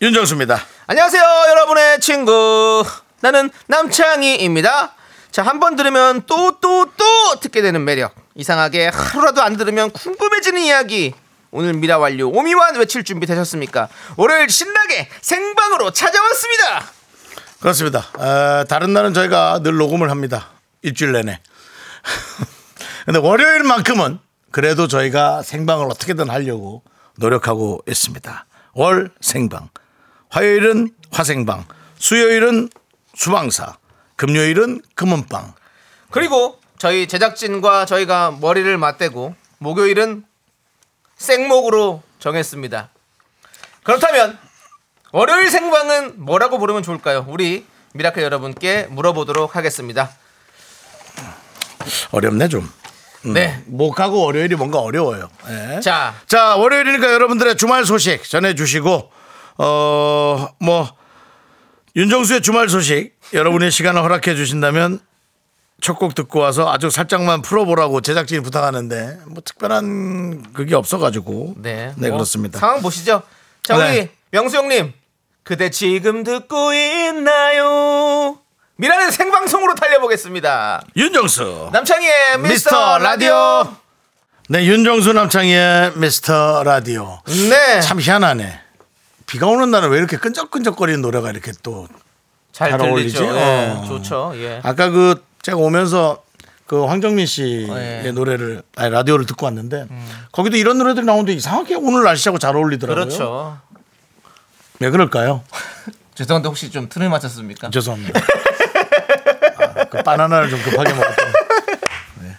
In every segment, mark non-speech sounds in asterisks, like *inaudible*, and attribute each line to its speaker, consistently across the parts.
Speaker 1: 윤정수입니다.
Speaker 2: 안녕하세요, 여러분의 친구. 나는 남창희입니다. 자, 한 번 들으면 또 또 또 듣게 되는 매력. 이상하게 하루라도 안 들으면 궁금해지는 이야기. 오늘 미라 완료 오미완 외칠 준비 되셨습니까? 월요일 신나게 생방으로 찾아왔습니다.
Speaker 1: 그렇습니다. 어, 다른 날은 저희가 늘 녹음을 합니다. 일주일 내내. *laughs* 근데 월요일만큼은 그래도 저희가 생방을 어떻게든 하려고 노력하고 있습니다. 월 생방. 화요일은 화생방. 수요일은 수방사. 금요일은 금은방.
Speaker 2: 그리고 저희 제작진과 저희가 머리를 맞대고 목요일은 생목으로 정했습니다. 그렇다면 월요일 생방은 뭐라고 부르면 좋을까요? 우리 미라클 여러분께 물어보도록 하겠습니다.
Speaker 1: 어렵네 좀. 음.
Speaker 2: 네.
Speaker 1: 목하고 월요일이 뭔가 어려워요. 예.
Speaker 2: 자,
Speaker 1: 자, 월요일이니까 여러분들의 주말 소식 전해주시고, 어, 뭐, 윤정수의 주말 소식, 여러분의 시간을 허락해 주신다면 첫 곡 듣고 와서 아주 살짝만 풀어보라고 제작진이 부탁하는데, 뭐, 특별한 그게 없어가지고.
Speaker 2: 네.
Speaker 1: 네,
Speaker 2: 뭐
Speaker 1: 그렇습니다.
Speaker 2: 상황 보시죠. 자,
Speaker 1: 네.
Speaker 2: 우리 명수 형님. 그대 지금 듣고 있나요? 미라는 생방송으로 달려보겠습니다.
Speaker 1: 윤정수!
Speaker 2: 남창희의 미스터 라디오.
Speaker 1: 네, 윤정수 남창희의 미스터 라디오.
Speaker 2: 네.
Speaker 1: 참 희한하네. 비가 오는 날은 왜 이렇게 끈적끈적거리는 노래가 이렇게 또
Speaker 2: 잘,
Speaker 1: 잘
Speaker 2: 들리죠.
Speaker 1: 어울리지?
Speaker 2: 예,
Speaker 1: 어.
Speaker 2: 좋죠. 예.
Speaker 1: 아까 그 제가 오면서 그 황정민 씨의
Speaker 2: 네.
Speaker 1: 노래를 아니 라디오를 듣고 왔는데
Speaker 2: 음.
Speaker 1: 거기도 이런 노래들이 나오는데 이상하게 오늘 날씨하고 잘 어울리더라고요.
Speaker 2: 그렇죠.
Speaker 1: 왜 그럴까요?
Speaker 2: 죄송한데 혹시 좀 틀을 맞췄습니까?
Speaker 1: 죄송합니다. 아, 그 바나나를 좀 급하게 먹었더니 네.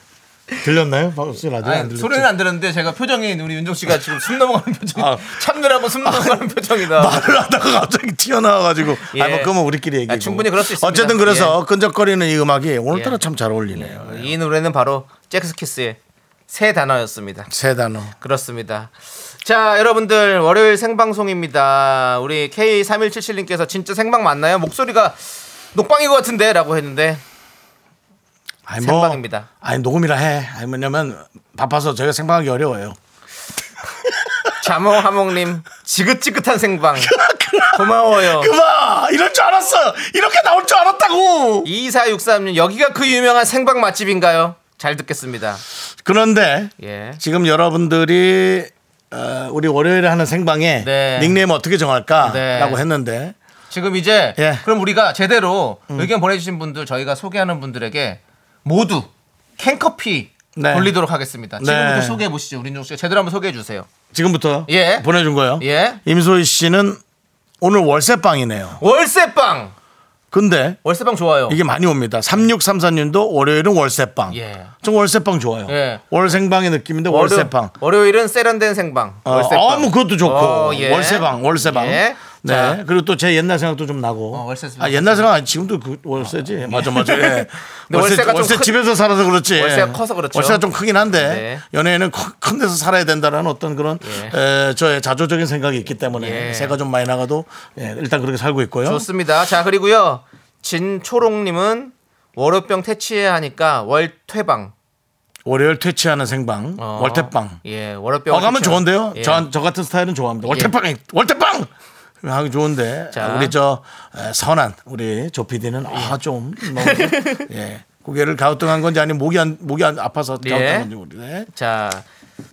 Speaker 1: 들렸나요? 혹시 라디오 안
Speaker 2: 아니,
Speaker 1: 들렸죠?
Speaker 2: 소리는 안 들었는데 제가 표정이 우리 윤종 씨가 지금 숨 넘어가는 표정,
Speaker 1: 아.
Speaker 2: 참느라고 뭐 숨 넘어가는 표정이다.
Speaker 1: 말을 하다가 갑자기 튀어나와가지고
Speaker 2: 예.
Speaker 1: 아, 뭐 그러면 우리끼리 얘기고
Speaker 2: 아, 충분히 그럴 수 있습니다.
Speaker 1: 어쨌든 그래서 끈적거리는 이 음악이 오늘따라
Speaker 2: 예.
Speaker 1: 참 잘 어울리네요.
Speaker 2: 이 노래는 바로 잭스키스의 새 단어였습니다.
Speaker 1: 세 단어.
Speaker 2: 그렇습니다. 자, 여러분들 월요일 생방송입니다. 우리 K3177님께서 진짜 생방 맞나요? 목소리가 녹방인 것 같은데라고 했는데
Speaker 1: 아니, 뭐
Speaker 2: 생방입니다.
Speaker 1: 아니 녹음이라 해. 아니 왜냐면 바빠서 저희가 생방하기 어려워요.
Speaker 2: 자몽하몽님 지긋지긋한
Speaker 1: *laughs*
Speaker 2: 생방 고마워요.
Speaker 1: 그만 이럴 줄 알았어 이렇게 나올 줄 알았다고
Speaker 2: 2463님 여기가 그 유명한 생방 맛집인가요? 잘 듣겠습니다.
Speaker 1: 그런데
Speaker 2: 예.
Speaker 1: 지금 여러분들이 어, 우리 월요일에 하는 생방에
Speaker 2: 네.
Speaker 1: 닉네임 어떻게
Speaker 2: 네.
Speaker 1: 정할까라고 했는데
Speaker 2: 지금 이제
Speaker 1: 예.
Speaker 2: 그럼 우리가 제대로 의견 보내주신 분들 저희가 소개하는 분들에게 모두 캔커피
Speaker 1: 네.
Speaker 2: 돌리도록 하겠습니다.
Speaker 1: 네.
Speaker 2: 지금부터 소개해 보시죠. 우린종 씨 제대로 한번 소개해 주세요.
Speaker 1: 지금부터
Speaker 2: 예.
Speaker 1: 보내준 거예요
Speaker 2: 예.
Speaker 1: 임소희 씨는 오늘 월세방이네요
Speaker 2: 월세빵
Speaker 1: 근데
Speaker 2: 월세빵 좋아요.
Speaker 1: 이게 많이 옵니다 3634님도 월요일은 월세방
Speaker 2: 예.
Speaker 1: 좀 월세방 좋아요
Speaker 2: 예.
Speaker 1: 월생방의 느낌인데
Speaker 2: 월요-
Speaker 1: 월세방
Speaker 2: 월요일은 세련된 생방.
Speaker 1: 어,
Speaker 2: 월세빵.
Speaker 1: 아, 뭐 그것도 좋고
Speaker 2: 어, 예.
Speaker 1: 월세방, 월세방.
Speaker 2: 예.
Speaker 1: 네.
Speaker 2: 자.
Speaker 1: 그리고 또 제 옛날 생각도 좀 나고.
Speaker 2: 어, 월세
Speaker 1: 아 옛날 생각 아니 지금도 그 월세지. 맞아 맞아. 예.
Speaker 2: 어. *laughs* 근데
Speaker 1: 월세 월세가
Speaker 2: 월세가 좀
Speaker 1: 월세
Speaker 2: 크-
Speaker 1: 집에서 살아서 그렇지.
Speaker 2: 월세가 커서 그렇죠.
Speaker 1: 월세가 좀 크긴 한데
Speaker 2: 네.
Speaker 1: 연예인은 커- 큰 데서 살아야 된다라는 어떤 그런 에, 저의 자조적인 생각이 있기 때문에
Speaker 2: 예.
Speaker 1: 세가 좀 많이 나가도 예, 일단 그렇게 살고 있고요.
Speaker 2: 좋습니다. 자 그리고요 진초롱님은 월요병 퇴치해야 하니까 월퇴방.
Speaker 1: 월요일 퇴치하는 생방,
Speaker 2: 어.
Speaker 1: 월태방.
Speaker 2: 예, 월요병.
Speaker 1: 어가면 좋은데요.
Speaker 2: 예.
Speaker 1: 저, 저 같은 스타일은 좋아합니다. 월태빵, 월태빵 하기 좋은데
Speaker 2: 자.
Speaker 1: 우리 저 에, 선한 우리 조 PD는 아좀 너무 예 고개를 가우뚱한 건지 아니면 목이 안 목이 안 아파서
Speaker 2: 예.
Speaker 1: 가우뚱한 건지 모르네.
Speaker 2: 자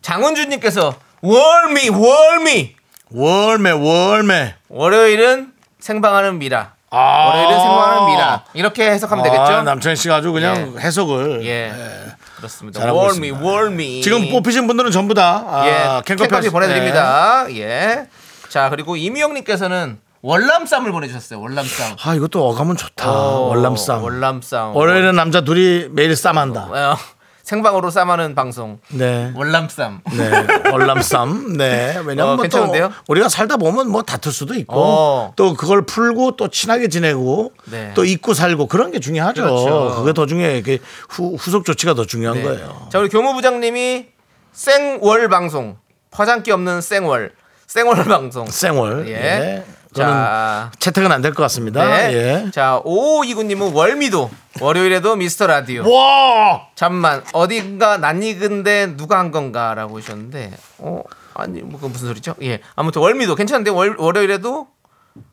Speaker 2: 장훈주님께서 월미 월미
Speaker 1: 월매 월매
Speaker 2: 월요일은 생방하는 미라.
Speaker 1: 아.
Speaker 2: 월요일은 생방하는 미라. 이렇게 해석하면
Speaker 1: 아,
Speaker 2: 되겠죠?
Speaker 1: 남창희 씨가 아주 그냥 해석을
Speaker 2: 예.
Speaker 1: 예.
Speaker 2: 그렇습니다.
Speaker 1: 잘하고
Speaker 2: 월미
Speaker 1: 있습니다.
Speaker 2: 월미.
Speaker 1: 지금 뽑히신 분들은 전부 다 아,
Speaker 2: 예,
Speaker 1: 캔커피
Speaker 2: 캔커피
Speaker 1: 하시- 예.
Speaker 2: 보내드립니다. 예. 자 그리고 이미영님께서는 월남쌈을 보내주셨어요. 월남쌈.
Speaker 1: 아 이것도 어감은 좋다.
Speaker 2: 오,
Speaker 1: 월남쌈.
Speaker 2: 월남쌈.
Speaker 1: 월요일은 남자 둘이 매일 쌈한다.
Speaker 2: 월- 어, 생방으로 싸마는 방송
Speaker 1: 네.
Speaker 2: 월남쌈.
Speaker 1: 네, 월남쌈. 네, 왜냐면
Speaker 2: 어,
Speaker 1: 뭐
Speaker 2: 괜찮은데요?
Speaker 1: 또 우리가 살다 보면 뭐 다툴 수도 있고
Speaker 2: 어.
Speaker 1: 또 그걸 풀고 또 친하게 지내고
Speaker 2: 네.
Speaker 1: 또 잊고 살고 그런 게 중요하죠.
Speaker 2: 그렇죠.
Speaker 1: 그게 더 중요해. 그 후, 후속 조치가 더 중요한
Speaker 2: 네.
Speaker 1: 거예요.
Speaker 2: 자 우리 교무부장님이 생월 방송 화장기 없는 생월 생월 *laughs* 방송.
Speaker 1: 생월.
Speaker 2: 예.
Speaker 1: 예. 저는
Speaker 2: 자.
Speaker 1: 채택은 안 될 것 같습니다.
Speaker 2: 네.
Speaker 1: 예.
Speaker 2: 자, 5529님은 월미도. 월요일에도 미스터 라디오.
Speaker 1: 뭐? 와!
Speaker 2: 잠만, 어딘가 낯익은데 누가 한 건가? 라고 하셨는데, 어, 아니, 뭐, 그 무슨 소리죠? 예. 아무튼 월미도. 괜찮은데, 월, 월요일에도?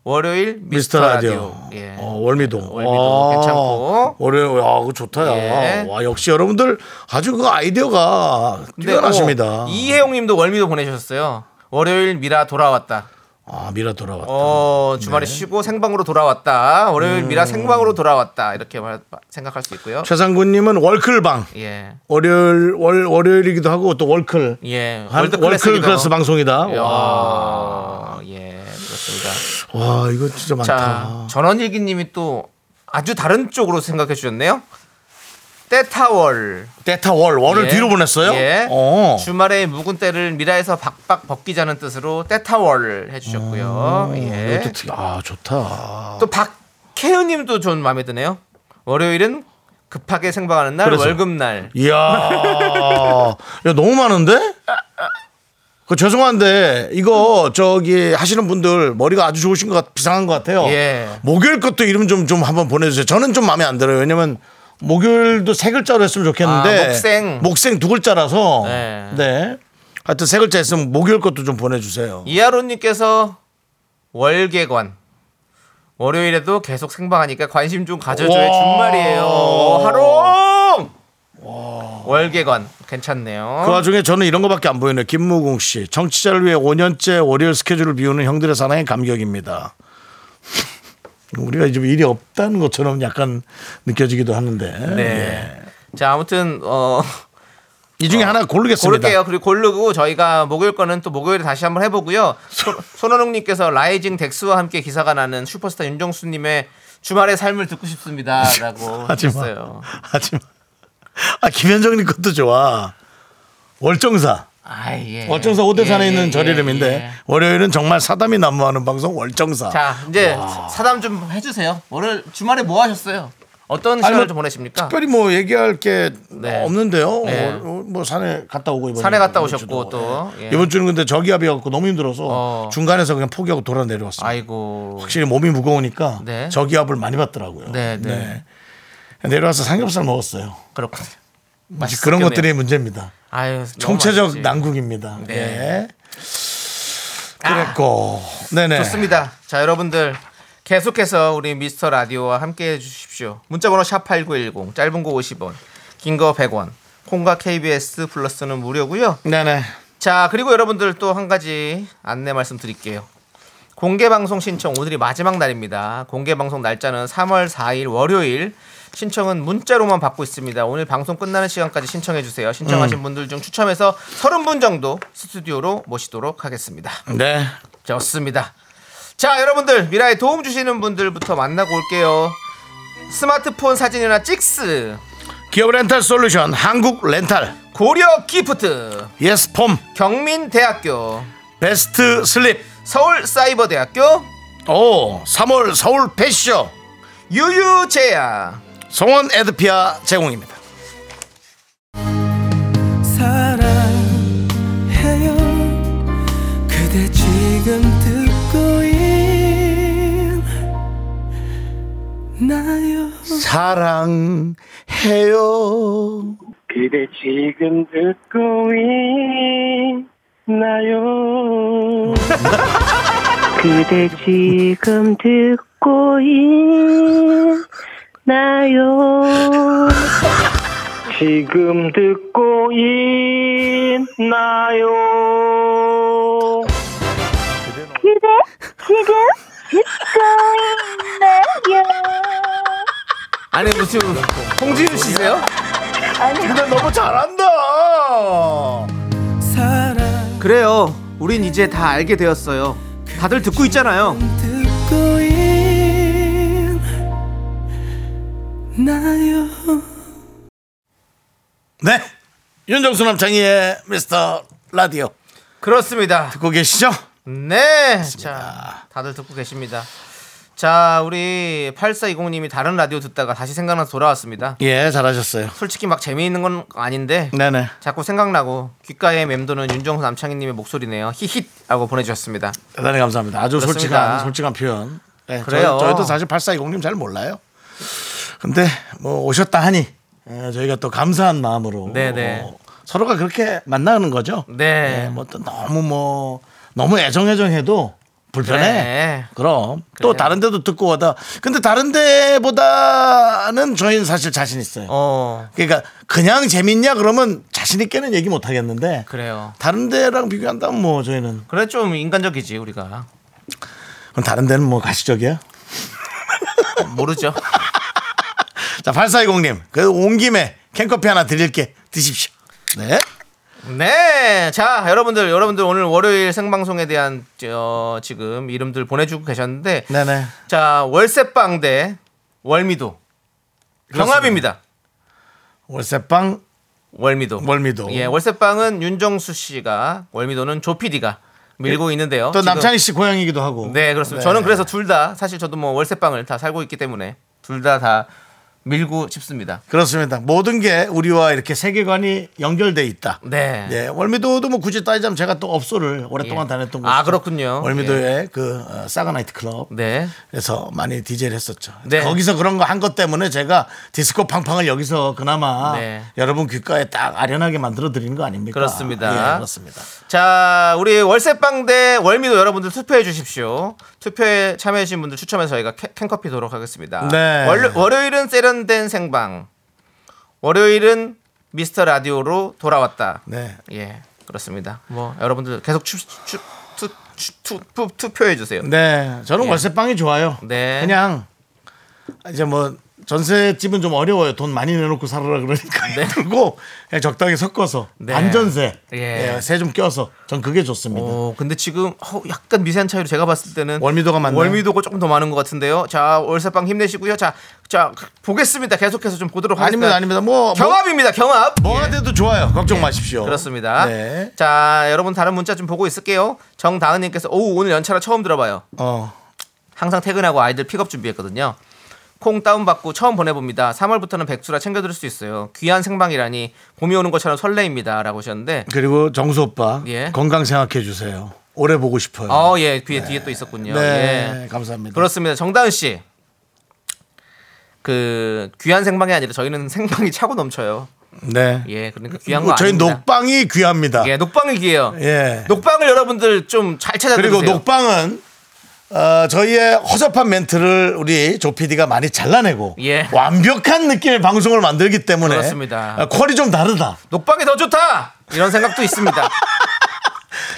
Speaker 2: 월요일
Speaker 1: 미스터
Speaker 2: 미스터,
Speaker 1: 라디오.
Speaker 2: 예.
Speaker 1: 어, 월미도.
Speaker 2: 월미도 괜찮고.
Speaker 1: 월요, 야, 그거 좋다. 야.
Speaker 2: 예.
Speaker 1: 와, 역시 여러분들 아주 그 아이디어가
Speaker 2: 근데,
Speaker 1: 뛰어나십니다.
Speaker 2: 어, 이혜영 님도 월미도 보내셨어요. 월요일 미라 돌아왔다.
Speaker 1: 아, 미라 돌아왔다. 음,
Speaker 2: 어,
Speaker 1: 네.
Speaker 2: 주말에 쉬고 생방으로 돌아왔다. 월요일 미라 생방으로 돌아왔다. 이렇게 말- 생각할 수 있고요.
Speaker 1: 최상군님은 월클방.
Speaker 2: 예.
Speaker 1: 월요일 월 월요일이기도 하고 또 월클.
Speaker 2: 예.
Speaker 1: 한- 월클
Speaker 2: 월클래스기도.
Speaker 1: 클래스 방송이다. 와,
Speaker 2: 야, 예, 그렇습니다.
Speaker 1: 와, 이거 진짜 많다.
Speaker 2: 자, 전원일기님이 또 아주 다른 쪽으로 생각해 주셨네요. 때타월
Speaker 1: 데타 월 월을
Speaker 2: 예.
Speaker 1: 뒤로 보냈어요.
Speaker 2: 예.
Speaker 1: 어.
Speaker 2: 주말에 묵은 때를 미라에서 박박 벗기자는 뜻으로 때타월 해주셨고요. 예.
Speaker 1: 음, 이것도 특이- 아 좋다.
Speaker 2: 또 박혜은님도 좀 마음에 드네요. 월요일은 급하게 생방하는 날
Speaker 1: 그래서.
Speaker 2: 월급날.
Speaker 1: 이야, 야, 너무 많은데? 그 죄송한데 이거 저기 하시는 분들 머리가 아주 좋으신 것 같, 비상한 것 같아요.
Speaker 2: 예.
Speaker 1: 목요일 것도 이름 좀 좀 한번 보내주세요. 저는 좀 마음에 안 들어요. 왜냐면 목요일도 세 글자로 했으면 좋겠는데
Speaker 2: 아, 목생.
Speaker 1: 목생 두 글자라서
Speaker 2: 네.
Speaker 1: 네. 하여튼 세 글자 했으면 목요일 것도 좀 보내주세요.
Speaker 2: 이하로님께서 월계관 월요일에도 계속 생방하니까 관심 좀 가져줘요
Speaker 1: 와.
Speaker 2: 준말이에요 하롱 월계관 괜찮네요
Speaker 1: 그 와중에 저는 이런 거밖에 안 보이네요. 김무궁 씨. 정치자를 위해 5년째 월요일 스케줄을 비우는 형들의 사랑의 감격입니다. *laughs* 우리가 이제 뭐 일이 없다는 것처럼 약간 느껴지기도 하는데. 예.
Speaker 2: 네. 자 아무튼 어
Speaker 1: 이 중에 하나 고르겠습니다.
Speaker 2: 고를게요 그리고 고르고 저희가 목요일 거는 또 목요일에 다시 한번 해보고요
Speaker 1: *laughs*
Speaker 2: 소- 손원웅님께서 라이징 덱스와 함께 기사가 나는 슈퍼스타 윤정수님의 주말의 삶을 듣고 싶습니다라고
Speaker 1: *laughs* *laughs* 하지마.
Speaker 2: 하셨어요
Speaker 1: 하지마. 아, 김현정님 것도 좋아. 월정사.
Speaker 2: 아, 예.
Speaker 1: 월정사 오대산에
Speaker 2: 예,
Speaker 1: 있는
Speaker 2: 예,
Speaker 1: 절
Speaker 2: 예,
Speaker 1: 이름인데
Speaker 2: 예.
Speaker 1: 월요일은 정말 사담이 난무하는 방송 월정사.
Speaker 2: 자 이제 사담 좀 해주세요. 월요일 주말에 뭐 하셨어요? 어떤 시간을
Speaker 1: 뭐
Speaker 2: 좀 보내십니까?
Speaker 1: 특별히 뭐 얘기할 게
Speaker 2: 그러니까 네.
Speaker 1: 없는데요.
Speaker 2: 네.
Speaker 1: 어, 어, 뭐 산에 갔다 오고 이번
Speaker 2: 산에 갔다 오셨고 또, 예.
Speaker 1: 이번 주는 근데 저기압이었고 너무 힘들어서
Speaker 2: 어.
Speaker 1: 중간에서 그냥 포기하고 돌아 내려왔어요.
Speaker 2: 아이고 예.
Speaker 1: 확실히 몸이 무거우니까
Speaker 2: 네.
Speaker 1: 저기압을 많이 받더라고요.
Speaker 2: 네, 네.
Speaker 1: 네. 내려와서 삼겹살 먹었어요.
Speaker 2: 그렇군요.
Speaker 1: 그런
Speaker 2: 맛있었겠네요.
Speaker 1: 것들이 문제입니다.
Speaker 2: 아유 너무
Speaker 1: 총체적
Speaker 2: 아쉽지.
Speaker 1: 난국입니다.
Speaker 2: 네. 아.
Speaker 1: 예. 그랬고, 네네.
Speaker 2: 좋습니다. 자 여러분들 계속해서 우리 미스터 라디오와 함께해 주십시오. 문자번호 샵 #8910 짧은 거 50원, 긴 거 100원. 콩과 KBS 플러스는 무료고요.
Speaker 1: 네네.
Speaker 2: 자 그리고 여러분들 또 한 가지 안내 말씀드릴게요. 공개 방송 신청 오늘이 마지막 날입니다. 공개 방송 날짜는 3월 4일 월요일. 신청은 문자로만 받고 있습니다. 오늘 방송 끝나는 시간까지 신청해 주세요. 신청하신 분들 중 추첨해서 30분 정도 스튜디오로 모시도록 하겠습니다.
Speaker 1: 네.
Speaker 2: 좋습니다. 자, 여러분들 미라에 도움 주시는 분들부터 만나고 올게요. 스마트폰 사진이나 찍스,
Speaker 1: 기업 렌탈 솔루션 한국 렌탈
Speaker 2: 고려 기프트,
Speaker 1: 예스폼
Speaker 2: 경민대학교,
Speaker 1: 베스트 슬립
Speaker 2: 서울사이버대학교,
Speaker 1: 오 3월 서울 패쇼
Speaker 2: 유유제야.
Speaker 1: 성원 에드피아 제공입니다.
Speaker 3: 사랑해요 그대 지금 듣고 있나요
Speaker 1: 사랑해요.
Speaker 4: 그대 지금 듣고 있나요?
Speaker 5: *laughs* 그대 지금 듣고 있나요?
Speaker 4: 지금 듣고 있나요?
Speaker 5: 그대 지금 듣고 있나요?
Speaker 2: 아니 무슨 홍진우 씨세요?
Speaker 1: 근데 너무 잘한다.
Speaker 3: 사랑
Speaker 2: 그래요. 우린 이제 다 알게 되었어요. 다들 듣고 있잖아요.
Speaker 3: 듣고 있나요
Speaker 1: 네. 윤정수 남창희의 미스터 라디오.
Speaker 2: 그렇습니다.
Speaker 1: 듣고 계시죠?
Speaker 2: 네. 자, 다들 듣고 계십니다. 자, 우리 8420님이 다른 라디오 듣다가 다시 생각나서 돌아왔습니다.
Speaker 1: 예, 잘하셨어요.
Speaker 2: 솔직히 막 재미있는 건 아닌데
Speaker 1: 네네.
Speaker 2: 자꾸 생각나고 귓가에 맴도는 윤정수 남창희님의 목소리네요. 히힛라고 보내주셨습니다.
Speaker 1: 대단히 감사합니다. 아주
Speaker 2: 그렇습니다.
Speaker 1: 솔직한 솔직한 표현. 네,
Speaker 2: 그래요.
Speaker 1: 저희, 도 사실 8420님 잘 몰라요. 근데 뭐 오셨다 하니 예, 저희가 또 감사한 마음으로
Speaker 2: 네네.
Speaker 1: 어, 서로가 그렇게 만나는 거죠.
Speaker 2: 네.
Speaker 1: 예, 뭐또 너무 뭐 너무 애정애정해도 불편해.
Speaker 2: 네.
Speaker 1: 그럼 또
Speaker 2: 그래요.
Speaker 1: 다른 데도 듣고 오다. 근데 다른 데보다는 저희는 사실 자신 있어요.
Speaker 2: 어,
Speaker 1: 그러니까 그냥 재밌냐 그러면 자신 있게는 얘기 못 하겠는데
Speaker 2: 그래요.
Speaker 1: 다른 데랑 비교한다면 뭐 저희는
Speaker 2: 그래 좀 인간적이지 우리가
Speaker 1: 그럼 다른 데는 뭐 가시적이야?
Speaker 2: 모르죠.
Speaker 1: 자, 8420님. 그 온 김에 캔커피 하나 드릴게. 드십시오. 네.
Speaker 2: *laughs* 네, 자 여러분들 여러분들 오늘 월요일 생방송에 대한 어, 지금 이름들 보내주고 계셨는데
Speaker 1: 네네.
Speaker 2: 자 월세빵 대 월미도 경합입니다.
Speaker 1: 월세빵
Speaker 2: 월미도.
Speaker 1: 월미도.
Speaker 2: 예, 월세빵은 윤정수 씨가 월미도는 조 PD가 밀고 있는데요.
Speaker 1: 또
Speaker 2: 어, 지금-
Speaker 1: 남창희 씨 고향이기도 하고.
Speaker 2: 네, 그렇습니다. 저는 그래서 둘 다 사실 저도 뭐 월세빵을 다 살고 있기 때문에 둘 다 다 밀고 싶습니다.
Speaker 1: 그렇습니다. 모든 게 우리와 이렇게 세계관이 연결돼 있다.
Speaker 2: 네.
Speaker 1: 예, 월미도도 뭐 굳이 따지자면 제가 또 업소를 오랫동안
Speaker 2: 예.
Speaker 1: 다녔던 곳.
Speaker 2: 아, 그렇군요. 예.
Speaker 1: 월미도의 그 어, 싸가 나이트 클럽.
Speaker 2: 네.
Speaker 1: 그래서 많이 DJ를 했었죠.
Speaker 2: 네.
Speaker 1: 거기서 그런 거 한 것 때문에 제가 디스코 팡팡을 여기서 그나마
Speaker 2: 네.
Speaker 1: 여러분 귓가에 딱 아련하게 만들어 드리는 거 아닙니까?
Speaker 2: 그렇습니다.
Speaker 1: 예, 그렇습니다.
Speaker 2: 자, 우리 월세빵 대 월미도 여러분들 투표해 주십시오. 투표에 참여해주신 분들 추첨해서 저희가 캐- 캔커피 도록 하겠습니다.
Speaker 1: 네.
Speaker 2: 월, 월요일은 세련된 생방. 월요일은 미스터 라디오로 돌아왔다.
Speaker 1: 네.
Speaker 2: 예, 그렇습니다. 뭐 여러분들 계속 추, 추, 투, 추, 투, 투, 투표해 주세요.
Speaker 1: 네, 저는
Speaker 2: 예.
Speaker 1: 월세빵이 좋아요.
Speaker 2: 네.
Speaker 1: 그냥 이제 뭐 전세집은 좀 어려워요. 돈 많이 내놓고 살아라 그러니까 *laughs* 그리고 그냥 적당히 섞어서
Speaker 2: 네.
Speaker 1: 안전세,
Speaker 2: 예.
Speaker 1: 예, 세 좀 껴서 전 그게 좋습니다.
Speaker 2: 오, 근데 지금 어, 약간 미세한 차이로 제가 봤을 때는
Speaker 1: 네. 월미도가 맞나요?
Speaker 2: 월미도가 조금 더 많은 것 같은데요. 자, 월세빵 힘내시고요. 자, 자 보겠습니다. 계속해서 좀 보도록 하겠습니다.
Speaker 1: 아닙니다, 아닙니다. 뭐
Speaker 2: 경합입니다. 경합. 예.
Speaker 1: 뭐, 뭐가 돼도 좋아요. 걱정 마십시오.
Speaker 2: 그렇습니다.
Speaker 1: 네.
Speaker 2: 자, 여러분 다른 문자 좀 보고 있을게요. 정다은님께서 오 오늘 연차라 처음 들어봐요.
Speaker 1: 어,
Speaker 2: 항상 퇴근하고 아이들 픽업 준비했거든요. 콩 다운받고 처음 보내봅니다. 3월부터는 백수라 챙겨드릴 수 있어요. 귀한 생방이라니 봄이 오는 것처럼 설레입니다. 라고 하셨는데
Speaker 1: 그리고 정수 오빠
Speaker 2: 예.
Speaker 1: 건강 생각해 주세요. 오래 보고 싶어요.
Speaker 2: 어, 예, 뒤에, 뒤에 또 있었군요.
Speaker 1: 네,
Speaker 2: 예.
Speaker 1: 감사합니다.
Speaker 2: 그렇습니다. 정다은 씨. 그 귀한 생방이 아니라 저희는 생방이 차고 넘쳐요.
Speaker 1: 네.
Speaker 2: 예, 그러니까 귀한 거
Speaker 1: 그리고 저희
Speaker 2: 아닙니다.
Speaker 1: 녹방이 귀합니다.
Speaker 2: 예, 녹방이 귀해요.
Speaker 1: 예.
Speaker 2: 녹방을 여러분들 좀 잘 찾아주세요.
Speaker 1: 그리고 녹방은 어, 저희의 허접한 멘트를 우리 조 PD가 많이 잘라내고
Speaker 2: 예.
Speaker 1: 완벽한 느낌의 방송을 만들기 때문에
Speaker 2: 그렇습니다.
Speaker 1: 어, 퀄이 좀 다르다.
Speaker 2: 녹방이 더 좋다 이런 생각도
Speaker 1: *laughs*
Speaker 2: 있습니다.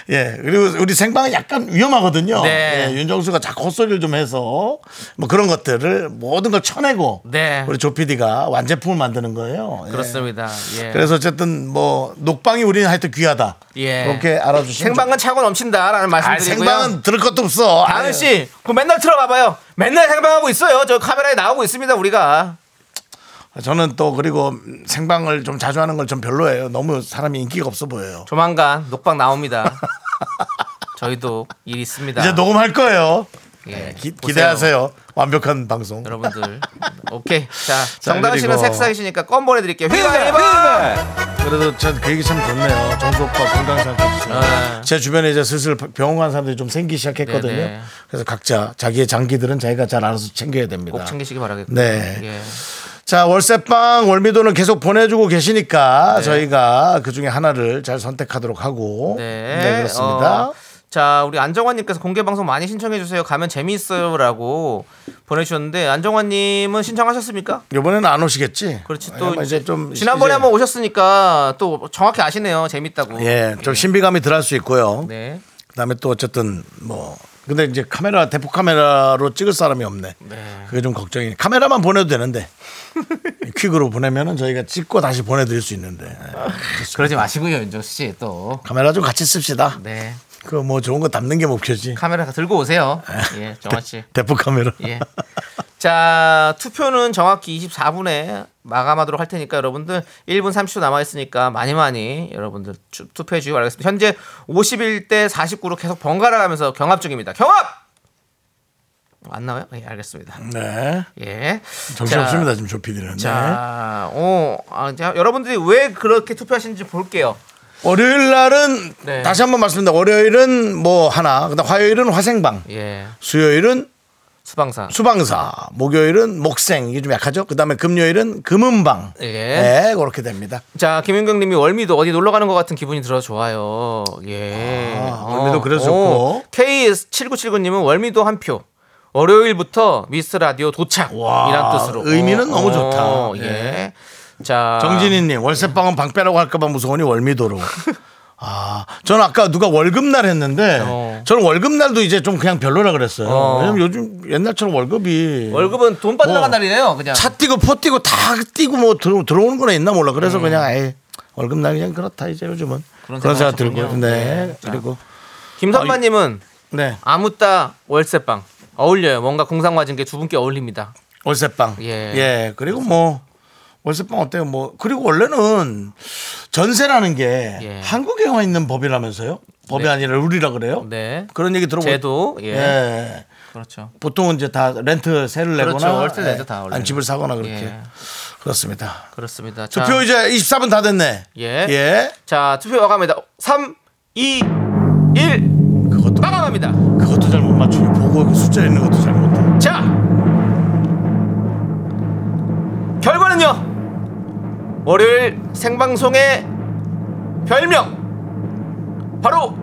Speaker 1: 예. 그리고 우리 생방은 약간 위험하거든요.
Speaker 2: 네.
Speaker 1: 예, 윤정수가 자꾸 헛소리를 좀 해서 뭐 그런 것들을 모든 걸 쳐내고
Speaker 2: 네.
Speaker 1: 우리 조 PD가 완제품을 만드는 거예요. 예.
Speaker 2: 그렇습니다. 예.
Speaker 1: 그래서 어쨌든 뭐 녹방이 우리는 하여튼 귀하다.
Speaker 2: 예.
Speaker 1: 그렇게 알아주시면
Speaker 2: 생방은 차고 넘친다라는
Speaker 1: 좋- 아,
Speaker 2: 말씀드리고요.
Speaker 1: 생방은 들을 것도 없어.
Speaker 2: 다은
Speaker 1: 아유.
Speaker 2: 씨, 그 맨날 틀어봐봐요. 맨날 생방하고 있어요. 저 카메라에 나오고 있습니다. 우리가
Speaker 1: 저는 또 그리고 생방을 좀 자주 하는 걸 좀 별로예요. 너무 사람이 인기가 없어 보여요.
Speaker 2: 조만간
Speaker 1: *laughs*
Speaker 2: 녹방 나옵니다. 저희도 일 있습니다.
Speaker 1: 이제 녹음할 거예요.
Speaker 2: 예,
Speaker 1: 네, 기,
Speaker 2: 보세요.
Speaker 1: 대하세요 완벽한 방송.
Speaker 2: 여러분들. *laughs* 오케이. 자, 정다은
Speaker 1: 그리고-
Speaker 2: 씨는 색상이시니까 껌 보내드릴게요. 휘발, 휘발.
Speaker 1: 그래도 전 그 얘기 참 좋네요. 정수 오빠 건강 생각해주세요.
Speaker 2: 네.
Speaker 1: 제 주변에 이제 슬슬 병원 간 사람들이 좀 생기 시작했거든요.
Speaker 2: 네네.
Speaker 1: 그래서 각자 자기의 장기들은 자기가 잘 알아서 챙겨야 됩니다.
Speaker 2: 꼭 챙기시기 바라겠고요.
Speaker 1: 네.
Speaker 2: 예.
Speaker 1: 자 월세빵 월미도는 계속 보내주고 계시니까
Speaker 2: 네.
Speaker 1: 저희가 그 중에 하나를 잘 선택하도록 하고 네, 그렇습니다.
Speaker 2: 어, 자, 우리 안정환님께서 공개 방송 많이 신청해 주세요. 가면 재미있어요라고 보내주셨는데 안정환님은 신청하셨습니까?
Speaker 1: 이번에는 안 오시겠지?
Speaker 2: 그렇지
Speaker 1: 왜냐면
Speaker 2: 또
Speaker 1: 이제 좀
Speaker 2: 지난번에
Speaker 1: 이제-
Speaker 2: 한번 오셨으니까 또 정확히 아시네요. 재밌다고.
Speaker 1: 예, 좀 신비감이 덜할 수 있고요.
Speaker 2: 네.
Speaker 1: 그다음에 또 어쨌든 뭐 근데 이제 카메라 대포 카메라로 찍을 사람이 없네. 그게 좀 걱정이. 카메라만 보내도 되는데 *laughs* 퀵으로 보내면은 저희가 찍고 다시 보내드릴 수 있는데 예.
Speaker 2: 그러지 마시고요, 윤정수 씨 또.
Speaker 1: 카메라 좀 같이 씁시다.
Speaker 2: 네.
Speaker 1: 그 뭐 좋은 거 담는 게 목표지. 아.
Speaker 2: 카메라 들고 오세요. 예, 정환 씨.
Speaker 1: 대포 카메라.
Speaker 2: 예. 자, 투표는 정확히 24분에 마감하도록 할 테니까 여러분들 1분 30초 남아 있으니까 많이 많이 여러분들 투- 투표해 주시기 바라겠습니다. 현재 51대 49로 계속 번갈아 가면서 경합 중입니다. 경합! 안 나와요? 예, 알겠습니다.
Speaker 1: *laughs* 네.
Speaker 2: 예. 자,
Speaker 1: 정신없습니다, 지금 조피디는. 네.
Speaker 2: 자, 어, 아, 자, 여러분들이 왜 그렇게 투표하시는지 볼게요.
Speaker 1: 네. 월요일 날은
Speaker 2: 네.
Speaker 1: 다시 한번 말씀드립니다. 월요일은 뭐 하나, 그다음 화요일은 화생방,
Speaker 2: 예.
Speaker 1: 수요일은
Speaker 2: 수방사.
Speaker 1: 수방사, 목요일은 목생 이게 좀 약하죠. 그다음에 금요일은 금은방.
Speaker 2: 예.
Speaker 1: 네, 그렇게 됩니다.
Speaker 2: 자, 김윤경 님이 월미도 어디 놀러 가는 것 같은 기분이 들어 좋아요. 예.
Speaker 1: 아, 월미도 그래서 좋고.
Speaker 2: K7979 님은 월미도 한 표. 월요일부터 미스 라디오 도착.
Speaker 1: 와,
Speaker 2: 이란 뜻으로.
Speaker 1: 의미는 너무 좋다.
Speaker 2: 어, 예. 자.
Speaker 1: 정진희님 월세방은 방패라고 할까봐 무서우니
Speaker 2: *laughs*
Speaker 1: 월미도로. 아, 저는 아까 누가 월급날 했는데
Speaker 2: 어.
Speaker 1: 저는 월급날도 이제 좀 그냥 별로라 그랬어요.
Speaker 2: 어.
Speaker 1: 왜냐면 요즘 옛날처럼 월급이
Speaker 2: 월급은 돈 받으러
Speaker 1: 뭐,
Speaker 2: 간 날이네요, 그냥.
Speaker 1: 차 뛰고 포 뛰고 다 뛰고 뭐 들어, 들어오는 거나 있나 몰라. 그래서 그냥 아예 월급날 그냥 그렇다 이제 요즘은
Speaker 2: 음. 그런
Speaker 1: 그런, 생각
Speaker 2: 생각
Speaker 1: 들고.
Speaker 2: 하셨군요.
Speaker 1: 네.
Speaker 2: 네.
Speaker 1: 그리고
Speaker 2: 김선만 님은
Speaker 1: 네
Speaker 2: 아무따 월세빵. 어울려요. 뭔가 공상화진 게 두 분께 어울립니다.
Speaker 1: 월세빵.
Speaker 2: 예.
Speaker 1: 예. 그리고 뭐 월세빵 어때요? 뭐 그리고 원래는 전세라는 게
Speaker 2: 예.
Speaker 1: 한국에만 있는 법이라면서요? 법이
Speaker 2: 네.
Speaker 1: 아니라 룰이라 그래요?
Speaker 2: 네.
Speaker 1: 그런 얘기 들어보
Speaker 2: 제도. 예.
Speaker 1: 예.
Speaker 2: 그렇죠.
Speaker 1: 보통은 이제 다 렌트 세를
Speaker 2: 그렇죠.
Speaker 1: 내거나
Speaker 2: 월세 내죠,
Speaker 1: 예.
Speaker 2: 다 원래는.
Speaker 1: 아니 집을 사거나 그렇게
Speaker 2: 예.
Speaker 1: 그렇습니다.
Speaker 2: 그렇습니다. 자.
Speaker 1: 투표 이제 24분 다 됐네.
Speaker 2: 예.
Speaker 1: 예.
Speaker 2: 자 투표 마감합니다 3 2 1
Speaker 1: 그것도
Speaker 2: 마감합니다
Speaker 1: 그것도 잘못 맞추니 보고 숫자 있는 것도 잘못.
Speaker 2: 자 결과는요 월요일 생방송의 별명 바로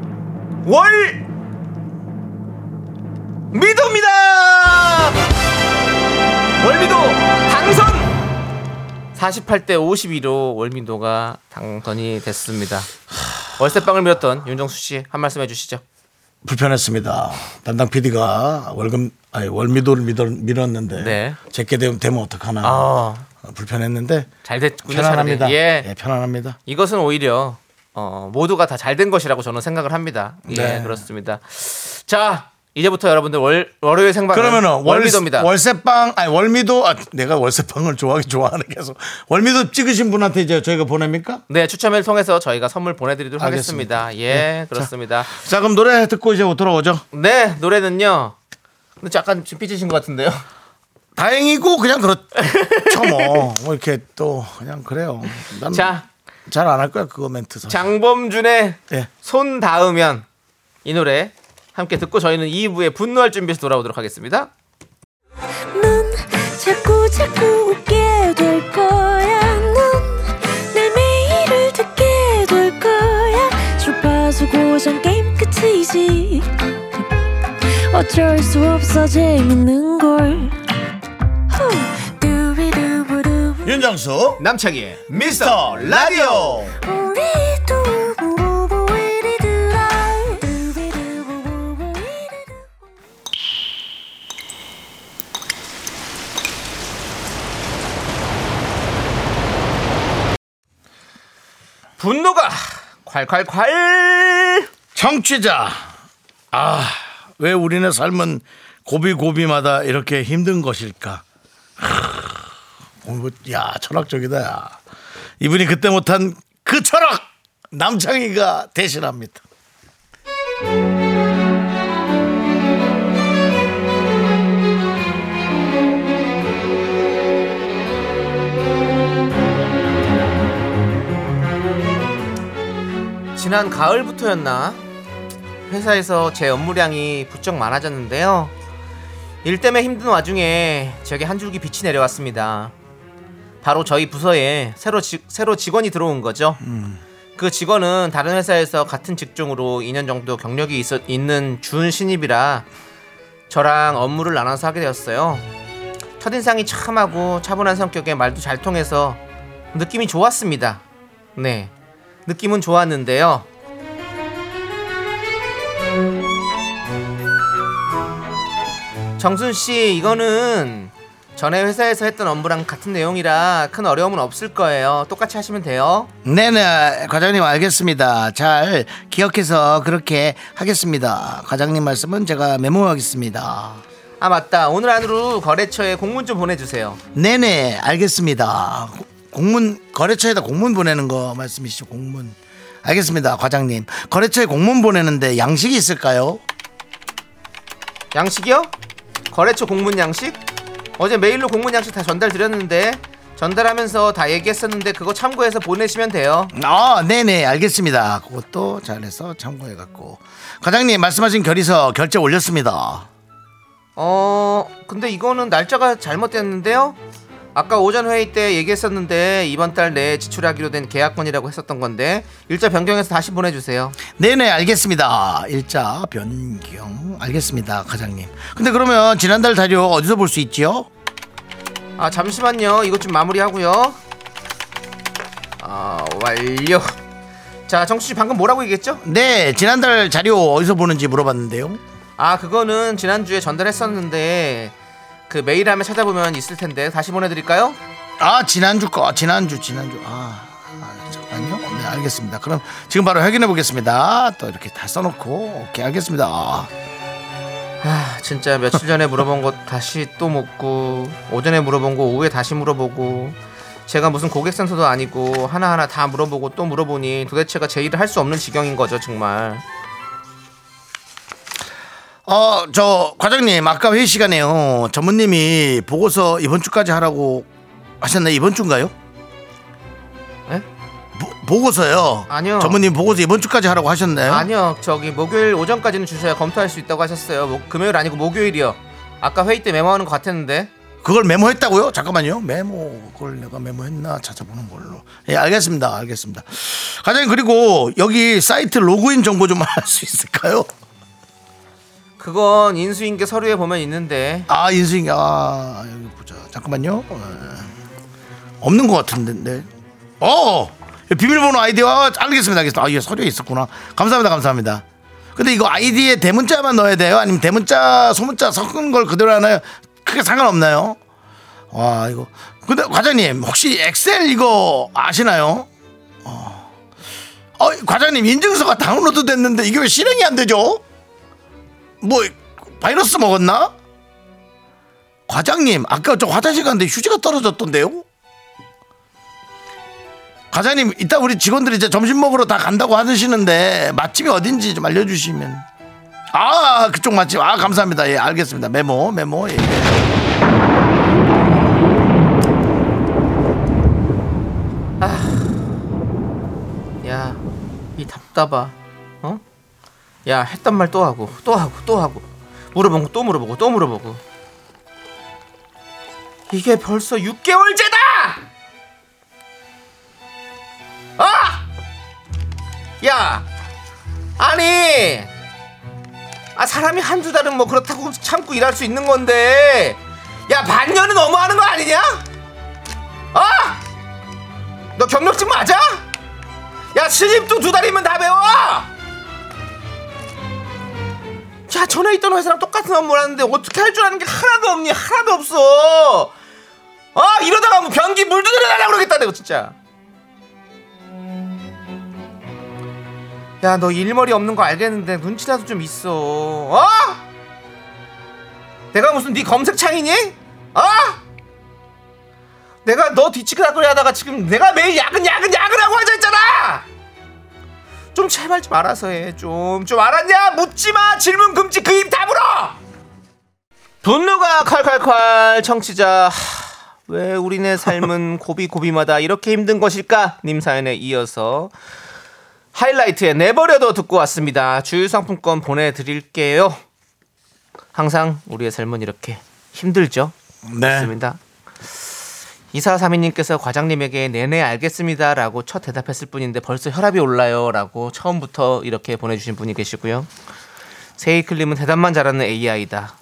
Speaker 2: 월 미도입니다 월미도 당선 48대 52로 월미도가 당선이 됐습니다 월세빵을 밀었던 윤정수 씨 한 말씀 해주시죠
Speaker 1: 불편했습니다. 담당 PD가 월급 아니 월미도를 밀었- 밀었는데
Speaker 2: 네.
Speaker 1: 제게 되면, 되면 어떡하나
Speaker 2: 아
Speaker 1: 불편했는데
Speaker 2: 잘 됐군요.
Speaker 1: 편안합니다.
Speaker 2: 차라리. 예.
Speaker 1: 예, 편안합니다.
Speaker 2: 이것은 오히려 어, 모두가 다 잘 된 것이라고 저는 생각을 합니다. 예,
Speaker 1: 네.
Speaker 2: 그렇습니다. 자, 이제부터 여러분들 월 월요일 생방
Speaker 1: 그러면은 월,
Speaker 2: 월미도입니다.
Speaker 1: 월세빵 아니 월미도 아, 내가 월세빵을 좋아하긴 좋아하는 계속 월미도 찍으신 분한테 이제 저희가 보냅니까?
Speaker 2: 네, 추첨을 통해서 저희가 선물 보내 드리도록
Speaker 1: 알겠습니다. 네.
Speaker 2: 하겠습니다. 예, 그렇습니다.
Speaker 1: 자 그럼 노래 듣고 이제 돌아오죠.
Speaker 2: 네, 노래는요. 근데 약간 지금 삐지신 것 같은데요.
Speaker 1: 음. 다행이고 그냥 *laughs* 그렇죠 뭐. 뭐 이렇게 또 그냥 그래요.
Speaker 2: 자,
Speaker 1: 난잘안 할 거야 그거 멘트. 사실.
Speaker 2: 장범준의
Speaker 1: 예.
Speaker 2: 손 닿으면 이 노래 함께 듣고 저희는 2부에 분노할 준비해서 돌아오도록 하겠습니다.
Speaker 6: 넌 자꾸 자꾸 웃게 될 거야. 넌내 매일을 듣게 될 거야. 주파수 고정 게임 끝이지. 어쩔 수 없어 재밌는 걸. 후. 두비두부두.
Speaker 1: 윤정수
Speaker 2: 남창희의
Speaker 1: 미스터 라디오.
Speaker 6: 우리 두부부부 우리 두라. 두비두부부부 우리 두라.
Speaker 2: 분노가 콸콸콸
Speaker 1: 청취자 아 왜 우리네 삶은 고비 고비마다 이렇게 힘든 것일까? 크, 어, 이거 야 철학적이다. 야. 이분이 그때 못한 그 철학 남창희가 대신합니다.
Speaker 2: 지난 가을부터였나 회사에서 제 업무량이 부쩍 많아졌는데요 일 때문에 힘든 와중에 제게 한 줄기 빛이 내려왔습니다 바로 저희 부서에 새로, 지, 새로 직원이 들어온 거죠 그 직원은 다른 회사에서 같은 직종으로 2년 정도 경력이 있어, 있는 준 신입이라 저랑 업무를 나눠서 하게 되었어요 첫인상이 참하고 차분한 성격에 말도 잘 통해서 느낌이 좋았습니다 네 느낌은 좋았는데요. 정순 씨, 이거는 전에 회사에서 했던 업무랑 같은 내용이라 큰 어려움은 없을 거예요. 똑같이 하시면 돼요.
Speaker 1: 네네 과장님 알겠습니다 잘 기억해서 그렇게 하겠습니다 과장님 말씀은 제가 메모하겠습니다
Speaker 2: 아 맞다 오늘 안으로 거래처에 공문 좀 보내주세요
Speaker 1: 네네 알겠습니다. 고- 공문 거래처에다 공문 보내는 거 말씀이시죠? 공문. 알겠습니다, 과장님. 거래처에 공문 보내는데 양식이 있을까요?
Speaker 2: 양식이요? 거래처 공문 양식? 어제 메일로 공문 양식 다 전달 드렸는데 전달하면서 다 얘기했었는데 그거 참고해서 보내시면 돼요
Speaker 1: 아, 네네 알겠습니다. 그것도 잘해서 참고해 갖고 과장님 말씀하신 결의서 결제 올렸습니다.
Speaker 2: 어 근데 이거는 날짜가 잘못됐는데요? 아까 오전 회의 때 얘기했었는데 이번 달 내에 지출하기로 된 계약권이라고 했었던 건데 일자 변경해서 다시 보내주세요
Speaker 1: 네네 알겠습니다. 일자 변경 알겠습니다, 과장님. 근데 그러면 지난달 자료 어디서 볼 수 있지요?
Speaker 2: 아 잠시만요 이것 좀 마무리하고요 아 완료 자 정수씨 방금 뭐라고 얘기했죠?
Speaker 1: 네, 지난달 자료 어디서 보는지 물어봤는데요.
Speaker 2: 아 그거는 지난주에 전달했었는데 그 메일 하면 찾아보면 있을 텐데 다시 보내드릴까요?
Speaker 1: 아 지난주 거 지난주 지난주 아, 아 잠깐요 네 알겠습니다 그럼 지금 바로 확인해 보겠습니다 또 이렇게 다 써놓고 오케이 알겠습니다 아,
Speaker 2: 아 진짜 며칠 전에 물어본 거 다시 또 묻고 오전에 물어본 거 오후에 다시 물어보고 제가 무슨 고객센터도 아니고 하나하나 다 물어보고 또 물어보니 도대체가 제 일을 할 수 없는 지경인 거죠 정말
Speaker 1: 어저 과장님 아까 회의 시간에요 전무님이 보고서 이번 주까지 하라고 하셨나 이번 주인가요?
Speaker 2: 에?
Speaker 1: 보, 보고서요
Speaker 2: 네? 아니요.
Speaker 1: 전무님 보고서 이번 주까지 하라고 하셨나요?
Speaker 2: 아니요 저기 목요일 오전까지는 주셔야 검토할 수 있다고 하셨어요 목- 금요일 아니고 목요일이요 아까 회의 때 메모하는 것 같았는데
Speaker 1: 그걸 메모했다고요? 잠깐만요. 메모 그걸 내가 메모했나 찾아보는 걸로. 예, 알겠습니다. 알겠습니다. 과장님 그리고 여기 사이트 로그인 정보 좀 알 수 있을까요?
Speaker 2: 그건 인수인계 서류에 보면 있는데
Speaker 1: 아 인수인 아 여기 보자. 잠깐만요. 예. 없는 것 같은데. 네. 어 비밀번호 아이디어 아, 알겠습니다. 알겠습니다. 아 이게 서류에 있었구나. 감사합니다. 감사합니다. 근데 이거 아이디에 대문자만 넣어야 돼요? 아니면 대문자 소문자 섞은 걸 그대로 하나요? 크게 상관없나요? 와 이거 근데 과장님 혹시 엑셀 이거 아시나요? 어, 어, 과장님 인증서가 다운로드 됐는데 이게 왜 실행이 안 되죠? 뭐 바이러스 먹었나? 과장님 아까 저 화장실 갔는데 휴지가 떨어졌던데요? 과장님 이따 우리 직원들이 이제 점심 먹으러 다 간다고 하시는데 맛집이 어딘지 좀 알려주시면 아 그쪽 맛집 아 감사합니다 예 알겠습니다 메모 메모 예.
Speaker 2: 야 이 답답아 어? 야 했던 말 또 하고 또 하고 또 하고 물어본 거 또 물어보고 또 물어보고 이게 벌써 6개월째다! 아! 야! 아니! 아 사람이 한두 달은 뭐 그렇다고 참고 일할 수 있는 건데 야 반년은 너무하는 거 아니냐? 아! 너 경력직 맞아? 야 신입도 두 달이면 다 배워 야 전에 있던 회사랑 똑같은 업무를 하는데 어떻게 할 줄 아는 게 하나도 없니 하나도 없어 아 이러다가 뭐 변기 물 두드려 달라 그러겠다 내가 진짜 야 너 일머리 없는 거 알겠는데 눈치라도 좀 있어 어? 내가 무슨 네 검색창이니? 어? 내가 너 뒤치기다거리 하다가 지금 내가 매일 야근 야근 야근하고 앉아있잖아 좀 제발 좀 알아서 해좀좀 알았냐 묻지마 질문 금지 그 입 다물어 분노가 칼칼칼 청취자 하, 왜 우리네 삶은 *laughs* 고비고비마다 이렇게 힘든 것일까 님 사연에 이어서 하이라이트에 내버려둬 듣고 왔습니다 주유상품권 보내드릴게요 항상 우리의 삶은 이렇게 힘들죠
Speaker 1: 네
Speaker 2: 있습니다. 이사사미님께서 과장님에게 네네 알겠습니다라고 첫 대답했을 뿐인데 벌써 혈압이 올라요라고 처음부터 이렇게 보내주신 분이 계시고요. 세이클님은 대답만 잘하는 AI다.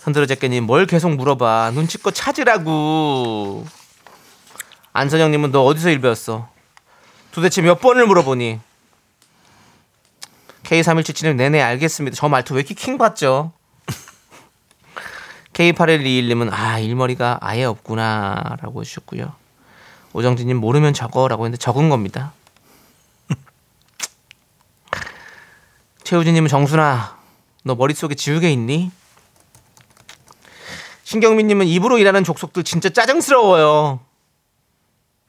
Speaker 2: 선드로 제께님 뭘 계속 물어봐 눈치껏 찾으라고. 안선영님은 너 어디서 일 배웠어? 도대체 몇 번을 물어보니? K3177님 네네 알겠습니다. 저 말투 왜 이렇게 킹 받죠? K8121님은 아 일머리가 아예 없구나라고 해주셨고요. 오정진님 모르면 적어라고 했는데 적은 겁니다. *laughs* 최우진님은 정순아 너 머릿속에 지우개 있니? 신경민님은 입으로 일하는 족속들 진짜 짜증스러워요.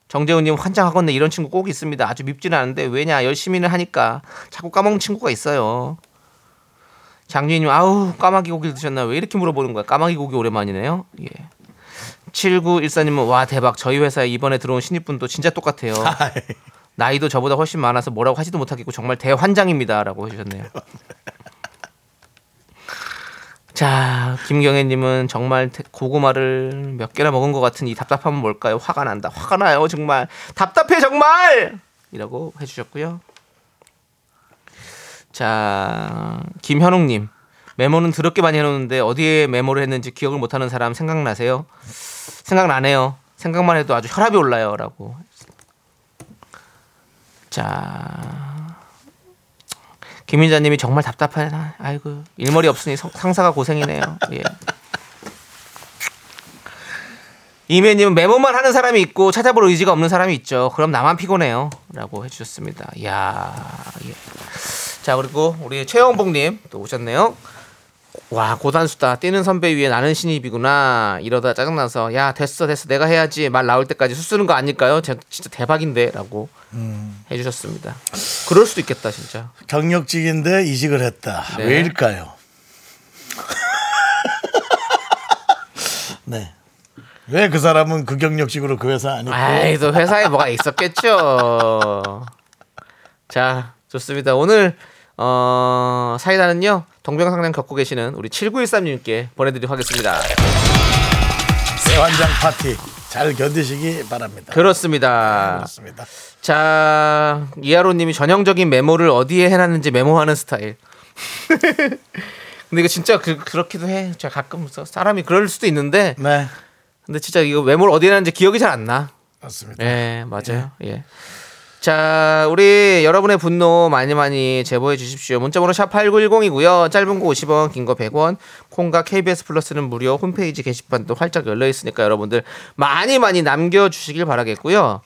Speaker 2: 정재훈님 환장하건데 이런 친구 꼭 있습니다. 아주 밉지는 않은데 왜냐 열심히는 하니까 자꾸 까먹는 친구가 있어요. 장유희님 아우 까마귀 고기를 드셨나 왜 이렇게 물어보는 거야? 까마귀 고기 오랜만이네요. 예. 7914님은 와 대박 저희 회사에 이번에 들어온 신입분도 진짜 똑같아요. 나이도 저보다 훨씬 많아서 뭐라고 하지도 못하겠고 정말 대환장입니다라고 해주셨네요. 자, 김경애님은 정말 태- 고구마를 몇 개나 먹은 것 같은 이 답답함은 뭘까요? 화가 난다. 화가 나요, 정말. 답답해, 정말! 이라고 해주셨고요. 자, 김현웅님. 메모는 더럽게 많이 해놓는데 어디에 메모를 했는지 기억을 못하는 사람 생각나세요? 생각나네요. 생각만 해도 아주 혈압이 올라요. 라고. 자, 김민자님이 정말 답답하나. 아이고 일머리 없으니 성- 상사가 고생이네요. 예. 이매님은 메모만 하는 사람이 있고 찾아볼 의지가 없는 사람이 있죠. 그럼 나만 피곤해요.라고 해주셨습니다. 야. 예. 자 그리고 우리 최영봉님 또 오셨네요. 와 고단수다 뛰는 선배 위에 나는 신입이구나 이러다 짜증나서 야 됐어 됐어 내가 해야지 말 나올 때까지 수쓰는 거 아닐까요? 제- 진짜 대박인데라고 해주셨습니다. 그럴 수도 있겠다 진짜.
Speaker 1: 경력직인데 이직을 했다.
Speaker 2: 네.
Speaker 1: 왜일까요? *laughs* 네. 왜 그 사람은 그 경력직으로 그 회사 아니고
Speaker 2: 아이, 또 회사에 뭐가 있었겠죠. 자, 좋습니다. 오늘, 어, 사이다는요, 동병상련 겪고 계시는 우리 7913님께 보내드리도록 하겠습니다.
Speaker 1: 대환장 그 파티 잘 견디시기 바랍니다.
Speaker 2: 그렇습니다.
Speaker 1: 그렇습니다.
Speaker 2: 자, 이하로님이 전형적인 메모를 어디에 해놨는지 메모하는 스타일. *laughs* 근데 이거 진짜 그, 그렇기도 해. 제가 가끔 서- 사람이 그럴 수도 있는데,
Speaker 1: 네.
Speaker 2: 근데 진짜 이거 메모를 어디에 해놨는지 기억이 잘 안 나.
Speaker 1: 맞습니다.
Speaker 2: 네, 맞아요. 예. 자, 우리 여러분의 분노 많이 많이 제보해 주십시오. 문자번호 샵 8910이고요. 짧은 거 50원, 긴 거 100원. 콩과 KBS 플러스는 무료. 홈페이지 게시판도 활짝 열려 있으니까 여러분들 많이 많이 남겨 주시길 바라겠고요.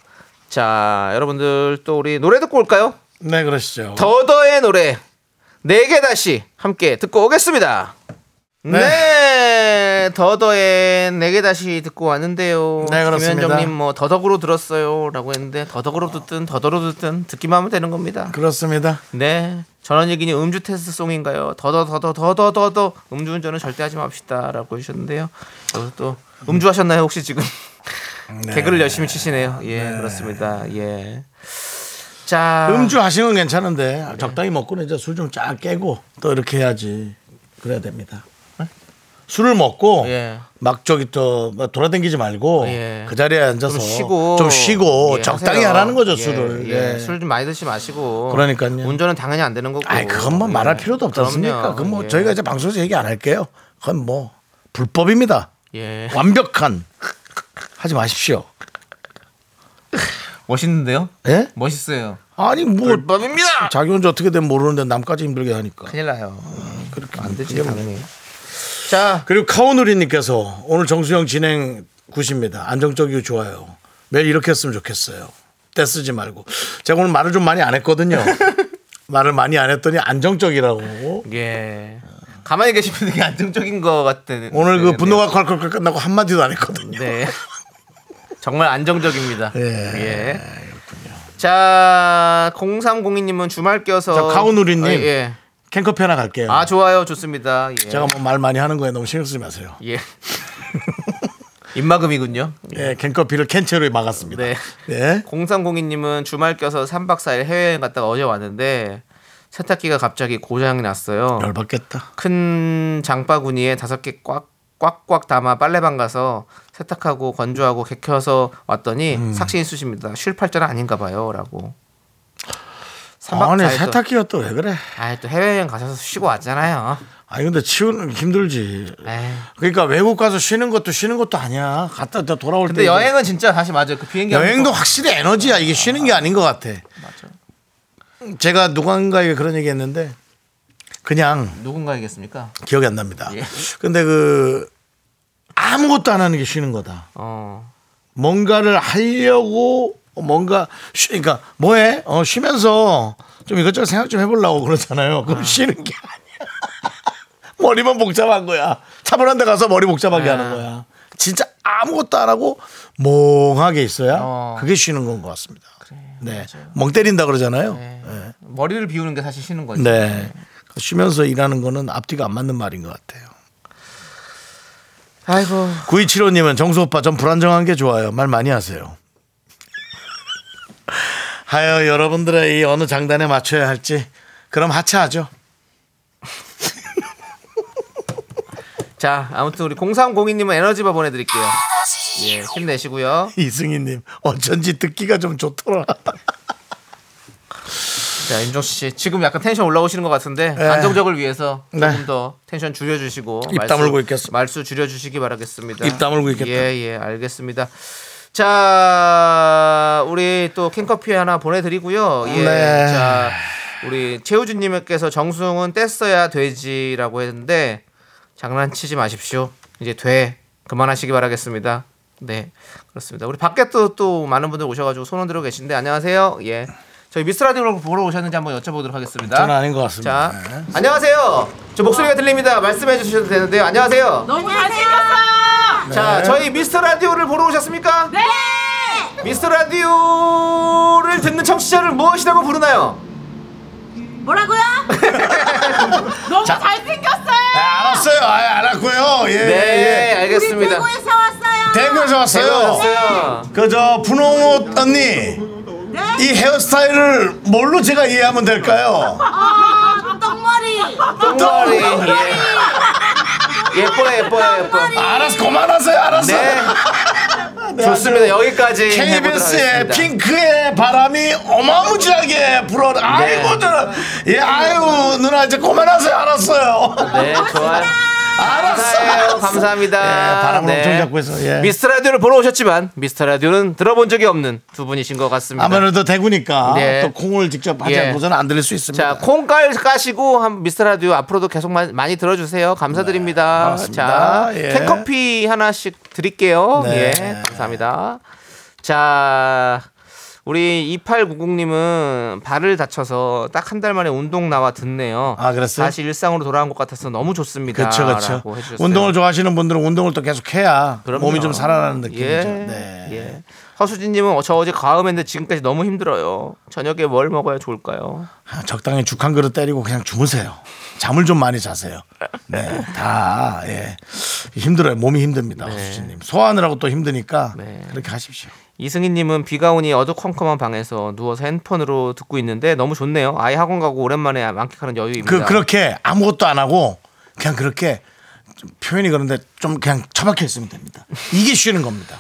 Speaker 2: 자, 여러분들 또 우리 노래 듣고 올까요?
Speaker 1: 네, 그러시죠.
Speaker 2: 더더의 노래 네 개 다시 함께 듣고 오겠습니다. 네, 더더의 네 개 다시 듣고 왔는데요.
Speaker 1: 네, 그렇습니다.
Speaker 2: 김현정님 뭐 더덕으로 들었어요라고 했는데 더덕으로 듣든 더더로 듣든 듣기만 하면 되는 겁니다.
Speaker 1: 그렇습니다.
Speaker 2: 네, 전원일기니 음주 테스트 송인가요? 더더 더더 더더 더더 음주운전은 절대 하지 맙시다라고 해주셨는데요. 여기서 또 음주하셨나요 혹시 지금?
Speaker 1: 음, 네.
Speaker 2: 개그를 열심히 치시네요. 예, 그렇습니다. 예. 자,
Speaker 1: 음주 하시는 건 괜찮은데 적당히 먹고는 이제 술 좀 쫙 깨고 또 이렇게 해야지 그래야 됩니다. 네? 술을 먹고
Speaker 2: 예.
Speaker 1: 막 저기 또막 돌아다니지 말고
Speaker 2: 예.
Speaker 1: 그 자리에 앉아서
Speaker 2: 좀 쉬고
Speaker 1: 좀 쉬고
Speaker 2: 예,
Speaker 1: 적당히
Speaker 2: 하세요.
Speaker 1: 하라는 거죠
Speaker 2: 예,
Speaker 1: 술을.
Speaker 2: 예.
Speaker 1: 예.
Speaker 2: 술 좀 많이 드시지 마시고
Speaker 1: 그러니까요.
Speaker 2: 운전은 당연히 안 되는 거고.
Speaker 1: 아이 그건 뭐 말할
Speaker 2: 예.
Speaker 1: 필요도 없지 않습니까?
Speaker 2: 그럼요.
Speaker 1: 그건 뭐
Speaker 2: 예.
Speaker 1: 저희가 이제 방송에서 얘기 안 할게요. 그건 뭐 불법입니다.
Speaker 2: 예
Speaker 1: 완벽한
Speaker 2: *laughs*
Speaker 1: 하지 마십시오.
Speaker 2: 멋있는데요?
Speaker 1: 예?
Speaker 2: 멋있어요.
Speaker 1: 아니 뭐
Speaker 2: 불법입니다.
Speaker 1: 자기 혼자 어떻게 되면 모르는데 남까지 힘들게 하니까
Speaker 2: 큰일 나요.
Speaker 1: 그렇게
Speaker 2: 그러니까 안 되지
Speaker 1: 그게 뭐
Speaker 2: 당연히. 자,
Speaker 1: 그리고 카오누리님께서 오늘 정수영 진행 굿입니다. 안정적이고 좋아요. 매일 이렇게 했으면 좋겠어요. 떼쓰지 말고. 제가 오늘 말을 좀 많이 안
Speaker 2: *laughs*
Speaker 1: 했거든요. 말을 많이 안 했더니 안정적이라고.
Speaker 2: 예. 가만히 계시면 되게 안정적인 것 같은.
Speaker 1: 오늘 그
Speaker 2: 네,
Speaker 1: 분노가 콸콸콸 끝나고 한마디도 안 했거든요.
Speaker 2: 네. *laughs* 정말 안정적입니다.
Speaker 1: 예,
Speaker 2: 예. 자, 0302님은 주말 껴서.
Speaker 1: 자, 가오누리님.
Speaker 2: 아, 예.
Speaker 1: 캔커피 하나 갈게요.
Speaker 2: 아, 좋아요. 좋습니다. 예.
Speaker 1: 제가 뭐 말 많이 하는 거에 너무 신경 쓰지 마세요.
Speaker 2: 예. *laughs* 입마금이군요.
Speaker 1: 예, 캔커피를 캔채로 막았습니다.
Speaker 2: 네.
Speaker 1: 예.
Speaker 2: 0302님은 주말 껴서 3박 4일 해외여행 갔다가 어제 왔는데 세탁기가 갑자기 고장이 났어요.
Speaker 1: 열받겠다.
Speaker 2: 큰 장바구니에 다섯 개 꽉, 꽉꽉 담아 빨래방 가서 세탁하고 건조하고 개켜서 왔더니 삭신이 쑤십니다. 쉴 팔자는 아닌가 봐요. 라고. 삼박
Speaker 1: 아니
Speaker 2: 사일 또-
Speaker 1: 세탁기가 또 왜 그래?
Speaker 2: 아이, 또 해외여행 가셔서 쉬고 왔잖아요.
Speaker 1: 아니 근데 치우는 힘들지.
Speaker 2: 에이.
Speaker 1: 그러니까 외국 가서 쉬는 것도 쉬는 것도 아니야. 갔다 또 돌아올 때
Speaker 2: 근데
Speaker 1: 이제
Speaker 2: 여행은 진짜 다시 맞아요. 그 비행기 안에서
Speaker 1: 여행도 확실히 에너지야. 이게 쉬는 게 아닌 것 같아. 제가 누군가에게 그런 얘기 했는데 그냥
Speaker 2: 누군가에겠습니까?
Speaker 1: 기억이 안 납니다.
Speaker 2: 예.
Speaker 1: 근데 그 아무것도 안 하는 게 쉬는 거다.
Speaker 2: 어.
Speaker 1: 뭔가를 하려고 뭔가 쉬, 그러니까 뭐해? 어, 아. 쉬면서 좀 이것저것 생각 좀 해보려고 그러잖아요. 그럼 쉬는 게 아니야. *laughs* 머리만 복잡한 거야. 차분한 데 가서 머리 복잡하게 하는 거야. 진짜 아무것도 안 하고 멍하게 있어야
Speaker 2: 어.
Speaker 1: 그게 쉬는 건 것 같습니다. 네. 멍 때린다 그러잖아요. 네.
Speaker 2: 머리를 비우는 게 사실 쉬는 거지.
Speaker 1: 쉬면서 일하는 거는 앞뒤가 안 맞는 말인 것 같아요.
Speaker 2: 아이고.
Speaker 1: 9275님은 정수 오빠 전 불안정한 게 좋아요. 말 많이 하세요. 하여 여러분들의 이 어느 장단에 맞춰야 할지 그럼 하차하죠.
Speaker 2: 자, 아무튼 우리 0302님은 에너지바 보내드릴게요. 예, 힘내시고요.
Speaker 1: 이승희님 어쩐지 듣기가 좀 좋더라.
Speaker 2: 자, 임종수 씨, 지금 약간 텐션 올라오시는 것 같은데
Speaker 1: 예.
Speaker 2: 안정적을 위해서
Speaker 1: 네.
Speaker 2: 조금 더 텐션 줄여주시고
Speaker 1: 입 다물고 있겠어.
Speaker 2: 말수 줄여주시기 바라겠습니다.
Speaker 1: 입 다물고 있겠다.
Speaker 2: 예, 예, 알겠습니다. 자, 우리 또 캔커피 하나 보내드리고요. 예,
Speaker 1: 네.
Speaker 2: 자, 우리 최우준님께서 정수홍은 뗐어야 되지라고 했는데 장난치지 마십시오. 이제 돼 그만하시기 바라겠습니다. 네, 그렇습니다. 우리 밖에 또, 또 많은 분들 오셔가지고 손을 들고 계신데 안녕하세요. 예, 저희 미스라디오를 보러 오셨는지 한번 여쭤보도록 하겠습니다.
Speaker 1: 저는 아닌 것 같습니다. 네.
Speaker 2: 자, 안녕하세요. 저 목소리가 들립니다. 말씀해 주셔도 되는데요. 안녕하세요.
Speaker 7: 너무 잘생겼어!
Speaker 1: 네.
Speaker 2: 자, 저희 미스터 라디오를 보러 오셨습니까?
Speaker 7: 네!
Speaker 2: 미스터 라디오를 듣는 청취자를 무엇이라고 부르나요? *laughs*
Speaker 7: 뭐라고요? 너무 잘생겼어요!
Speaker 1: 아, 알았어요. 아, 알았고요. 예.
Speaker 2: 네,
Speaker 1: 예.
Speaker 7: 우리
Speaker 2: 알겠습니다.
Speaker 7: 대구에서 왔어요! 네.
Speaker 1: 대구에서 왔어요.
Speaker 2: 왔어요.
Speaker 1: 그저 분홍옷 언니 이 헤어스타일을 뭘로 제가 이해하면 될까요?
Speaker 7: 어, 똥머리!
Speaker 2: 똥머리. 예. 예뻐요, 예뻐요, 예뻐.
Speaker 1: 알았어, 그만하세요. 알았어. 네,
Speaker 2: 네. 좋습니다. 여기까지 해보도록
Speaker 1: KBS의
Speaker 2: 하겠습니다.
Speaker 1: 핑크의 바람이 어마무지하게 불어.
Speaker 2: 네.
Speaker 1: 아이고 저는 예 아유 누나 이제 그만하세요. 알았어요.
Speaker 2: 네, 좋아요.
Speaker 1: 알았어요.
Speaker 2: 감사해요. 감사합니다. 네.
Speaker 1: 예, 바람을 엄청 잡고 해서 예.
Speaker 2: 미스터 라디오를 보러 오셨지만 미스터 라디오는 들어본 적이 없는 두 분이신 것 같습니다.
Speaker 1: 아무래도 대구니까
Speaker 2: 네.
Speaker 1: 또 콩을 직접 하지
Speaker 2: 예.
Speaker 1: 않고서는 안 들릴 수 있습니다.
Speaker 2: 자, 콩깔 까시고 한 미스터 라디오 앞으로도 계속 많이, 많이 들어주세요. 감사드립니다.
Speaker 1: 반갑습니다.
Speaker 2: 자,
Speaker 1: 예.
Speaker 2: 캔커피 하나씩 드릴게요.
Speaker 1: 네.
Speaker 2: 예, 감사합니다. 자, 우리 2890님은 발을 다쳐서 딱 한 달 만에 운동 나와 듣네요.
Speaker 1: 아, 그랬어요?
Speaker 2: 다시 일상으로 돌아온 것 같아서 너무 좋습니다.
Speaker 1: 그렇죠, 그렇죠.
Speaker 2: 라고 해주셨어요.
Speaker 1: 운동을 좋아하시는 분들은 운동을 또 계속 해야
Speaker 2: 그럼요.
Speaker 1: 몸이 좀 살아나는 느낌이죠.
Speaker 2: 예,
Speaker 1: 네.
Speaker 2: 예. 허수진님은 저 어제 과음했는데 지금까지 너무 힘들어요. 저녁에 뭘 먹어야 좋을까요?
Speaker 1: 아, 적당히 죽 한 그릇 때리고 그냥 주무세요. 잠을 좀 많이 자세요. 네, 다 예. 힘들어요. 몸이 힘듭니다, 수진님. 소화하느라고 또 힘드니까
Speaker 2: 네.
Speaker 1: 그렇게 하십시오.
Speaker 2: 이승희님은 비가 오니 어두컴컴한 방에서 누워서 핸드폰으로 듣고 있는데 너무 좋네요. 아이 학원 가고 오랜만에 만끽하는 여유입니다.
Speaker 1: 그 그렇게 아무것도 안 하고 그냥 그렇게 좀 표현이 그런데 좀 그냥 처박혀 있으면 됩니다. 이게 쉬는 겁니다.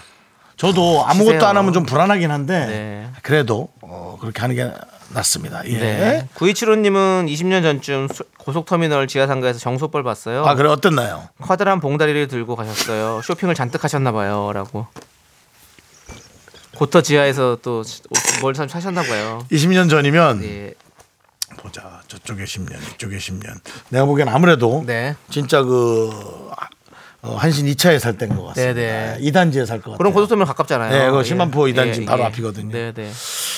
Speaker 1: 저도 아무것도
Speaker 2: 쉬세요.
Speaker 1: 안 하면 좀 불안하긴 한데
Speaker 2: 네.
Speaker 1: 그래도 어, 그렇게 하는 게 낫습니다. 예.
Speaker 2: 네. 9275님은 20년 전쯤 수- 고속터미널 지하상가에서 정소벌 봤어요.
Speaker 1: 아 그래 어땠나요?
Speaker 2: 커다란 봉다리를 들고 가셨어요. 쇼핑을 잔뜩 하셨나봐요.라고. 고터 지하에서 또 뭘 사셨나봐요.
Speaker 1: 20년 전이면
Speaker 2: 예.
Speaker 1: 보자 저쪽에 10년 이쪽에 10년 내가 보기엔 아무래도
Speaker 2: 네.
Speaker 1: 진짜 그 어, 한신 2차에 살 때인 것 같습니다.
Speaker 2: 네네.
Speaker 1: 2단지에 살 것 같아요.
Speaker 2: 그럼 고속터미널 가깝잖아요. 예.
Speaker 1: 네, 그거 신만포 이단지 바로 앞이거든요.
Speaker 2: 네네.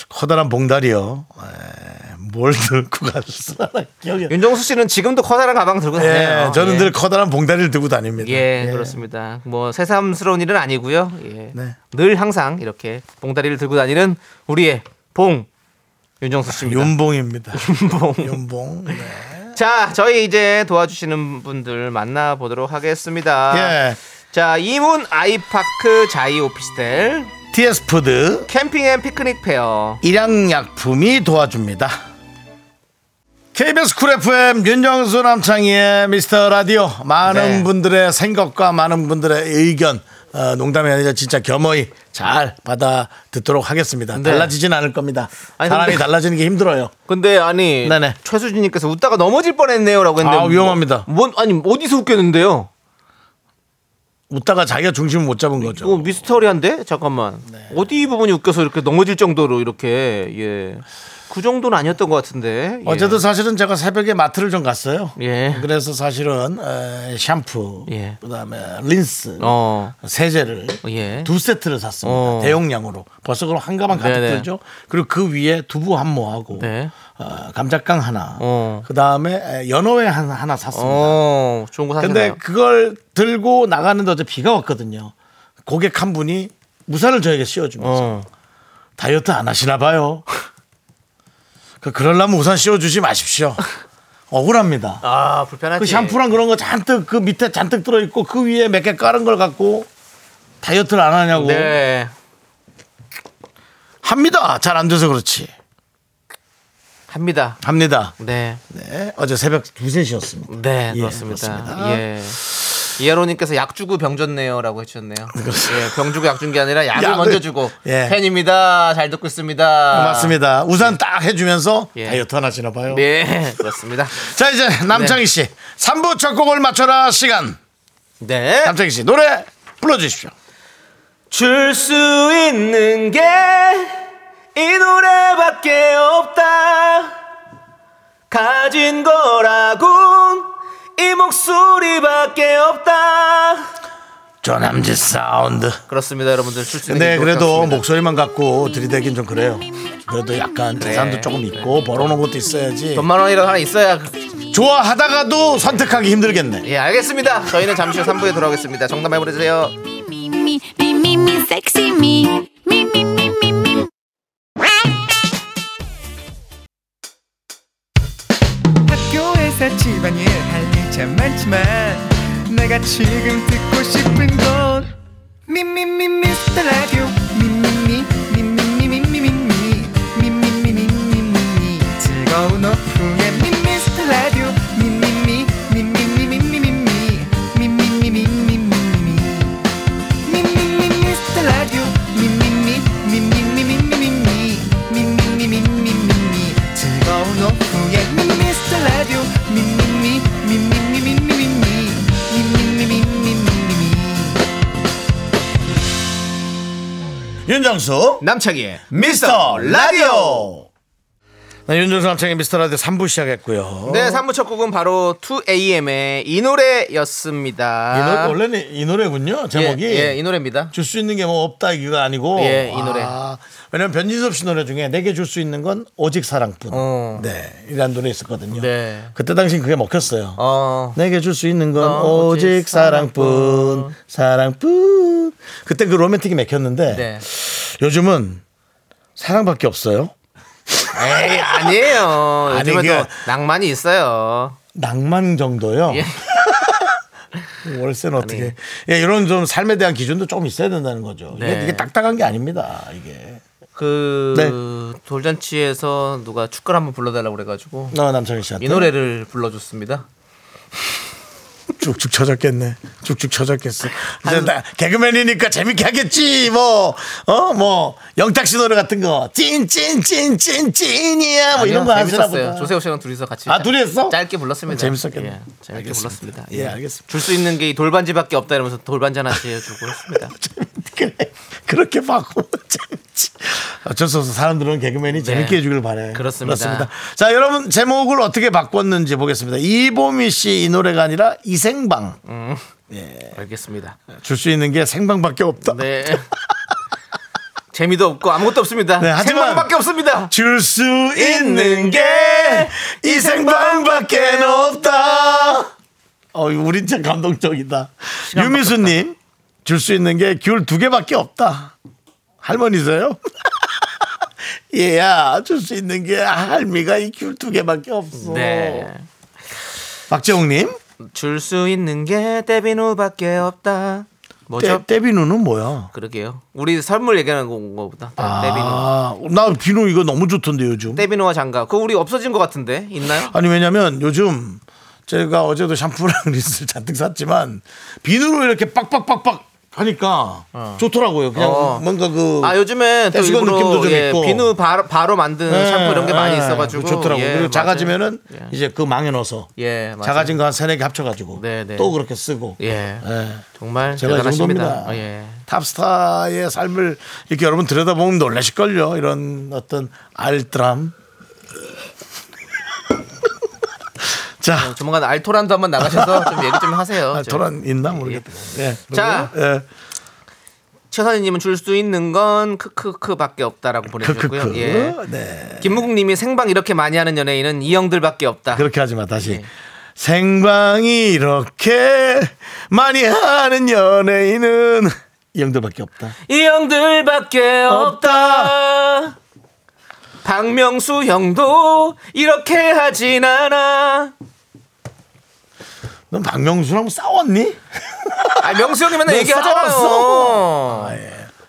Speaker 1: 커다란 봉다리요. 에, 뭘 들고 갔을까 기억이 안
Speaker 2: 윤정수 씨는 지금도 커다란 가방 들고 다녀요.
Speaker 1: 예, 저는
Speaker 2: 예.
Speaker 1: 늘 커다란 봉다리를 들고 다닙니다.
Speaker 2: 예, 그렇습니다. 뭐 새삼스러운 일은 아니고요. 예.
Speaker 1: 네.
Speaker 2: 늘 항상 이렇게 봉다리를 들고 다니는 우리의 봉 윤정수
Speaker 1: 아,
Speaker 2: 씨입니다.
Speaker 1: 윤봉입니다.
Speaker 2: 봉.
Speaker 1: 윤봉. 네.
Speaker 2: 자, 저희 이제 도와주시는 분들 만나 보도록 하겠습니다.
Speaker 1: 예.
Speaker 2: 자, 이문 아이파크 자이 오피스텔
Speaker 1: TS 푸드
Speaker 2: 캠핑 앤 피크닉 페어
Speaker 1: 일양약품이 도와줍니다. KBS 쿨 FM 윤정수 남창희의 미스터 라디오 많은
Speaker 2: 네.
Speaker 1: 분들의 생각과 많은 분들의 의견 어, 농담이 아니라 진짜 겸허히 잘 받아 듣도록 하겠습니다.
Speaker 2: 네.
Speaker 1: 달라지진 않을 겁니다.
Speaker 2: 아니,
Speaker 1: 사람이
Speaker 2: 근데-
Speaker 1: 달라지는 게 힘들어요.
Speaker 2: 근데 아니
Speaker 1: 네네.
Speaker 2: 최수진님께서 웃다가 넘어질 뻔했네요라고 했는데
Speaker 1: 아, 위험합니다.
Speaker 2: 뭐, 뭔 아니 어디서 웃겼는데요?
Speaker 1: 웃다가 자기가 중심을 못 잡은
Speaker 2: 이거
Speaker 1: 거죠.
Speaker 2: 네. 미스터리한데 잠깐만 어디 부분이 웃겨서 이렇게 넘어질 정도로 이렇게 예 그 정도는 아니었던 것 같은데. 예.
Speaker 1: 어제도 사실은 제가 새벽에 마트를 좀 갔어요.
Speaker 2: 예.
Speaker 1: 그래서 사실은 에, 샴푸,
Speaker 2: 예.
Speaker 1: 그다음에 린스,
Speaker 2: 어.
Speaker 1: 세제를
Speaker 2: 예.
Speaker 1: 두 세트를 샀습니다.
Speaker 2: 어.
Speaker 1: 대용량으로. 벌써 그럼 한 가방 가득
Speaker 2: 네네.
Speaker 1: 들죠. 그리고 그 위에 두부 한 모하고
Speaker 2: 네.
Speaker 1: 어, 감자깡 하나,
Speaker 2: 어.
Speaker 1: 그 다음에 연어회 하나, 하나 샀습니다.
Speaker 2: 어, 좋은 거
Speaker 1: 근데
Speaker 2: 사셨네요.
Speaker 1: 그걸 들고 나가는데 어제 비가 왔거든요. 고객 한 분이 무산을 저에게 씌워주면서
Speaker 2: 어.
Speaker 1: 다이어트 안 하시나 봐요. 그 그럴라면 우산 씌워주지 마십시오. 억울합니다.
Speaker 2: 아, 불편하지.
Speaker 1: 그 샴푸랑 그런 거 잔뜩 그 밑에 잔뜩 들어 있고 그 위에 몇 개 깔은 걸 갖고 다이어트를 안 하냐고
Speaker 2: 네.
Speaker 1: 합니다. 잘 안 돼서 그렇지
Speaker 2: 합니다.
Speaker 1: 합니다.
Speaker 2: 네.
Speaker 1: 네, 어제 새벽 2세시였습니다.
Speaker 2: 네,
Speaker 1: 예,
Speaker 2: 그렇습니다.
Speaker 1: 그렇습니다.
Speaker 2: 예. 이하로님께서 약 주고 병 줬네요라고 해주셨네요. 예, 병 주고 약 준 게 아니라 약을
Speaker 1: 약을-
Speaker 2: 먼저 주고
Speaker 1: 예.
Speaker 2: 팬입니다. 잘
Speaker 1: 아.
Speaker 2: 듣고 있습니다.
Speaker 1: 맞습니다. 우산 딱 해주면서
Speaker 2: 예.
Speaker 1: 다이어트 안 하시나 봐요.
Speaker 2: 네, 그렇습니다.
Speaker 1: 자 이제 남창희 씨 3부 첫 곡을 맞춰라 시간
Speaker 2: 네.
Speaker 1: 남창희 씨 노래 불러주십시오.
Speaker 2: 줄 수 있는 게 이 노래밖에 없다. 가진 거라곤 이 목소리밖에 없다.
Speaker 1: 조남지 사운드.
Speaker 2: 그렇습니다, 여러분들. 줄 수 있는
Speaker 1: 근데
Speaker 2: 게
Speaker 1: 네, 그래도
Speaker 2: 그렇습니다.
Speaker 1: 목소리만 갖고 들이대긴 좀 그래요. 그래도 약간 재산도 조금 있고 벌어놓은 것도 있어야지.
Speaker 2: 돈만 원이라도 하나 있어야 그-
Speaker 1: 좋아하다가도 선택하기 힘들겠네.
Speaker 2: 예, 알겠습니다. 저희는 잠시 후 3부에 돌아오겠습니다. 정답 많이 보내주세요.
Speaker 6: me, me, me, me, me, sexy me. Me, me, me, me, me.
Speaker 3: 학교에서 집안일 할 일 참 많지만 내가 지금 듣고 싶은 건 미미미 미스터 라디오 미미미 미미미 미미미 미미미 미미미 즐거운 오후에 미스터 라디오 미미미 미미미 미미미 미미미 미미미 미미미 미스터 라디오 미미미 미미미 미미미 미미미 미미미 즐거운 오후에 미스터 라디오 미미미 미미미 미미미 미미미 미미미
Speaker 1: 윤정수
Speaker 2: 남창희의
Speaker 1: 미스터 라디오. 네, 윤정수 남창희 미스터 라디오 3부 시작했고요.
Speaker 2: 네, 3부 첫 곡은 바로 2AM의 이 노래였습니다.
Speaker 1: 이 노래, 원래는 이 노래군요. 제목이
Speaker 2: 아. 예, 예, 이 노래입니다.
Speaker 1: 줄 수 있는 게 뭐 없다 이거 아니고
Speaker 2: 예, 이 노래.
Speaker 1: 아, 왜냐면 변진섭 씨 노래 중에 내게 줄 수 있는 건 오직 사랑뿐.
Speaker 2: 어.
Speaker 1: 네, 이란 노래 있었거든요.
Speaker 2: 네.
Speaker 1: 그때 당시 그게 먹혔어요.
Speaker 2: 어.
Speaker 1: 내게 줄 수 있는 건
Speaker 2: 어, 오직
Speaker 1: 오직 사랑뿐, 사랑뿐. 그때 그 로맨틱이 맥혔는데
Speaker 2: 네.
Speaker 1: 요즘은 사랑밖에 없어요.
Speaker 2: 에이, 아니에요.
Speaker 1: 아니,
Speaker 2: 요즘에도
Speaker 1: 그게-
Speaker 2: 낭만이 있어요.
Speaker 1: 낭만 정도요.
Speaker 2: 예.
Speaker 1: 월세는 어떻게? 예, 이런 좀 삶에 대한 기준도 조금 있어야 된다는 거죠. 이게,
Speaker 2: 네.
Speaker 1: 이게 딱딱한 게 아닙니다. 이게.
Speaker 2: 그
Speaker 1: 네.
Speaker 2: 돌잔치에서 누가 축가를 한번 불러달라고 그래가지고
Speaker 1: 어, 남창희 씨한테
Speaker 2: 이 노래를 불러줬습니다.
Speaker 1: 쭉쭉 쳐졌겠네. 쭉쭉 쳐졌겠어.
Speaker 2: 아,
Speaker 1: 이제 나 개그맨이니까 재밌게 하겠지. 뭐, 어, 뭐, 영탁 씨 노래 같은 거. 찐, 찐, 찐, 찐, 찐이야. 뭐 이런 거
Speaker 2: 아니요,
Speaker 1: 하시나
Speaker 2: 재밌었어요.
Speaker 1: 보다. *laughs*
Speaker 2: 조세호 씨랑 둘이서 같이
Speaker 1: 아,
Speaker 2: 짜-
Speaker 1: 둘이 했어?
Speaker 2: 짧게 불렀습니다.
Speaker 1: 재밌었겠네.
Speaker 2: 예, 재밌게
Speaker 1: 알겠습니다.
Speaker 2: 불렀습니다.
Speaker 1: 예, 알겠습니다.
Speaker 2: 줄 수 있는 게 이 돌반지밖에 없다 이러면서 돌반지 하나씩
Speaker 1: *laughs*
Speaker 2: 해주고 했습니다.
Speaker 1: 그래. 그렇게 바꾸면 *laughs* 재밌지. 어쩔 수 없어. 사람들은 개그맨이 재밌게 해주길 바래.
Speaker 2: 네. 그렇습니다.
Speaker 1: 자, 여러분, 제목을 어떻게 바꿨는지 보겠습니다. 이보미 씨 이 노래가 아니라 이생방.
Speaker 2: 음.
Speaker 1: 네.
Speaker 2: 알겠습니다.
Speaker 1: 줄 수 있는 게 생방밖에 없다.
Speaker 2: 네. *laughs* 재미도 없고 아무것도 없습니다.
Speaker 1: 네, 하지만-
Speaker 2: 생방밖에 없습니다.
Speaker 1: 줄 수 있는 게 이 생방밖에 없다. 어, 우린 참 감동적이다. 유미수님, 줄 수 있는 게 귤 두 개밖에 없다. 할머니세요? *laughs* 얘야, 줄 수 있는 게 할미가 이 귤 두 개밖에 없어.
Speaker 2: 네.
Speaker 1: 박재홍님,
Speaker 2: 줄 수 있는 게 데비누밖에 없다. 뭐죠?
Speaker 1: 떼, 떼비누는 뭐야?
Speaker 2: 그러게요. 우리 선물 얘기하는 건 거보다 데비누.
Speaker 1: 아, 나 비누 이거 너무 좋던데 요즘.
Speaker 2: 데비누와 장갑. 그거 우리 없어진 것 같은데 있나요?
Speaker 1: 아니 왜냐면 요즘 제가 어제도 샴푸랑 *laughs* 린스를 잔뜩 샀지만 비누로 이렇게 빡빡빡빡 하니까 좋더라고요. 그냥
Speaker 2: 어.
Speaker 1: 뭔가 그
Speaker 2: 아 요즘에 또
Speaker 1: 떼수건
Speaker 2: 일부러
Speaker 1: 느낌도 좀
Speaker 2: 예,
Speaker 1: 있고.
Speaker 2: 비누 바로, 바로 만든
Speaker 1: 예,
Speaker 2: 샴푸 이런 게 많이
Speaker 1: 예,
Speaker 2: 있어가지고
Speaker 1: 좋더라고요.
Speaker 2: 예,
Speaker 1: 그리고
Speaker 2: 맞아요.
Speaker 1: 작아지면은
Speaker 2: 예.
Speaker 1: 이제 그 망에 넣어서
Speaker 2: 예, 맞아요.
Speaker 1: 작아진 거 한 세네 개 합쳐가지고
Speaker 2: 네, 네.
Speaker 1: 또 그렇게 쓰고
Speaker 2: 예.
Speaker 1: 예.
Speaker 2: 정말
Speaker 1: 제가 이
Speaker 2: 대단하십니다.
Speaker 1: 정도입니다.
Speaker 2: 어, 예.
Speaker 1: 탑스타의 삶을 이렇게 여러분 들여다보면 놀라실걸요. 이런 어떤 알뜰함 *laughs* 자,
Speaker 2: 조만간 알토란도 한번 나가셔서
Speaker 1: *laughs*
Speaker 2: 좀 얘기 좀 하세요.
Speaker 1: 아, 도란 있나 모르겠다. 예.
Speaker 2: 자.
Speaker 1: 그리고, 예.
Speaker 2: 최선희님은 줄 수 있는 건 크크크밖에 없다라고 보내주셨고요.
Speaker 1: 크크크.
Speaker 2: 예.
Speaker 1: 네.
Speaker 2: 김무국님이 생방 이렇게 많이 하는 연예인은 이 형들밖에 없다.
Speaker 1: 그렇게 하지 마. 다시.
Speaker 2: 예.
Speaker 1: 생방이 이렇게 많이 하는 연예인은 이 형들밖에 없다.
Speaker 2: 이 형들밖에 없다. 박명수 형도 이렇게 하진 않아.
Speaker 1: 넌 박명수랑 싸웠니?
Speaker 2: 아 명수 형이 맨날
Speaker 1: 너
Speaker 2: 얘기하잖아요.
Speaker 1: 싸웠어?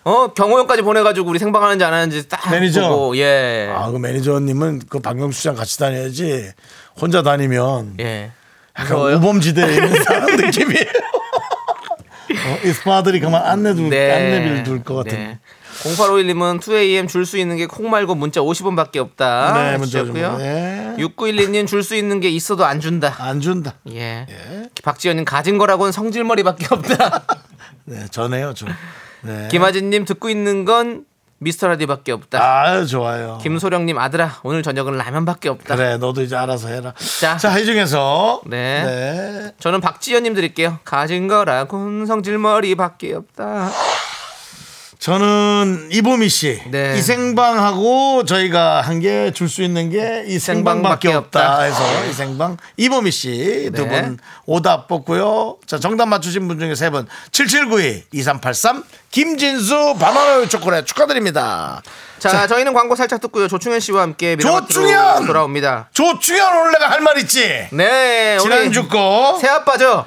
Speaker 2: 어 경호 형까지 보내가지고 우리 생방 하는지 안 하는지 딱
Speaker 1: 매니저.
Speaker 2: 보고 예.
Speaker 1: 아, 그 매니저님은 그 박명수랑 같이 다녀야지. 혼자 다니면
Speaker 2: 예.
Speaker 1: 약간 우범지대에 있는 사람 느낌이에요. 어, 이 스파들이 가만 안내둘
Speaker 2: 네.
Speaker 1: 안내비를 음, 둘 것 같은. 네.
Speaker 2: 0851님은 2AM 줄 수 있는 게 콩 말고 문자 50원밖에 없다.
Speaker 1: 네, 문자 좀.
Speaker 2: 해주셨고요.
Speaker 1: 네.
Speaker 2: 6912님 줄 수 있는 게 있어도 안 준다.
Speaker 1: 안 준다.
Speaker 2: 예. 박지현님 가진 거라고는 성질머리밖에 없다.
Speaker 1: 네, 전해요, 좀. 네.
Speaker 2: 김아진님 듣고 있는 건 미스터 라디밖에 없다.
Speaker 1: 아, 좋아요.
Speaker 2: 김소령님 아들아 오늘 저녁은 라면밖에 없다.
Speaker 1: 그래, 너도 이제 알아서 해라.
Speaker 2: 자.
Speaker 1: 자, 이 중에서
Speaker 2: 네.
Speaker 1: 네.
Speaker 2: 저는 박지현님 드릴게요. 가진 거라고는 성질머리밖에 없다.
Speaker 1: 저는 이보미 씨,
Speaker 2: 네.
Speaker 1: 이 생방하고 저희가 한 게 줄 수 있는 게 이 생방밖에
Speaker 2: 생방밖에 없다.
Speaker 1: 없다 해서 이 생방 이보미 씨 두 분
Speaker 2: 네.
Speaker 1: 오답 뽑고요. 자, 정답 맞추신 분 중에 세 분. 7792 2383 김진수 바나나 초콜릿 축하드립니다.
Speaker 2: 자, 저희는 광고 살짝 듣고요. 조충현 씨와 함께 미라마트로
Speaker 1: 조충현!
Speaker 2: 돌아옵니다.
Speaker 1: 조충현 오늘 내가 할 말 있지?
Speaker 2: 네, 우리
Speaker 1: 지난주 거
Speaker 2: 새 아빠죠.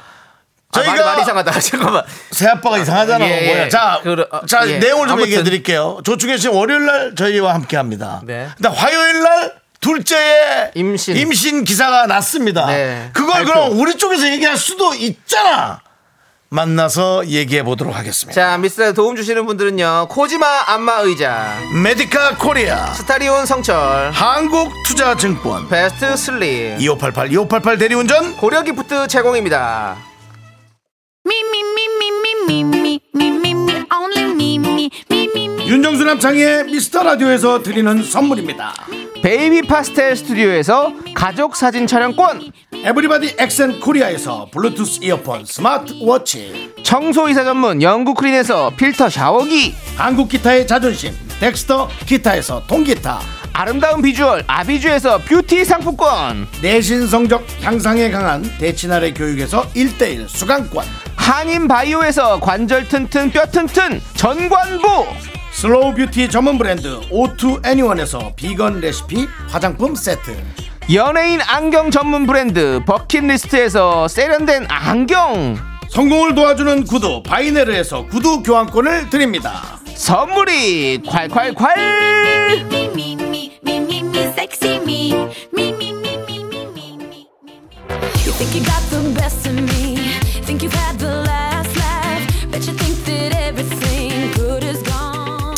Speaker 2: 저희가
Speaker 1: 저희가-
Speaker 2: 말, 말 이상하다. *laughs* 잠깐만.
Speaker 1: 새아빠가 이상하잖아.
Speaker 2: 예, 예.
Speaker 1: 뭐야. 자,
Speaker 2: 그러- 어,
Speaker 1: 자
Speaker 2: 예.
Speaker 1: 내용을 좀
Speaker 2: 아무튼.
Speaker 1: 얘기해 드릴게요. 조충현 씨 월요일 날 저희와 함께 합니다.
Speaker 2: 네.
Speaker 1: 근데 화요일 날 둘째의
Speaker 2: 임신.
Speaker 1: 기사가 났습니다.
Speaker 2: 네.
Speaker 1: 그걸
Speaker 2: 발표.
Speaker 1: 그럼 우리 쪽에서 얘기할 수도 있잖아. 만나서 얘기해 보도록 하겠습니다.
Speaker 2: 자, 미스터 도움 주시는 분들은요. 코지마 안마 의자,
Speaker 1: 메디카 코리아
Speaker 2: 스타리온 성철,
Speaker 1: 한국투자증권
Speaker 2: 베스트 슬립,
Speaker 1: 2588 2588 대리운전
Speaker 2: 고려 기프트 제공입니다.
Speaker 6: Me, me, me, me, me, me, me, me, me, me, only me, me, me, me, me.
Speaker 1: 윤정수 남창의 미스터 라디오에서 드리는 선물입니다.
Speaker 2: 베이비 파스텔 스튜디오에서 가족 사진 촬영권,
Speaker 1: 에브리바디 엑센 코리아에서 블루투스 이어폰 스마트워치
Speaker 2: 청소 이사 전문 영국 크린에서 필터 샤워기,
Speaker 1: 한국 기타의 자존심 덱스터 기타에서 통기타
Speaker 2: 아름다운 비주얼 아비주에서 뷰티 상품권,
Speaker 1: 내신 성적 향상에 강한 대치나래 교육에서 일대일 수강권
Speaker 2: 한인 바이오에서 관절 튼튼 뼈 튼튼 전관부,
Speaker 1: 슬로우 뷰티 전문 브랜드 오투 애니원에서 비건 레시피 화장품 세트
Speaker 2: 연예인 안경 전문 브랜드 버킷리스트에서 세련된 안경,
Speaker 1: 성공을 도와주는 구두 바이네르에서 구두 교환권을 드립니다
Speaker 2: 선물이 콸콸콸!
Speaker 6: Me, me, me, me, me, me, sexy me. Me, me, me, me, me, me, me, me, me.
Speaker 8: You think you got the best of me. Think you've had the last laugh. Bet you think that everything good is gone.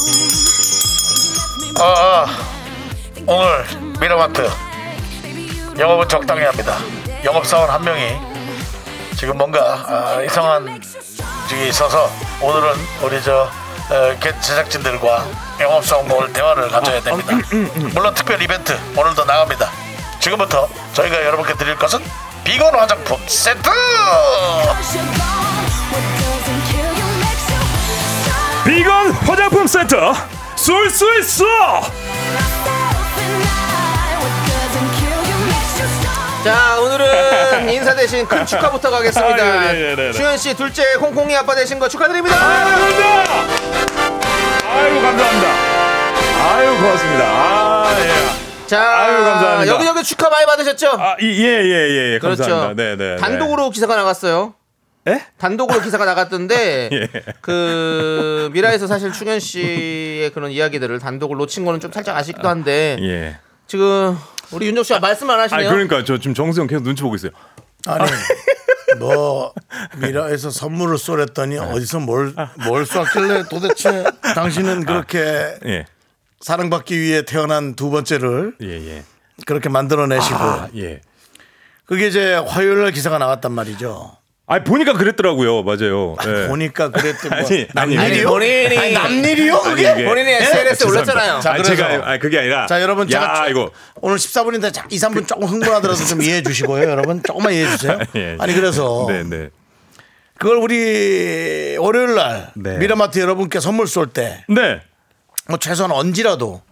Speaker 1: 오늘 미라마트 영업은 적당히 합니다 영업사원 한 명이 지금 뭔가 아, 이상한 중에 있어서 오늘은 우리 저 어, 게- 제작진들과 영업사원 모을 대화를 가져야 됩니다. 물론 특별 이벤트 오늘도 나갑니다. 지금부터 저희가 여러분께 드릴 것은 비건 화장품 세트.
Speaker 8: Cause you're gone. What doesn't kill you makes you stop
Speaker 9: 비건 화장품 센터 쏠 수 있어
Speaker 8: yourself and I. What doesn't kill you makes you stop.
Speaker 2: 자 *laughs* 오늘은 인사 대신 큰 축하부터 가겠습니다.
Speaker 9: 아, 예, 예, 예, 예.
Speaker 2: 주현 씨 둘째 콩콩이 아빠 되신 거 축하드립니다.
Speaker 9: 감사합니다 아유 감사합니다 아유 고맙습니다 아예아예예예
Speaker 2: 자
Speaker 9: 아유, 감사합니다.
Speaker 2: 여기저기 축하 많이 받으셨죠?
Speaker 10: 아,
Speaker 9: 예,
Speaker 10: 네,
Speaker 9: 예,
Speaker 2: 그렇죠.
Speaker 9: 감사합니다 네네
Speaker 2: 단독으로 기사가 나갔어요.
Speaker 9: 예?
Speaker 2: 단독으로 기사가 나갔던데
Speaker 9: 예.
Speaker 2: 그 미라에서 사실 충현 씨의 그런 이야기들을 단독을 놓친 거는 좀 살짝 아쉽기도 한데
Speaker 9: 예.
Speaker 2: 지금 우리 윤정 씨가 말씀 안
Speaker 9: 아
Speaker 2: 하시네요.
Speaker 9: 그러니까 저 지금 정수 형 계속 눈치 보고 있어요
Speaker 1: *laughs* 아니 너 미라에서 선물을 쏘랬더니 어디서 뭘뭘 쐈길래 도대체 당신은 그렇게
Speaker 9: 예
Speaker 1: 사랑받기 위해 태어난 두 번째를
Speaker 9: 예, 예.
Speaker 1: 그렇게 만들어내시고
Speaker 9: 예.
Speaker 1: 그게 이제 화요일 날 기사가 나왔단 말이죠.
Speaker 9: 아
Speaker 10: 아니 보니까 그랬더라고요. 맞아요. 예.
Speaker 8: 보니까 그랬던 거.
Speaker 10: 아니, 아니,
Speaker 8: 남일이요?
Speaker 2: 본인이-
Speaker 8: 아니, 남일이요? 그게?
Speaker 10: 이게-
Speaker 2: 본인이 SNS에
Speaker 10: 아, 죄송합니다.
Speaker 2: 올렸잖아요.
Speaker 8: 자,
Speaker 10: 아니,
Speaker 8: 그래서-
Speaker 10: 제가 아니, 그게 아니라
Speaker 8: 자, 여러분 제가
Speaker 10: 야,
Speaker 8: 쭉-
Speaker 10: 이거
Speaker 8: 오늘 14분인데 2, 3분 조금 흥분하더라도 좀 이해해 주시고요. 여러분 조금만 이해해 주세요.
Speaker 10: *laughs* 예.
Speaker 8: 아니 그래서
Speaker 10: 네, 네.
Speaker 8: 그걸 우리 월요일 날
Speaker 10: 네.
Speaker 8: 미라마트 여러분께 선물 쏠 때
Speaker 10: 네. 아.
Speaker 8: 뭐 최소한 언제라도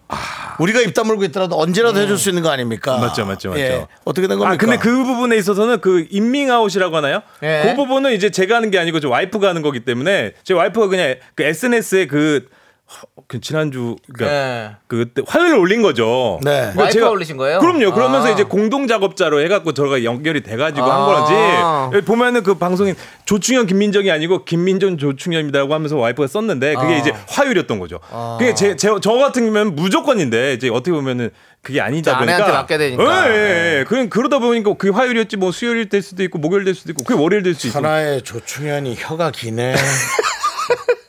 Speaker 8: 우리가 입 다물고 있더라도 언제라도 해줄 수 있는 거 아닙니까?
Speaker 10: 맞죠, 맞죠, 맞죠.
Speaker 8: 예. 어떻게 된 겁니까?
Speaker 10: 아 근데 그 부분에 있어서는 그 인밍아웃이라고 하나요?
Speaker 2: *laughs* 예.
Speaker 10: 그 부분은 이제 제가 하는 게 아니고 저 와이프가 하는 거기 때문에 제 와이프가 그냥 그 SNS에 그 허, 그 지난주 그러니까
Speaker 2: 예.
Speaker 10: 그때 화요일에 올린 거죠.
Speaker 8: 네.
Speaker 10: 그러니까
Speaker 2: 와이프가 올리신 거예요?
Speaker 10: 그럼요. 그러면서
Speaker 2: 아.
Speaker 10: 이제 공동 작업자로 해갖고 저가 연결이 돼가지고
Speaker 2: 아.
Speaker 10: 한 거지. 보면은 그 방송인 조충현 김민정이 아니고 김민정 조충현이라고 하면서 와이프가 썼는데 그게
Speaker 2: 아.
Speaker 10: 이제 화요일이었던 거죠.
Speaker 8: 아.
Speaker 10: 그게 제, 제, 저 같은 경우는 무조건인데 이제 어떻게 보면은 그게 아니다
Speaker 2: 자,
Speaker 10: 보니까
Speaker 2: 아내한테 맡게 되니까.
Speaker 10: 예, 예,
Speaker 8: 네.
Speaker 10: 예. 그냥 그러다 보니까 그게 화요일이었지 뭐 수요일 될 수도 있고 목요일 될 수도 있고 그게 월요일 될 수도 있고.
Speaker 8: 하나의 조충현이 혀가 기네. *laughs*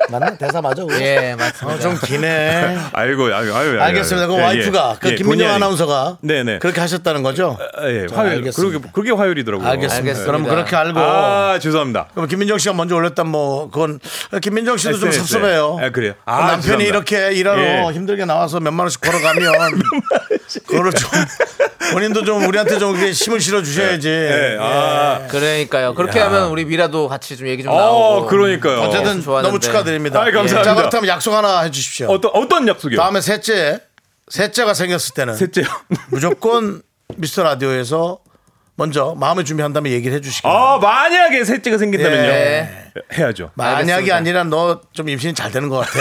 Speaker 8: 맞나? 대사 맞아? 우리?
Speaker 2: 예, 맞습니다.
Speaker 8: 어, 좀 기네.
Speaker 10: 아이고, 아이고, 아이고, 아이고.
Speaker 8: 알겠습니다. 그
Speaker 10: 예, 예.
Speaker 8: 와이프가 그
Speaker 10: 예,
Speaker 8: 김민정
Speaker 10: 본의 아니게.
Speaker 8: 아나운서가
Speaker 10: 네네.
Speaker 8: 그렇게 하셨다는 거죠?
Speaker 10: 아, 예,
Speaker 8: 자,
Speaker 10: 화요일.
Speaker 8: 알겠습니다.
Speaker 10: 그게, 그게 화요일이더라고요. 예.
Speaker 8: 알겠습니다.
Speaker 2: 알겠습니다.
Speaker 8: 그럼 그렇게 알고
Speaker 10: 어, 아, 죄송합니다.
Speaker 8: 그럼 김민정 씨가 먼저 올렸다 뭐 그건 김민정 씨도 좀
Speaker 10: SNS.
Speaker 8: 섭섭해요.
Speaker 10: 아, 그래요? 아,
Speaker 8: 남편이
Speaker 10: 죄송합니다.
Speaker 8: 이렇게 일하러
Speaker 10: 예.
Speaker 8: 힘들게 나와서 몇만 원씩
Speaker 10: *laughs*
Speaker 8: 걸어가면 그거를 좀 본인도 좀 우리한테 좀 이렇게 힘을 실어 주셔야지.
Speaker 10: 예, 아.
Speaker 2: 그러니까요. 그렇게 하면 우리 미라도 같이 좀 얘기 좀
Speaker 10: 어,
Speaker 2: 나오고.
Speaker 10: 그러니까요.
Speaker 8: 어쨌든
Speaker 2: 좋아하는데.
Speaker 8: 너무 축하드립니다. 예.
Speaker 10: 아이, 감사합니다.
Speaker 8: 자 그렇다면 약속 하나 해주십시오.
Speaker 10: 어떤 어떤 약속이요?
Speaker 8: 다음에 셋째 셋째가 생겼을 때는
Speaker 10: 셋째요.
Speaker 8: 무조건 미스터 라디오에서 먼저 마음의 준비한 다음에 얘기를 해주시기 바랍니다.
Speaker 10: 아 만약에 셋째가 생긴다면요.
Speaker 2: 예.
Speaker 10: 해야죠.
Speaker 8: 만약이
Speaker 2: 알겠습니다.
Speaker 8: 아니라 너 좀 임신이 잘 되는 것
Speaker 10: *laughs*
Speaker 8: 같아.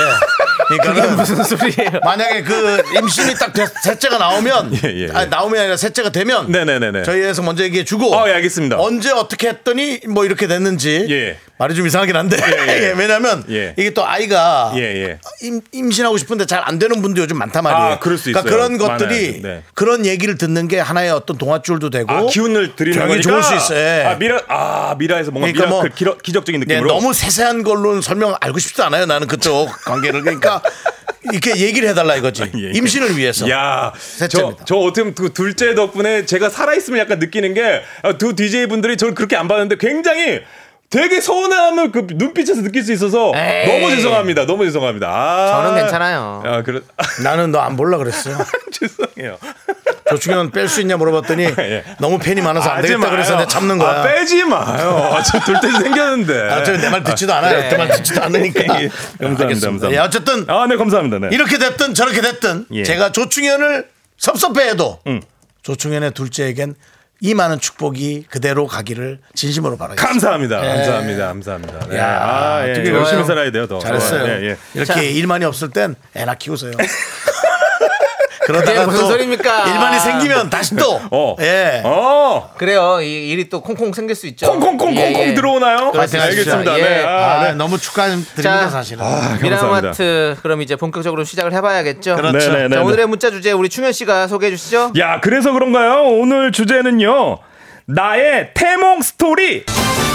Speaker 8: 그러니까 무슨 소리예요? 만약에 그 임신이 딱 됐- 셋째가 나오면
Speaker 10: *laughs* 예, 예, 예.
Speaker 8: 아니, 나오면 아니라 셋째가 되면
Speaker 10: 네네네네.
Speaker 8: 저희에서 먼저 얘기해 주고
Speaker 10: 어, 예, 알겠습니다.
Speaker 8: 언제 어떻게 했더니 뭐 이렇게 됐는지
Speaker 10: 예.
Speaker 8: 말이 좀 이상하긴 한데
Speaker 10: 예, 예.
Speaker 8: 예, *laughs* 왜냐면
Speaker 10: 예.
Speaker 8: 이게 또 아이가
Speaker 10: 예, 예.
Speaker 8: 임, 임신하고 싶은데 잘 안 되는 분도 요즘 많단 말이에요.
Speaker 10: 아, 그럴 수
Speaker 8: 그러니까
Speaker 10: 있어요.
Speaker 8: 그런 것들이
Speaker 10: 많아요. 네.
Speaker 8: 그런 얘기를 듣는 게 하나의 어떤 동아줄도 되고
Speaker 10: 아 기운을 드리는
Speaker 8: 되게
Speaker 10: 거니까
Speaker 8: 뭐? 좋을 수 있어. 예.
Speaker 10: 아 미라 아 미라에서 뭔가
Speaker 8: 그러니까
Speaker 10: 미라클
Speaker 8: 뭐-
Speaker 10: 기러- 기적적인
Speaker 8: 네,
Speaker 10: 느낌으로.
Speaker 8: 너무 세세한 걸로는 설명 알고 싶지도 않아요. 나는 그쪽 관계를 그러니까 이렇게 얘기를 해달라
Speaker 10: *laughs*
Speaker 8: 이거지.
Speaker 10: 예, 예.
Speaker 8: 임신을 위해서.
Speaker 10: 야, 저,
Speaker 8: 셋째입니다.
Speaker 10: 저 어떻게 보면 그 둘째 덕분에 제가 살아있음을 약간 느끼는 게 아, 두 DJ 분들이 저를 그렇게 안 봤는데 굉장히 되게 서운함을 그 눈빛에서 느낄 수 있어서
Speaker 2: 에이.
Speaker 10: 너무 죄송합니다. 너무 죄송합니다. 아.
Speaker 2: 저는 괜찮아요.
Speaker 10: 아, 그래.
Speaker 8: 나는 너 안 볼라 그랬어요.
Speaker 10: *laughs* 죄송해요.
Speaker 8: 조충현 뺄 수 있냐 물어봤더니
Speaker 10: *laughs* 예.
Speaker 8: 너무 팬이 많아서 안
Speaker 10: 하지
Speaker 8: 되겠다
Speaker 10: 마요.
Speaker 8: 그래서 내가 참는
Speaker 10: 아,
Speaker 8: 거야.
Speaker 10: 빼지 마요. 아, 저 둘째 생겼는데.
Speaker 8: 아, 저내 말 듣지도 않아요.
Speaker 2: 네.
Speaker 8: 내말 듣지도 않으니까.
Speaker 10: *laughs* 예, 감사합니다,
Speaker 8: 알겠습니다.
Speaker 10: 감사합니다.
Speaker 8: 예, 어쨌든
Speaker 10: 아, 네, 감사합니다. 네.
Speaker 8: 이렇게 됐든 저렇게 됐든
Speaker 10: 예.
Speaker 8: 제가 조충현을 섭섭해해도 조충현의 둘째에겐 이 많은 축복이 그대로 가기를 진심으로 바라겠습니다.
Speaker 10: 감사합니다.
Speaker 8: 네.
Speaker 10: 감사합니다. 감사합니다. 네. 아, 예.
Speaker 8: 되게
Speaker 10: 열심히
Speaker 2: 좋아요.
Speaker 10: 살아야 돼요, 더.
Speaker 8: 잘했어요.
Speaker 10: 예, 예.
Speaker 8: 이렇게 일만이 없을 땐 애나 키우세요. *laughs*
Speaker 2: 그게
Speaker 8: 그러다가
Speaker 2: 무슨
Speaker 8: 또
Speaker 2: 소리입니까?
Speaker 8: 일만이 생기면 다시 또
Speaker 10: 어.
Speaker 8: 예.
Speaker 10: 어.
Speaker 2: 그래요. 이 일이 또 콩콩 생길 수 있죠.
Speaker 10: 콩콩콩콩콩
Speaker 2: 예, 예.
Speaker 10: 들어오나요?
Speaker 8: 파이팅 하십시오.
Speaker 10: 알겠습니다. 네.
Speaker 2: 예.
Speaker 10: 아,
Speaker 8: 아,
Speaker 10: 네.
Speaker 8: 너무 축하드립니다
Speaker 2: 자.
Speaker 8: 사실은.
Speaker 2: 아,
Speaker 10: 아,
Speaker 2: 미라마트 그럼 이제 본격적으로 시작을 해봐야겠죠.
Speaker 8: 그렇죠.
Speaker 10: 네, 네, 네,
Speaker 2: 자,
Speaker 10: 네.
Speaker 2: 오늘의 문자 주제 우리 충현 씨가 소개해 주시죠.
Speaker 10: 야, 그래서 그런가요? 오늘 주제는요. 나의 태몽 스토리.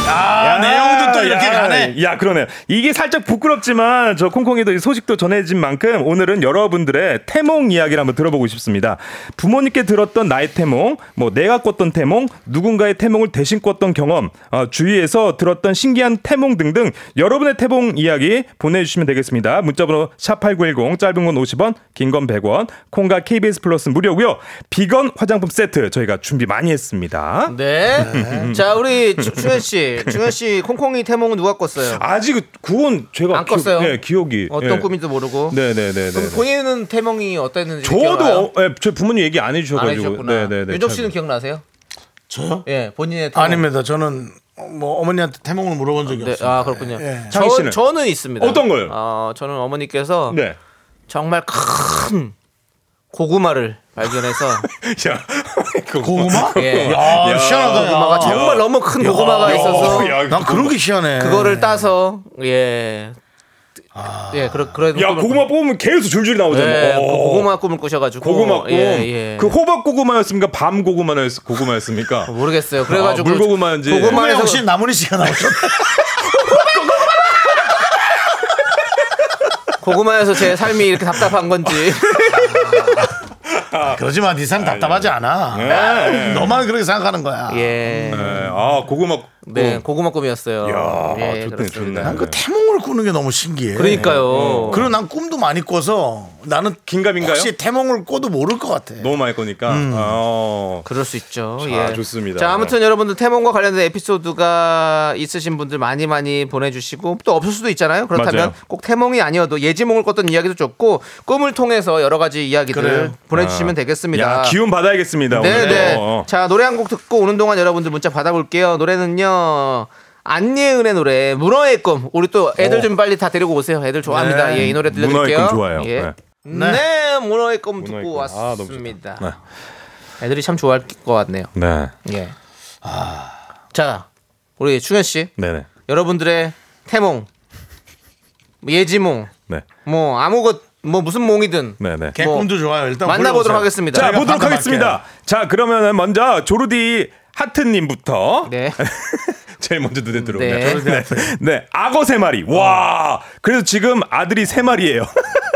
Speaker 8: 아, 내용도 또 이렇게
Speaker 10: 야,
Speaker 8: 가네.
Speaker 10: 야, 그러네요. 이게 살짝 부끄럽지만 저 콩콩이도 이 소식도 전해진 만큼 오늘은 여러분들의 태몽 이야기를 한번 들어보고 싶습니다. 부모님께 들었던 나의 태몽, 뭐 내가 꿨던 태몽, 누군가의 태몽을 대신 꿨던 경험, 어, 주위에서 들었던 신기한 태몽 등등 여러분의 태몽 이야기 보내주시면 되겠습니다. 문자번호 샵8910 짧은 건 50원, 긴 건 100원, 콩과 KBS 플러스 무료고요. 비건 화장품 세트 저희가 준비 많이 했습니다.
Speaker 2: 네. 자, 우리 추- 충현 씨. 충현 씨 콩콩이 태몽은 누가 꿨어요?
Speaker 10: 아직 구원 제가
Speaker 2: 안 껐어요.
Speaker 10: 예, 기억이
Speaker 2: 아, 어떤
Speaker 10: 예.
Speaker 2: 꿈인지도 모르고.
Speaker 10: 네네네네.
Speaker 2: 그럼 본인은 태몽이 어땠는지
Speaker 10: 저도
Speaker 2: 기억나요?
Speaker 10: 어, 예, 제 부모님 얘기 안
Speaker 2: 안
Speaker 10: 해주셔가지고.
Speaker 2: 해주셨구나.
Speaker 10: 네네네.
Speaker 2: 윤정
Speaker 10: 잘
Speaker 2: 씨는 기억나세요?
Speaker 8: 저요?
Speaker 2: 예, 본인의 태몽.
Speaker 8: 아닙니다. 저는 뭐 어머니한테 태몽을 물어본 적이
Speaker 2: 네,
Speaker 8: 없어요.
Speaker 2: 아 그렇군요.
Speaker 8: 예.
Speaker 10: 창희
Speaker 2: 저,
Speaker 10: 씨는?
Speaker 2: 저는 있습니다.
Speaker 10: 어떤 거요?
Speaker 2: 어, 저는 어머니께서
Speaker 10: 모르- 네. *laughs*
Speaker 2: 정말 큰 고구마를 발견해서
Speaker 10: *laughs* 야, 그거-
Speaker 8: 고구마?
Speaker 2: 예.
Speaker 8: 야, 아, 시원하다.
Speaker 2: 고구마가 정말 너무 큰 아, 고구마가
Speaker 8: 야,
Speaker 2: 있어서
Speaker 10: 야, 네.
Speaker 8: 난 그런 게 시원해.
Speaker 2: 그거를 따서 예. 예, 그래 그래.
Speaker 10: 아. 야 고구마 뽑으면 계속 줄줄이 나오잖아.
Speaker 2: 예,
Speaker 10: 요
Speaker 2: 그 고구마 꿈을 꾸셔가지고
Speaker 10: 고구마 꿈.
Speaker 2: 예, 예.
Speaker 10: 그 호박 고구마였습니까? 밤 고구마였 고구마였습니까?
Speaker 2: 모르겠어요. 그래가지고
Speaker 10: 아, 물고구마인지.
Speaker 8: 꿈에
Speaker 2: 고구마에서
Speaker 8: 혹시 나무니 씨가 나오죠?
Speaker 2: 고구마에서 제 삶이 이렇게
Speaker 10: *laughs*
Speaker 2: 답답한 건지
Speaker 8: 그러지 마. 네삶 답답하지 네 않아.
Speaker 10: 예.
Speaker 8: *laughs* 너만 그렇게 생각하는 거야.
Speaker 2: 예.
Speaker 10: 예, 아 고구마
Speaker 2: 네, 고구마껌이었어요.
Speaker 8: 이야,
Speaker 2: 예,
Speaker 10: 좋다, 좋네.
Speaker 2: 그렇습니다.
Speaker 8: 난그 태몽을 꾸는 게 너무 신기해.
Speaker 10: 어.
Speaker 2: 그러니까요.
Speaker 8: 그리고 난 꿈도 많이 꿔서 나는
Speaker 10: 긴가민가요?
Speaker 8: 혹시 태몽을 꿔도 모를 것 같아.
Speaker 10: 너무 많이 거니까. 어.
Speaker 2: 그럴 수 있죠.
Speaker 10: 자,
Speaker 2: 예.
Speaker 10: 좋습니다. 네.
Speaker 2: 자, 아무튼 여러분들 태몽과 관련된 에피소드가 있으신 분들 많이 많이 보내주시고 또 없을 수도 있잖아요. 그렇다면
Speaker 10: 맞아요.
Speaker 2: 꼭 태몽이 아니어도 예지몽을 꿨던 이야기도 좋고 꿈을 통해서 여러 가지 이야기들
Speaker 8: 그래요.
Speaker 2: 보내주시면
Speaker 10: 아.
Speaker 2: 되겠습니다.
Speaker 10: 야, 기운 받아야겠습니다. 오늘. 어,
Speaker 2: 네네.
Speaker 10: 어.
Speaker 2: 자 노래 한 곡 듣고 오는 동안 여러분들 문자 받아볼게요. 노래는요. 안예은의 노래 문어의 꿈 우리 또 애들 좀 빨리 다 데리고 오세요. 애들 좋아합니다.
Speaker 8: 네.
Speaker 2: 예, 이 노래
Speaker 10: 문어의
Speaker 2: 들려드릴게요.
Speaker 10: 꿈 좋아요.
Speaker 2: 예.
Speaker 10: 네.
Speaker 2: 네. 문어의 꿈 듣고
Speaker 10: 문어의 꿈. 아, 너무
Speaker 2: 왔습니다.
Speaker 10: 네.
Speaker 2: 애들이 참 좋아할 것 같네요.
Speaker 10: 네.
Speaker 2: 예.
Speaker 10: 아.
Speaker 2: 자 우리 충현 씨
Speaker 10: 네네.
Speaker 2: 여러분들의 태몽 예지몽
Speaker 10: 네.
Speaker 2: 뭐 아무것 뭐 무슨 몽이든
Speaker 10: 네네.
Speaker 8: 개꿈도 좋아요. 일단
Speaker 2: 뭐, 만나보도록
Speaker 8: 불러보세요.
Speaker 2: 하겠습니다.
Speaker 10: 자,
Speaker 8: 제가
Speaker 10: 보도록
Speaker 8: 판단할게요.
Speaker 10: 하겠습니다. 자, 그러면 먼저 조르디 하트님부터.
Speaker 2: 네.
Speaker 10: *laughs* 제일 먼저 눈에 들어오네요. 네.
Speaker 2: 네.
Speaker 10: 네. 악어 세 마리. 와. 그래서 지금 아들이 세 마리예요.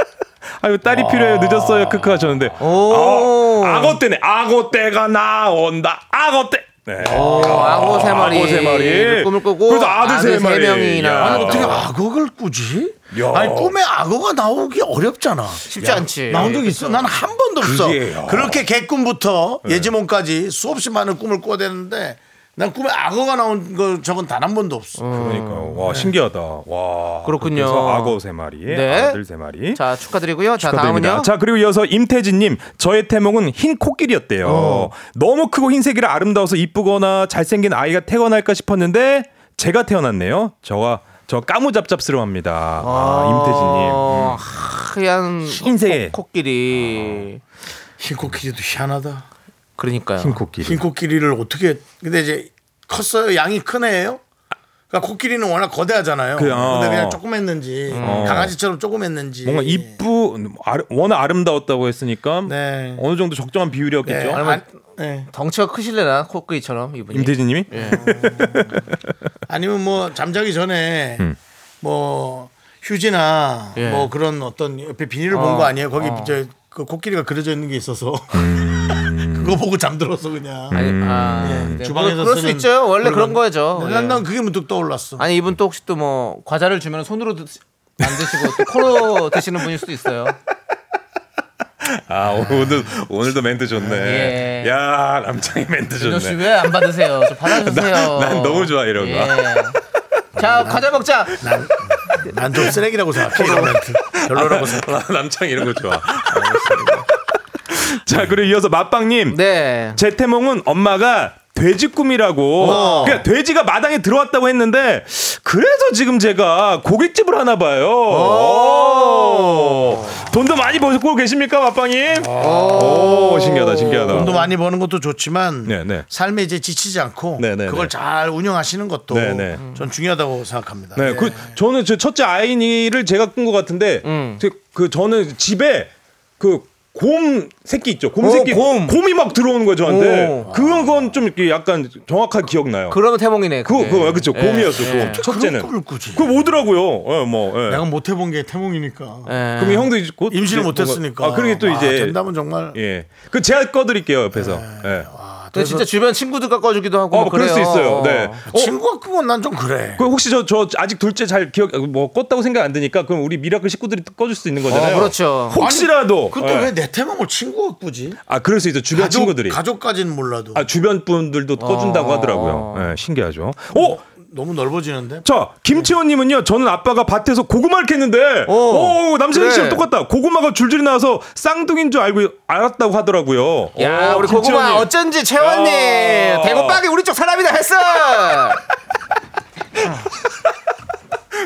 Speaker 10: *laughs* 아유 딸이 필요해요. 늦었어요. 크크 하셨는데.
Speaker 2: 오.
Speaker 10: 아, 악어 때네. 악어 때가 나온다. 악어 때. 네.
Speaker 2: 오, 악어 세 마리.
Speaker 10: 악어 세 마리.
Speaker 2: 꿈을 꾸고
Speaker 10: 그래서 아들 세 마리.
Speaker 2: 명이나.
Speaker 10: 야.
Speaker 8: 아니 어떻게 악어를 꾸지?
Speaker 10: 야.
Speaker 8: 아니 꿈에 악어가 나오기 어렵잖아.
Speaker 2: 쉽지 않지.
Speaker 8: 나온 적 있어? 난 한 번도 없어.
Speaker 10: 그게, 야.
Speaker 8: 그렇게 개꿈부터
Speaker 10: 네.
Speaker 8: 예지몽까지 수없이 많은 꿈을 꿔대는데 난 꿈에 악어가 나온 거 적은 단 한 번도 없어.
Speaker 10: 그러니까 와 신기하다. 와.
Speaker 2: 그렇군요.
Speaker 10: 그래서 악어 세 마리.
Speaker 2: 네.
Speaker 10: 아들 세 마리.
Speaker 2: 자 축하드리고요. 자
Speaker 10: 축하드립니다.
Speaker 2: 다음은요.
Speaker 10: 자 그리고 이어서 임태진님 저의 태몽은 흰 코끼리였대요. 너무 크고 흰색이라 아름다워서 이쁘거나 잘생긴 아이가 태어날까 싶었는데 제가 태어났네요. 저와 저 까무잡잡스러워합니다. 아,
Speaker 2: 어, 하얀
Speaker 10: 흰색.
Speaker 2: 코, 코끼리.
Speaker 8: 흰 코끼리도 희한하다.
Speaker 2: 그러니까요.
Speaker 10: 임태진님 흰 코끼리.
Speaker 8: 흰 코끼리를 어떻게 근데 이제 컸어요. 양이 큰 애예요? 그러니까 코끼리는 워낙 거대하잖아요.
Speaker 10: 그, 어. 음.
Speaker 8: 근데 그냥 조금 했는지 음. 강아지처럼 조금 했는지
Speaker 10: 뭔가 이쁘 아름- 워낙 아름다웠다고 했으니까
Speaker 8: 네.
Speaker 10: 어느 정도 적정한
Speaker 8: 네,
Speaker 10: 비율이었겠죠.
Speaker 8: 아니면, 네.
Speaker 2: 덩치가 크실래나 코끼리처럼 이분이. 예.
Speaker 10: 임태진님이 음.
Speaker 8: 아니면 뭐 잠자기 전에
Speaker 10: 음.
Speaker 8: 뭐 휴지나
Speaker 2: 예. 어.
Speaker 8: 뭐 그런 어떤 옆에 비닐을 본 거 아니에요? 거기 저그 코끼리가 그려져 있는 게 있어서
Speaker 10: 음.
Speaker 8: *laughs* 그거 보고 잠들었어 그냥. 예.
Speaker 2: 아니, 아, 네. 뭐,
Speaker 8: 주방에서
Speaker 2: 그럴 수
Speaker 8: 쓰는
Speaker 2: 있죠. 원래 그런
Speaker 8: 물건.
Speaker 2: 거죠.
Speaker 8: 난,
Speaker 2: 예.
Speaker 8: 난 그게 문득 떠올랐어.
Speaker 2: 아니 이분 또 혹시 또 뭐 과자를 주면 손으로 드시, 안 드시고 또 코로 드시는 분일 수도 있어요.
Speaker 10: 아 오늘 오늘도 멘트 좋네.
Speaker 2: 예.
Speaker 10: 야 남창이 멘트 좋네.
Speaker 2: 윤호 씨왜 안 받으세요? 저 받아주세요. 예.
Speaker 10: 난- 난 너무 좋아, 이런 거.
Speaker 2: 자 과자 먹자.
Speaker 8: 난 좀 쓰레기라고 생각해. 이런
Speaker 2: *laughs*
Speaker 8: 멘트. 별로라고 생각.
Speaker 10: 아, 남창 이런 거 좋아. 자 그리고 이어서 맛빵님
Speaker 2: 네.
Speaker 10: 제 태몽은 엄마가 돼지 꿈이라고
Speaker 8: 어.
Speaker 10: 그냥 돼지가 마당에 들어왔다고 했는데 그래서 지금 제가 고깃집을 하나 봐요.
Speaker 8: 어.
Speaker 10: 오. 돈도 많이 벌고 계십니까 맛빵님? 오, 신기하다 신기하다.
Speaker 8: 돈도 많이 버는 것도 좋지만
Speaker 10: 아. 네, 네.
Speaker 8: 삶에 이제 지치지 않고
Speaker 10: 네, 네,
Speaker 8: 그걸
Speaker 10: 네.
Speaker 8: 잘 운영하시는 것도
Speaker 10: 네,
Speaker 8: 음.
Speaker 10: 네.
Speaker 8: 전 중요하다고 생각합니다.
Speaker 10: 네, 그 저는 제 첫째 아이니를 제가 꾼 것 같은데
Speaker 8: 음.
Speaker 10: 제- 그 저는 집에 그 곰 새끼 있죠. 곰
Speaker 8: 어,
Speaker 2: 오,
Speaker 10: 새끼
Speaker 2: 곰.
Speaker 10: 이막 들어오는 거예요, 저한테.
Speaker 2: 오.
Speaker 10: 그건 좀 이렇게 약간 정확하게 기억나요. 그
Speaker 2: 그러면 태몽이네.
Speaker 10: 그거
Speaker 2: 그게. 예.
Speaker 10: 그거 그죠. 곰이었어. 곰.
Speaker 8: 네. 그런
Speaker 10: 첫째는.
Speaker 8: 꿈을 꾸지.
Speaker 10: 그거 오더라고요. 예, 뭐. 예.
Speaker 8: 내가 못 해본 게 태몽이니까.
Speaker 2: 예.
Speaker 10: 그럼 이 형도 이제 곧
Speaker 8: 네. 임신을
Speaker 10: 이제
Speaker 8: 못 했으니까.
Speaker 10: 뭔가- 아, 그러게 또
Speaker 8: 아,
Speaker 10: 이제
Speaker 8: 된다면 네. 정말 아,
Speaker 10: 예. 그 제가 꺼 드릴게요, 옆에서. 예.
Speaker 2: 근데 진짜 주변 친구들과 꺼주기도 하고.
Speaker 10: 어,
Speaker 2: 뭐
Speaker 10: 그럴 수
Speaker 2: 그래요.
Speaker 10: 있어요. 네.
Speaker 8: 어?
Speaker 10: 어,
Speaker 8: 친구가 그건 난 좀 그래.
Speaker 10: 그 혹시 저 저 아직 둘째 잘 기억 뭐 껐다고 생각 안 드니까 그럼 우리 미라클 식구들이 꺼줄 수 있는 거잖아요.
Speaker 2: 어, 그렇죠.
Speaker 10: 혹시라도
Speaker 8: 그때
Speaker 10: 예.
Speaker 8: 왜 내 태몽을 친구가 꾸지?
Speaker 10: 아 그럴 수 있죠 주변
Speaker 8: 가족, 어.
Speaker 10: 친구들이
Speaker 8: 가족까지는 몰라도
Speaker 10: 아 주변 분들도 꺼준다고 하더라고요 예, 신기하죠 어자
Speaker 8: 너무 넓어지는데.
Speaker 10: 김채원님은요 저는 아빠가 밭에서 고구마를 캤는데
Speaker 2: 어,
Speaker 10: 오 남창희 씨랑
Speaker 2: 그래.
Speaker 10: 똑같다 고구마가 줄줄이 나와서 쌍둥이인 줄 알고 알았다고 하더라고요
Speaker 2: 야
Speaker 10: 오,
Speaker 2: 우리 고구마
Speaker 10: 김채원님.
Speaker 2: 어쩐지 채원님
Speaker 10: 어.
Speaker 2: 대구빵이 우리 쪽 사람이다
Speaker 10: *laughs*
Speaker 2: 했어.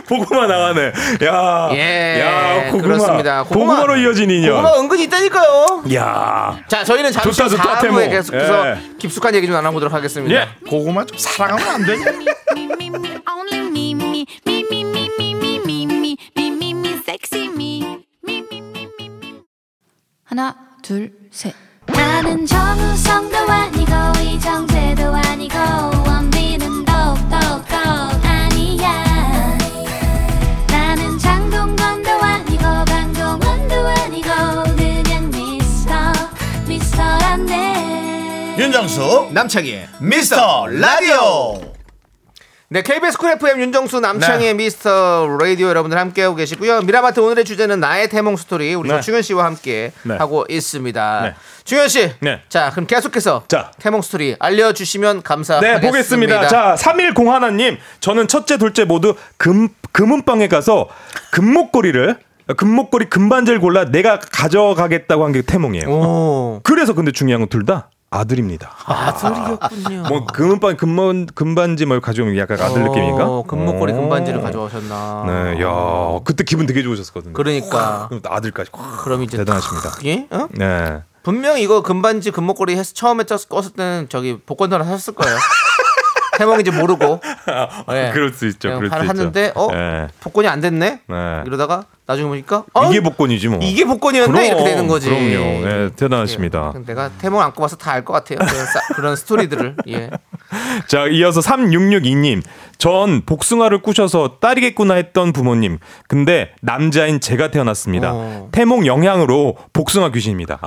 Speaker 10: 고구마 나가네 야,
Speaker 2: 예.
Speaker 10: 야 고구마
Speaker 2: 그렇습니다. 고구마.
Speaker 10: 고구마, 로 이어진 인연
Speaker 2: 고구마 은근히 있다니까요.
Speaker 10: 야
Speaker 2: 자 저희는 잠시
Speaker 10: 좋다,
Speaker 2: 후
Speaker 10: 좋다,
Speaker 2: 4부에
Speaker 10: 태몽.
Speaker 2: 계속해서
Speaker 10: 예.
Speaker 2: 깊숙한 얘기 좀 나눠보도록 하겠습니다.
Speaker 10: 예.
Speaker 8: 고구마 좀 사랑하면 안 되냐?
Speaker 11: me, me, me, only me, me, me, me, me, me, me, me, me, me, me, me, sexy me. Me, me, me, me, me.
Speaker 3: 하나, 둘, 셋.
Speaker 6: 나는 정우성도 아니고 이정재도 아니고 원빈은 더욱더 아니야 나는 장동건도 아니고 강동원도 아니고 그냥 미스터 미스터란데
Speaker 8: 윤정수
Speaker 2: 남창희.
Speaker 8: 미스터 라디오.
Speaker 2: 네, KBS 쿨 FM 윤정수 남창희의
Speaker 10: 네.
Speaker 2: 미스터 라디오 여러분들 함께하고 계시고요. 미라마트 오늘의 주제는 나의 태몽 스토리 우리
Speaker 10: 네.
Speaker 2: 조충현 씨와 함께
Speaker 10: 네.
Speaker 2: 하고 있습니다.
Speaker 10: 네.
Speaker 2: 충현 씨,
Speaker 10: 네.
Speaker 2: 자 그럼 계속해서 태몽 스토리 알려주시면 감사하겠습니다.
Speaker 10: 네, 보겠습니다. 자, 3101하나님. 저는 첫째, 둘째 모두 금, 금은방에 가서 금목걸이를, 금목걸이 금반지를 골라 내가 가져가겠다고 한 게 태몽이에요. 그래서 근데 중요한 건 둘 다 아들입니다.
Speaker 2: 아들이었군요. 어,
Speaker 10: 뭐 금은방, 금번, 금반지 뭐 가져오면 약간 아들 느낌인가?
Speaker 2: 금목걸이
Speaker 10: 오.
Speaker 2: 금반지를 가져오셨나?
Speaker 10: 네, 야 그때 기분 되게 좋으셨거든요.
Speaker 2: 그러니까.
Speaker 10: 그럼 또 아들까지.
Speaker 2: 그럼 이제
Speaker 10: 대단하십니다.
Speaker 2: 예? 어?
Speaker 10: 네.
Speaker 2: 분명 이거 금반지 금목걸이 해서 처음에 쪘, 껐을 때는 저기 복권 하나 샀을
Speaker 10: *laughs*
Speaker 2: 거예요. 태몽인지 모르고 예.
Speaker 10: 아, 그럴 수 있죠.
Speaker 2: 그냥
Speaker 10: 그렇죠, 그럴 수
Speaker 2: 바로
Speaker 10: 있죠.
Speaker 2: 하는데, 어?
Speaker 10: 네.
Speaker 2: 복권이 안 됐네.
Speaker 10: 네.
Speaker 2: 이러다가 나중에 보니까 어?
Speaker 10: 이게 복권이지 뭐.
Speaker 2: 이게 복권이었네
Speaker 10: 그럼,
Speaker 2: 이렇게 되는 거지. 예.
Speaker 10: 그럼요. 네, 대단하십니다.
Speaker 2: 내가 태몽 안고 봐서 다 알 것 같아요. 그런,
Speaker 10: *laughs*
Speaker 2: 싸- 그런 스토리들을. 예.
Speaker 10: 자, 이어서 3662님. 전 복숭아를 꾸셔서 딸이겠구나 했던 부모님. 근데 남자인 제가 태어났습니다. 태몽 영향으로 복숭아 귀신입니다.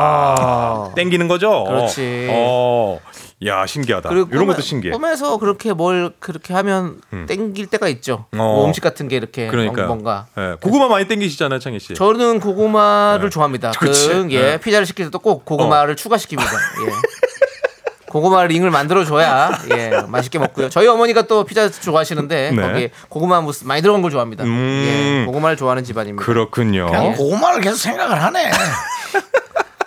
Speaker 10: 아. 땡기는 거죠?
Speaker 2: 그렇지.
Speaker 10: 어. 야, 신기하다.
Speaker 2: 그리고
Speaker 10: 이런 것도
Speaker 2: 꿈에-
Speaker 10: 신기해.
Speaker 2: 꿈에서 그렇게 뭘 그렇게 하면
Speaker 10: 음.
Speaker 2: 땡길 때가 있죠.
Speaker 10: 어.
Speaker 2: 뭐 음식 같은 게 이렇게
Speaker 10: 그러니까요.
Speaker 2: 뭔가.
Speaker 10: 예, 고구마 많이 땡기시잖아요, 창희 씨.
Speaker 2: 네. 저는 고구마를 좋아합니다.
Speaker 10: 네. *laughs* 그치.
Speaker 2: 그, 예,
Speaker 10: 네. 어.
Speaker 2: 피자를 시킬 때도 꼭
Speaker 10: *laughs*
Speaker 2: 고구마를 추가시킵니다. 예. 고구마 링을 만들어 줘야 예, 맛있게 먹고요. 저희 어머니가 또 피자 좋아하시는데
Speaker 10: 네.
Speaker 2: 거기에 고구마 무스 많이 들어간 걸 좋아합니다.
Speaker 10: 음.
Speaker 2: 예, 고구마를 좋아하는 집안입니다.
Speaker 10: 그렇군요.
Speaker 1: 그냥 고구마를 계속 생각을
Speaker 8: *laughs*
Speaker 1: 하네.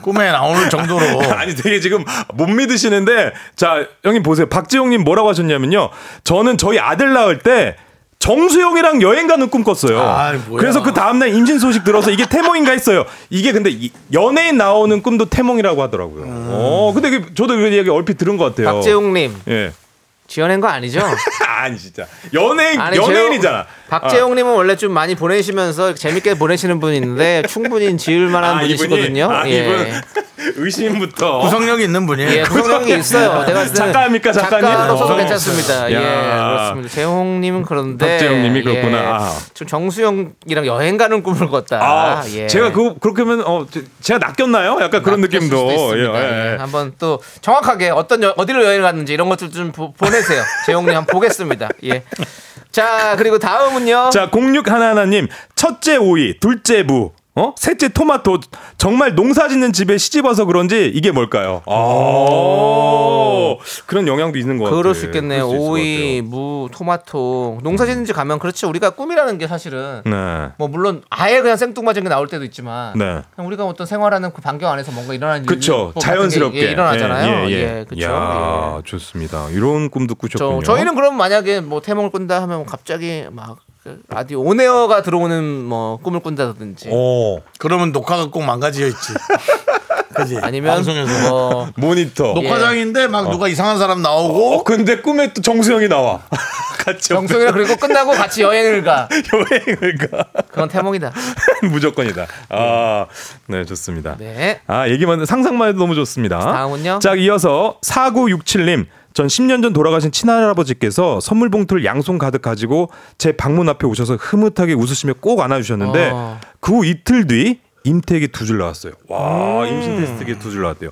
Speaker 10: 꿈에 나오는 정도로. *laughs* 아니 어. 되게 지금 못 믿으시는데 자 형님 보세요. 박지용님 뭐라고 하셨냐면요. 저는 저희 아들 낳을 때. 정수영이랑 여행 가는 꿈 꿨어요.
Speaker 1: 아, 뭐야.
Speaker 10: 그래서 그 다음날 임신 소식 들어서 이게 태몽인가 했어요. 이게 근데 이- 연예인 나오는 꿈도 태몽이라고 하더라고요.
Speaker 1: 음.
Speaker 10: 어, 근데 그- 저도 그 얘기 얼핏 들은 것 같아요.
Speaker 2: 박재용님.
Speaker 10: 예. *laughs*
Speaker 2: 지어낸 거 아니죠?
Speaker 10: 아니, 진짜. 연예인,
Speaker 2: 아니죠.
Speaker 10: 연예인이잖아.
Speaker 2: 박재용님은 원래 좀 많이 보내시면서 이렇게 재밌게 보내시는 분이 있는데 충분히 지을 만한
Speaker 10: 아, 이분이?
Speaker 2: 분이시거든요.
Speaker 10: 아,
Speaker 2: 예.
Speaker 10: 이분. *laughs* 의심부터.
Speaker 1: 구성력이 있는 분이에요.
Speaker 2: 예, 구성력이 있어요. 내가 봤을 때는
Speaker 10: 그렇죠. 작가입니까, 작가님?
Speaker 2: 작가로서
Speaker 10: 어.
Speaker 2: 괜찮습니다. 예,
Speaker 10: 야.
Speaker 2: 그렇습니다. 재홍님은 그런데
Speaker 10: 박재홍님이 그렇구나.
Speaker 2: 예,
Speaker 10: 아.
Speaker 2: 좀 정수영이랑 여행 가는 꿈을 꿨다.
Speaker 10: 아,
Speaker 2: 예.
Speaker 10: 제가 그 그렇게 하면 어 제- 제가 낚였나요? 약간 그런 느낌도. 예, 예.
Speaker 2: 한번 또 정확하게 어떤 여- 어디로 여행 갔는지 이런 것들 좀
Speaker 10: *laughs*
Speaker 2: 보, 보내세요. 재홍님 한번 보겠습니다. 예. 자 그리고 다음은요.
Speaker 10: 자, 06 하나하나님 첫째 오이, 둘째 무, 어? 셋째 토마토. 정말 농사짓는 집에 시집와서 그런지 이게 뭘까요? 아, 그런 영향도 있는 것 같아요.
Speaker 2: 그럴 수 있겠네요. 오이, 무, 토마토. 농사짓는지 가면 그렇지 우리가 꿈이라는 게 사실은
Speaker 10: 네.
Speaker 2: 뭐 물론 아예 그냥 생뚱맞은 게 나올 때도 있지만
Speaker 10: 네.
Speaker 2: 그냥 우리가 어떤 생활하는 그 반경 안에서 뭔가 일어나는 일
Speaker 10: 그렇죠.
Speaker 2: 같은 게
Speaker 10: 자연스럽게
Speaker 2: 예, 일어나잖아요. 예, 그렇죠.
Speaker 10: 야, 좋습니다. 이런 꿈도 꾸셨군요.
Speaker 2: 저, 저희는 그럼 만약에 뭐 태몽을 꾼다 하면 갑자기 막그 라디오 온에어가 들어오는 뭐 꿈을 꾼다든지.
Speaker 10: 어,
Speaker 1: 그러면 녹화가 꼭
Speaker 10: *laughs*
Speaker 1: 망가지어 있지. 그지?
Speaker 2: 아니면
Speaker 1: 방송에서
Speaker 2: 뭐
Speaker 1: *laughs*
Speaker 10: 모니터
Speaker 1: 녹화장인데 막
Speaker 10: 어.
Speaker 1: 누가 이상한 사람 나오고
Speaker 10: 어, 근데 꿈에 또 정수영이 나와. *laughs* 같이
Speaker 2: 정성이랑 그리고 끝나고 같이 여행을 가.
Speaker 10: *laughs* 여행을 가.
Speaker 2: 그건 태몽이다.
Speaker 10: *laughs* 무조건이다. 아, 네, 좋습니다.
Speaker 2: 네.
Speaker 10: 아, 얘기만 상상만 해도 너무 좋습니다.
Speaker 2: 다음은요?
Speaker 10: 자, 이어서 4967님. 전 10년 전 돌아가신 친할아버지께서 선물 봉투를 양손 가득 가지고 제 방문 앞에 오셔서 흐뭇하게 웃으시며 꼭 안아주셨는데
Speaker 12: 어.
Speaker 10: 그 후 이틀 뒤 임태기 두 줄 나왔어요. 와,
Speaker 2: 음.
Speaker 10: 임신 테스트기 두 줄 나왔대요.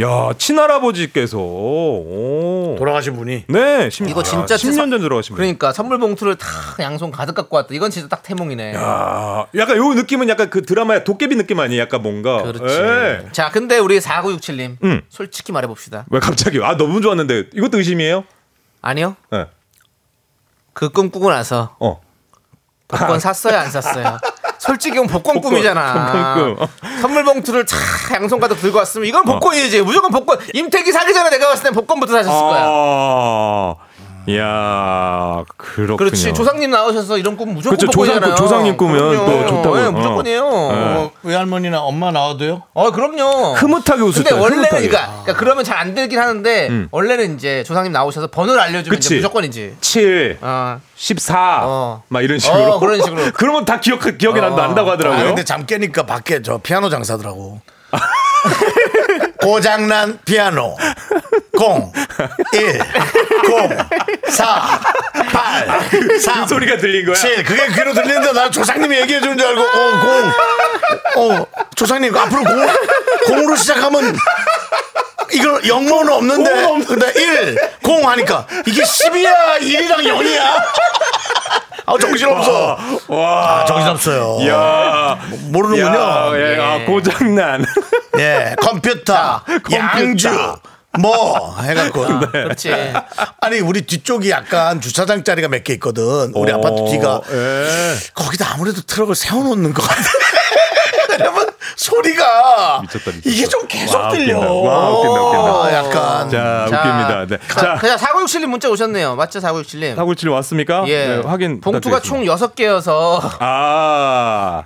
Speaker 10: 야, 친할아버지께서 오.
Speaker 1: 돌아가신 분이
Speaker 10: 네, 십-
Speaker 2: 이거
Speaker 10: 야,
Speaker 2: 진짜
Speaker 10: 10년 전 돌아가신 분.
Speaker 2: 그러니까 선물 봉투를 다 양손 가득 갖고 왔다. 이건 진짜 딱 태몽이네.
Speaker 10: 야, 아, 약간 요 느낌은 약간 그 드라마의 도깨비 느낌 아니에요? 약간 뭔가.
Speaker 2: 그렇지.
Speaker 10: 예.
Speaker 2: 자, 근데 우리 4967님
Speaker 10: 음.
Speaker 2: 솔직히 말해봅시다.
Speaker 10: 왜 갑자기? 아 너무 좋았는데 이것도 의심이에요?
Speaker 2: 아니요.
Speaker 10: 네.
Speaker 2: 그 꿈 꾸고 나서
Speaker 10: 어. 아.
Speaker 2: 복권 샀어요,
Speaker 10: *laughs*
Speaker 2: 안 샀어요? 솔직히 이건 복권,
Speaker 10: 복권,
Speaker 2: 꿈이잖아.
Speaker 10: 복권 어.
Speaker 2: 선물 봉투를 차 양손 가득 들고 왔으면 이건 복권이지. 무조건 복권. 임태기 사기 전에 내가 봤을 땐 복권부터 사셨을 거야.
Speaker 10: 아, 야, 그렇군요.
Speaker 2: 그렇지. 조상님 나오셔서 이런 꿈 무조건
Speaker 10: 그렇죠. 조상
Speaker 2: 복권이잖아요.
Speaker 10: 꿈, 조상님 꿈은
Speaker 2: 그럼요.
Speaker 10: 또 좋다고.
Speaker 2: 예, 무조건이에요.
Speaker 10: 어. 네.
Speaker 1: 뭐 외할머니나 엄마 나와도요?
Speaker 2: 어 그럼요.
Speaker 10: 흐뭇하게 웃을 때,
Speaker 2: 근데 원래는
Speaker 10: 흐뭇하게.
Speaker 2: 그러니까, 그러니까 그러면 잘 안 들긴 하는데
Speaker 10: 음.
Speaker 2: 원래는 이제 조상님 나오셔서 번호를 알려주면 이제
Speaker 10: 그치.
Speaker 2: 무조건이지.
Speaker 10: 7, *laughs* 14, 막 이런 식으로.
Speaker 2: 아. 어, 그런 식으로.
Speaker 10: *laughs*
Speaker 2: 어.
Speaker 10: 그러면 다 기억 기억이 난다 안다고 하더라고요.
Speaker 1: 아, 근데 잠 깨니까 밖에 저 피아노 장사더라고. 고장난 피아노 0 1 0 4 8
Speaker 10: *laughs*
Speaker 1: 3
Speaker 10: 소리가 들린 거야?
Speaker 1: 7 그게 귀로 들리는데 나 조상님이 얘기해 주는 줄 알고
Speaker 8: 어,
Speaker 1: 어0어 조상님 앞으로 공, 공으로 시작하면
Speaker 8: 이거 영어는 없는데 근데 1, 0 하니까 이게 10이야 1이랑 0이야 아 정신없어 아 정신없어요 모르는군요
Speaker 10: 야, 예, 아, 고장난
Speaker 8: 예 컴퓨터, 양주 뭐 *laughs* 해갖고
Speaker 10: 네.
Speaker 2: 그렇지.
Speaker 8: 아니 우리 뒤쪽이 약간 주차장 자리가 몇 개 있거든 우리
Speaker 10: 어, 예.
Speaker 8: 아파트 뒤가 거기다 아무래도 트럭을 세워놓는 것 같아 *laughs* 왜냐면 소리가
Speaker 10: 미쳤다, 미쳤다.
Speaker 8: 이게 좀 계속
Speaker 10: 와,
Speaker 8: 들려 어,
Speaker 10: 웃긴다. 와, 웃긴다, 웃긴다.
Speaker 2: 음,
Speaker 8: 약간
Speaker 10: 자, 웃깁니다. 네.
Speaker 2: 자,
Speaker 10: 자,
Speaker 2: 그냥 4967님 문자 오셨네요. 맞죠? 4967님.
Speaker 10: 사골질 왔습니까?
Speaker 2: 예.
Speaker 10: 네, 확인.
Speaker 2: 봉투가 총 6개여서
Speaker 10: 아.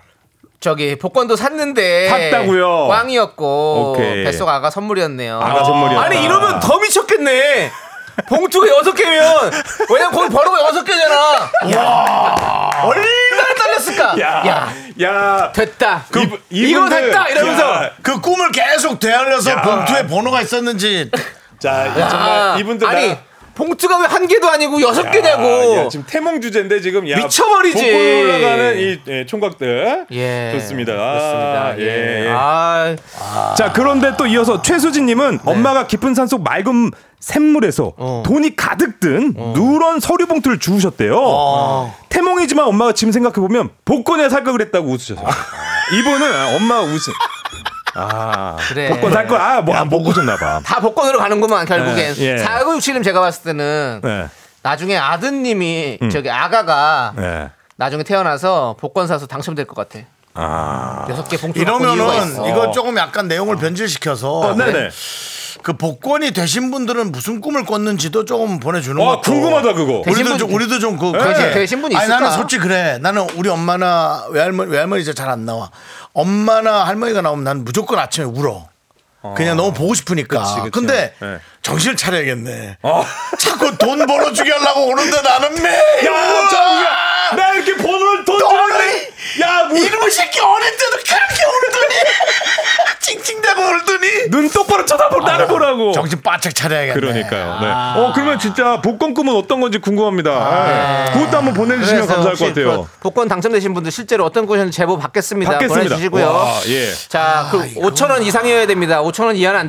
Speaker 2: 저기 복권도 샀는데
Speaker 10: 샀다고요?
Speaker 2: 꽝이었고
Speaker 10: 오케이.
Speaker 2: 뱃속 아가 선물이었네요.
Speaker 10: 아가 선물이었다.
Speaker 2: 아니 이러면 더 미쳤겠네. 봉투가 6개면 왜냐면 거기 번호가 6개잖아. 얼마나 딸렸을까? 야.
Speaker 10: 야.
Speaker 2: 됐다.
Speaker 10: 그,
Speaker 2: 이거 됐다 이러면서
Speaker 8: 그 꿈을 계속 되알려서
Speaker 10: 야.
Speaker 8: 봉투에 번호가 있었는지
Speaker 10: 자, 이
Speaker 2: 야.
Speaker 10: 정말 이분들
Speaker 2: 아, 아니
Speaker 10: 나-
Speaker 2: 봉투가 왜 한 개도 아니고 여섯 개냐고.
Speaker 10: 야, 예, 지금 태몽 주제인데 지금 야,
Speaker 2: 미쳐버리지.
Speaker 10: 복권 올라가는 이 예, 총각들.
Speaker 2: 예.
Speaker 10: 좋습니다.
Speaker 2: 그렇습니다.
Speaker 10: 아, 예.
Speaker 2: 예. 아,
Speaker 10: 자, 그런데 또 이어서
Speaker 2: 네.
Speaker 10: 최수진님은 엄마가 깊은 산속 맑은 샘물에서
Speaker 2: 어.
Speaker 10: 돈이 가득 든 누런 서류 봉투를 주우셨대요.
Speaker 2: 어.
Speaker 10: 태몽이지만 엄마가 지금 생각해보면 복권에 살까 그랬다고
Speaker 2: *laughs*
Speaker 10: 웃으셔서. 이분은 엄마 웃음. 아,
Speaker 2: 그래.
Speaker 10: 복권 살 거, 아, 뭐, 안 보고 셨나봐
Speaker 2: 다 복권으로 가는구만 결국엔.
Speaker 10: 예.
Speaker 2: 사구육칠님 제가 봤을 때는
Speaker 10: 네.
Speaker 2: 나중에 아드님이
Speaker 10: 음.
Speaker 2: 저기 아가가
Speaker 10: 네.
Speaker 2: 나중에 태어나서 복권 사서 당첨될 것 같아.
Speaker 10: 아.
Speaker 2: 여섯 개 봉투 갖고 이유가
Speaker 8: 이러면은
Speaker 2: 있어.
Speaker 8: 이거 조금 약간 내용을 변질시켜서
Speaker 10: 어, 네네.
Speaker 8: 그 복권이 되신 분들은 무슨 꿈을 꿨는지도 조금 보내주는 거.
Speaker 10: 아, 궁금하다, 그거. 네.
Speaker 2: 되신
Speaker 8: 우리도
Speaker 2: 분-
Speaker 8: 좀 우리도 좀그
Speaker 2: 되신- 되신 분이
Speaker 8: 아니
Speaker 2: 있을까?
Speaker 8: 나는 솔직히 그래. 나는 우리 엄마나 외할머니 외할머니 이제 잘 안 나와. 엄마나 할머니가 나오면 난 무조건 아침에 울어. 그냥 너무 보고 싶으니까.
Speaker 10: 그치, 그치.
Speaker 8: 근데
Speaker 10: 네.
Speaker 8: 정신 차려야겠네.
Speaker 10: 어.
Speaker 8: 자꾸 돈 벌어주게 하려고 오는데 나는 매.
Speaker 10: 야, 자, 나 이렇게 번호를 돈 주는데. 야, 뭐.
Speaker 8: 이놈의 새끼 어릴 때도 그렇게 울더니 *laughs* 찡찡대고 울더니
Speaker 10: 눈 똑바로 쳐다보
Speaker 2: 아,
Speaker 10: 나를 보라고.
Speaker 8: 정신 바짝 차려야겠네.
Speaker 10: 뭐. 그러니까요. 네. 어 그러면 진짜 복권 꿈은 어떤 건지 궁금합니다. 네. 그것도 한번 보내주시면
Speaker 2: 아. 그래서
Speaker 10: 감사할
Speaker 2: 혹시
Speaker 10: 것 같아요.
Speaker 2: 그 복권 당첨되신 분들 실제로 어떤 곳이었는지 제보 받겠습니다.
Speaker 10: 받겠습니다.
Speaker 2: 보내주시고요.
Speaker 10: 와, 예.
Speaker 8: 아,
Speaker 2: 자, 그 5천 원 이상이어야 됩니다. 5천 원 이하는 안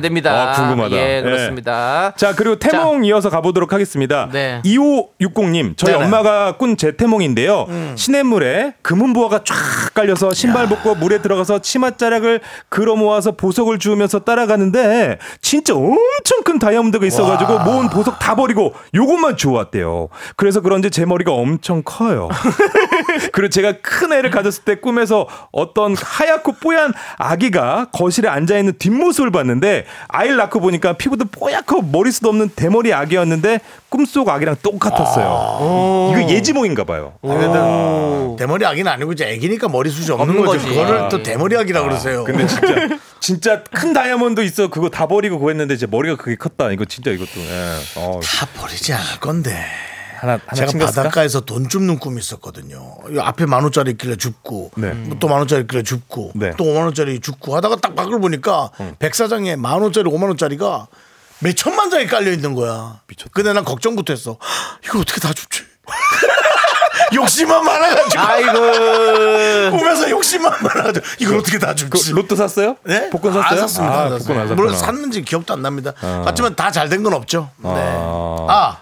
Speaker 10: 아,
Speaker 2: 됩니다.
Speaker 10: 궁금하다.
Speaker 2: 예,
Speaker 10: 예.
Speaker 2: 그렇습니다.
Speaker 10: 자 그리고 태몽 이어서 가보도록 하겠습니다.
Speaker 2: 네.
Speaker 10: 2560님 저희
Speaker 8: 네네.
Speaker 10: 엄마가 꾼 제 태몽인데요.
Speaker 2: 음.
Speaker 10: 시냇물에 금은보화가 쫙 깔려서 신발 벗고 물에 들어가서 치맛자락을 걸어 모아서 보석을 주우면서 따라가는데 진짜 엄청 큰 다이아몬드가 있어가지고 모은 보석 다 버리고 요것만 주워왔대요. 그래서 그런지 제 머리가 엄청
Speaker 8: *laughs*
Speaker 10: 커요. 그리고 제가 큰 애를 가졌을 때 꿈에서 어떤 하얗고 뽀얀 아기가 거실에 앉아 있는 뒷모습을 봤는데 아이를 낳고 보니까 피부도 뽀얗고 머리수도 없는 대머리 아기였는데 꿈속 아기랑
Speaker 8: 아.
Speaker 10: 똑같았어요. 이거 예지몽인가 봐요. 아,
Speaker 8: 대머리 아기는 아니고 이제 아기니까 머리숱이 없는,
Speaker 2: 없는
Speaker 8: 거죠.
Speaker 2: 거지.
Speaker 8: 그거를 또 대머리 아기라 그러세요.
Speaker 10: 근데 진짜 진짜 큰 다이아몬드 있어 그거 다 버리고 그랬는데 제 머리가 그게 컸다. 이거 진짜 이것도 예. 어,
Speaker 8: 다 버리지 않을 건데.
Speaker 10: 하나 하나
Speaker 8: 제가
Speaker 10: 챙겼을까?
Speaker 8: 바닷가에서 돈 줍는 꿈이 있었거든요. 이 앞에 만 원짜리 있길래 줍고 뭐
Speaker 10: 네.
Speaker 8: 또 만 원짜리 있길래 줍고
Speaker 10: 네.
Speaker 8: 또 오만 원짜리 줍고 하다가 딱 밖을 보니까 백사장에 만 원짜리 오만 원짜리가 몇 천만 장이 깔려 있는 거야. 미쳤다. 근데 난 걱정부터 했어. "헉, 이거 어떻게 다 줍지? *laughs* 욕심만 많아가지고
Speaker 2: 아이고.
Speaker 8: 꿈에서 욕심만 많아가지고 이걸 어떻게 다
Speaker 10: 그
Speaker 8: 줍지?
Speaker 10: 로또 샀어요?
Speaker 8: 네?
Speaker 10: 복권 샀어요?
Speaker 8: 안 샀습니다.
Speaker 10: 아,
Speaker 8: 안
Speaker 10: 복권 안
Speaker 8: 샀어요.
Speaker 10: 샀구나.
Speaker 8: 물론 샀는지 기억도 안 납니다. 맞지만 다 잘 된 건 없죠. 네.
Speaker 10: 아.
Speaker 8: 아.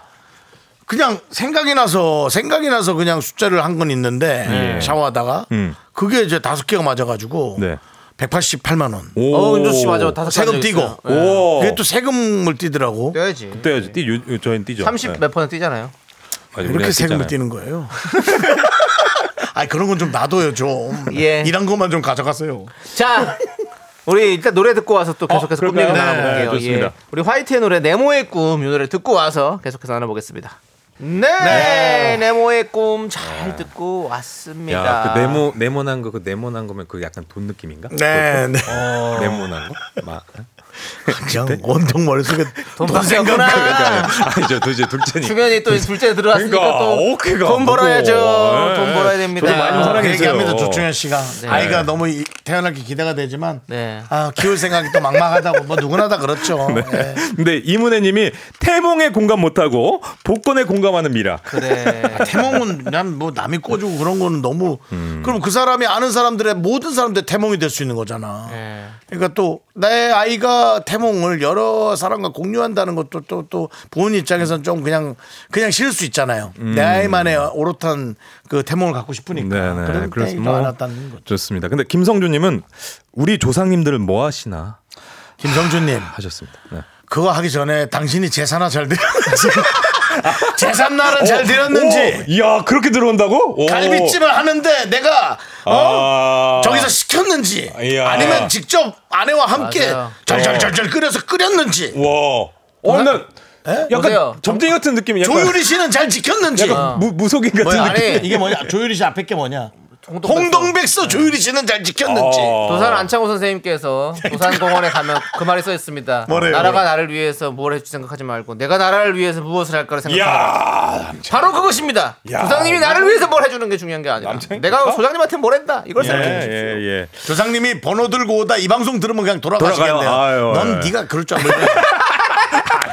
Speaker 8: 그냥 생각이 나서 생각이 나서 그냥 숫자를 한 건 있는데 샤워하다가
Speaker 10: 예. 음.
Speaker 8: 그게 이제 다섯 개가 맞아가지고
Speaker 10: 네.
Speaker 8: 188만 원.
Speaker 10: 오.
Speaker 2: 어, 은조 씨 맞아. 다섯
Speaker 8: 세금 띄고.
Speaker 10: 오.
Speaker 8: 네. 그게 또 세금을 띄더라고.
Speaker 2: 뛰어야지.
Speaker 10: 뛰어야지. 뛰, 요, 요- 저희는 뛰죠. 네.
Speaker 2: 30 몇 퍼센트 뛰잖아요.
Speaker 8: 이렇게 세금을 띄는 거예요. *laughs* 아 그런 건 좀 놔둬요 좀.
Speaker 2: 예.
Speaker 8: 일한 것만 좀 가져가세요.
Speaker 2: 자, 우리 일단 노래 듣고 와서 또 계속해서 꿈 얘기
Speaker 10: 그럴까요?
Speaker 2: 나눠볼게요.
Speaker 10: 네, 좋습니다.
Speaker 2: 예. 우리 화이트의 노래 네모의 꿈 이 노래 듣고 와서 계속해서 나눠보겠습니다. 네, 네. 모의 꿈 잘 듣고 왔습니다.
Speaker 13: 야, 그 네모 네모난 거 그 네모난 거면 그 약간 돈 느낌인가?
Speaker 8: 네, 네.
Speaker 13: 어, 네모난 거?
Speaker 10: *laughs*
Speaker 13: 막
Speaker 8: 그냥 온통 머릿속에 *laughs* 돈,
Speaker 2: 밖에
Speaker 8: 생각만
Speaker 2: 없구나.
Speaker 13: 그러니까 아니죠. 도대체 둘째니.
Speaker 2: *laughs* 주변이 또 둘째 들어왔으니까
Speaker 13: 그러니까,
Speaker 2: 또
Speaker 13: 어, 그거
Speaker 2: 돈
Speaker 13: 안
Speaker 2: 벌어야죠.
Speaker 10: 보고. 예,
Speaker 2: 돈 벌어야 됩니다.
Speaker 10: 저도 많이 좀 사랑해.
Speaker 8: 그
Speaker 10: 사랑해주세요.
Speaker 8: 얘기합니다 조충현 씨가
Speaker 2: 네.
Speaker 8: 아이가 너무 이- 태어날 게 기대가 되지만
Speaker 2: 네.
Speaker 8: 아, 키울 생각이 또 막막하다고 뭐 누구나 다 *laughs* 그렇죠. 예.
Speaker 10: 근데 이문혜님이 태몽에 공감 못하고 복권에 공감하는 미라.
Speaker 2: 그래.
Speaker 8: 아, 태몽은 난 뭐 남이 꿔주고 그런 거는 너무 그럼 그 사람이 아는 사람들의 모든 사람들 태몽이 될 수 있는 거잖아.
Speaker 2: 예.
Speaker 8: 그러니까 또 내 아이가 자기가 태몽을 여러 사람과 공유한다는 것도 또, 또 부모님 입장에서는 좀 그냥 그냥 싫을 수 있잖아요. 내 아이만의 오롯한 그 태몽을 갖고 싶으니까.
Speaker 10: 네네.
Speaker 8: 그런
Speaker 10: 그래서
Speaker 8: 얘기도
Speaker 10: 뭐
Speaker 8: 안 왔다는 거.
Speaker 10: 좋습니다. 근데 김성준님은 우리 조상님들은 뭐 하시나?
Speaker 8: 김성준님
Speaker 10: 하셨습니다. 네.
Speaker 8: 그거 하기 전에 당신이 재산화 잘 드렸는지 *laughs* 재산 나는 잘 드렸는지
Speaker 10: 야 그렇게 들어온다고? 오.
Speaker 8: 갈비찜을 하는데 내가 어?
Speaker 10: 아.
Speaker 8: 저기서 시켰는지
Speaker 10: 이야.
Speaker 8: 아니면 직접 아내와 함께
Speaker 10: 맞아요.
Speaker 8: 절절절절 끓여서 끓였는지
Speaker 10: 와. 어, 나 약간
Speaker 8: 보세요.
Speaker 10: 점쟁이 같은 느낌이 약간
Speaker 8: 조유리 씨는 잘 지켰는지
Speaker 2: 어.
Speaker 10: 약간 무, 무속인 같은
Speaker 8: 뭐야, 아니,
Speaker 10: 느낌.
Speaker 8: 이게 뭐냐? 조유리 씨 앞에 게 뭐냐? 네. 어. 홍동백서 조유리 씨는 잘 지켰는지
Speaker 2: 도산
Speaker 10: 어.
Speaker 2: 안창호 선생님께서 도산공원에 가면 그 말이 써 있습니다.
Speaker 8: 뭐래요?
Speaker 2: 나라가
Speaker 8: 뭐래요?
Speaker 2: 나를 위해서 뭘 해줄 생각하지 말고 내가 나라를 위해서 무엇을 할까를
Speaker 10: 생각하라.
Speaker 2: 바로 그것입니다.
Speaker 10: 야. 어?
Speaker 2: 조상님이 나를 위해서 뭘 해주는 게 중요한 게 아니라 내가 소장님한테 뭘 했다 이걸
Speaker 8: 예,
Speaker 2: 생각해 주십시오.
Speaker 10: 예, 예.
Speaker 8: 조상님이 번호 들고 오다 이 방송 들으면 그냥
Speaker 10: 돌아가요.
Speaker 8: 돌아가시겠네요.
Speaker 10: 아유,
Speaker 8: 넌
Speaker 10: 아유.
Speaker 8: 네가 그럴 줄 알고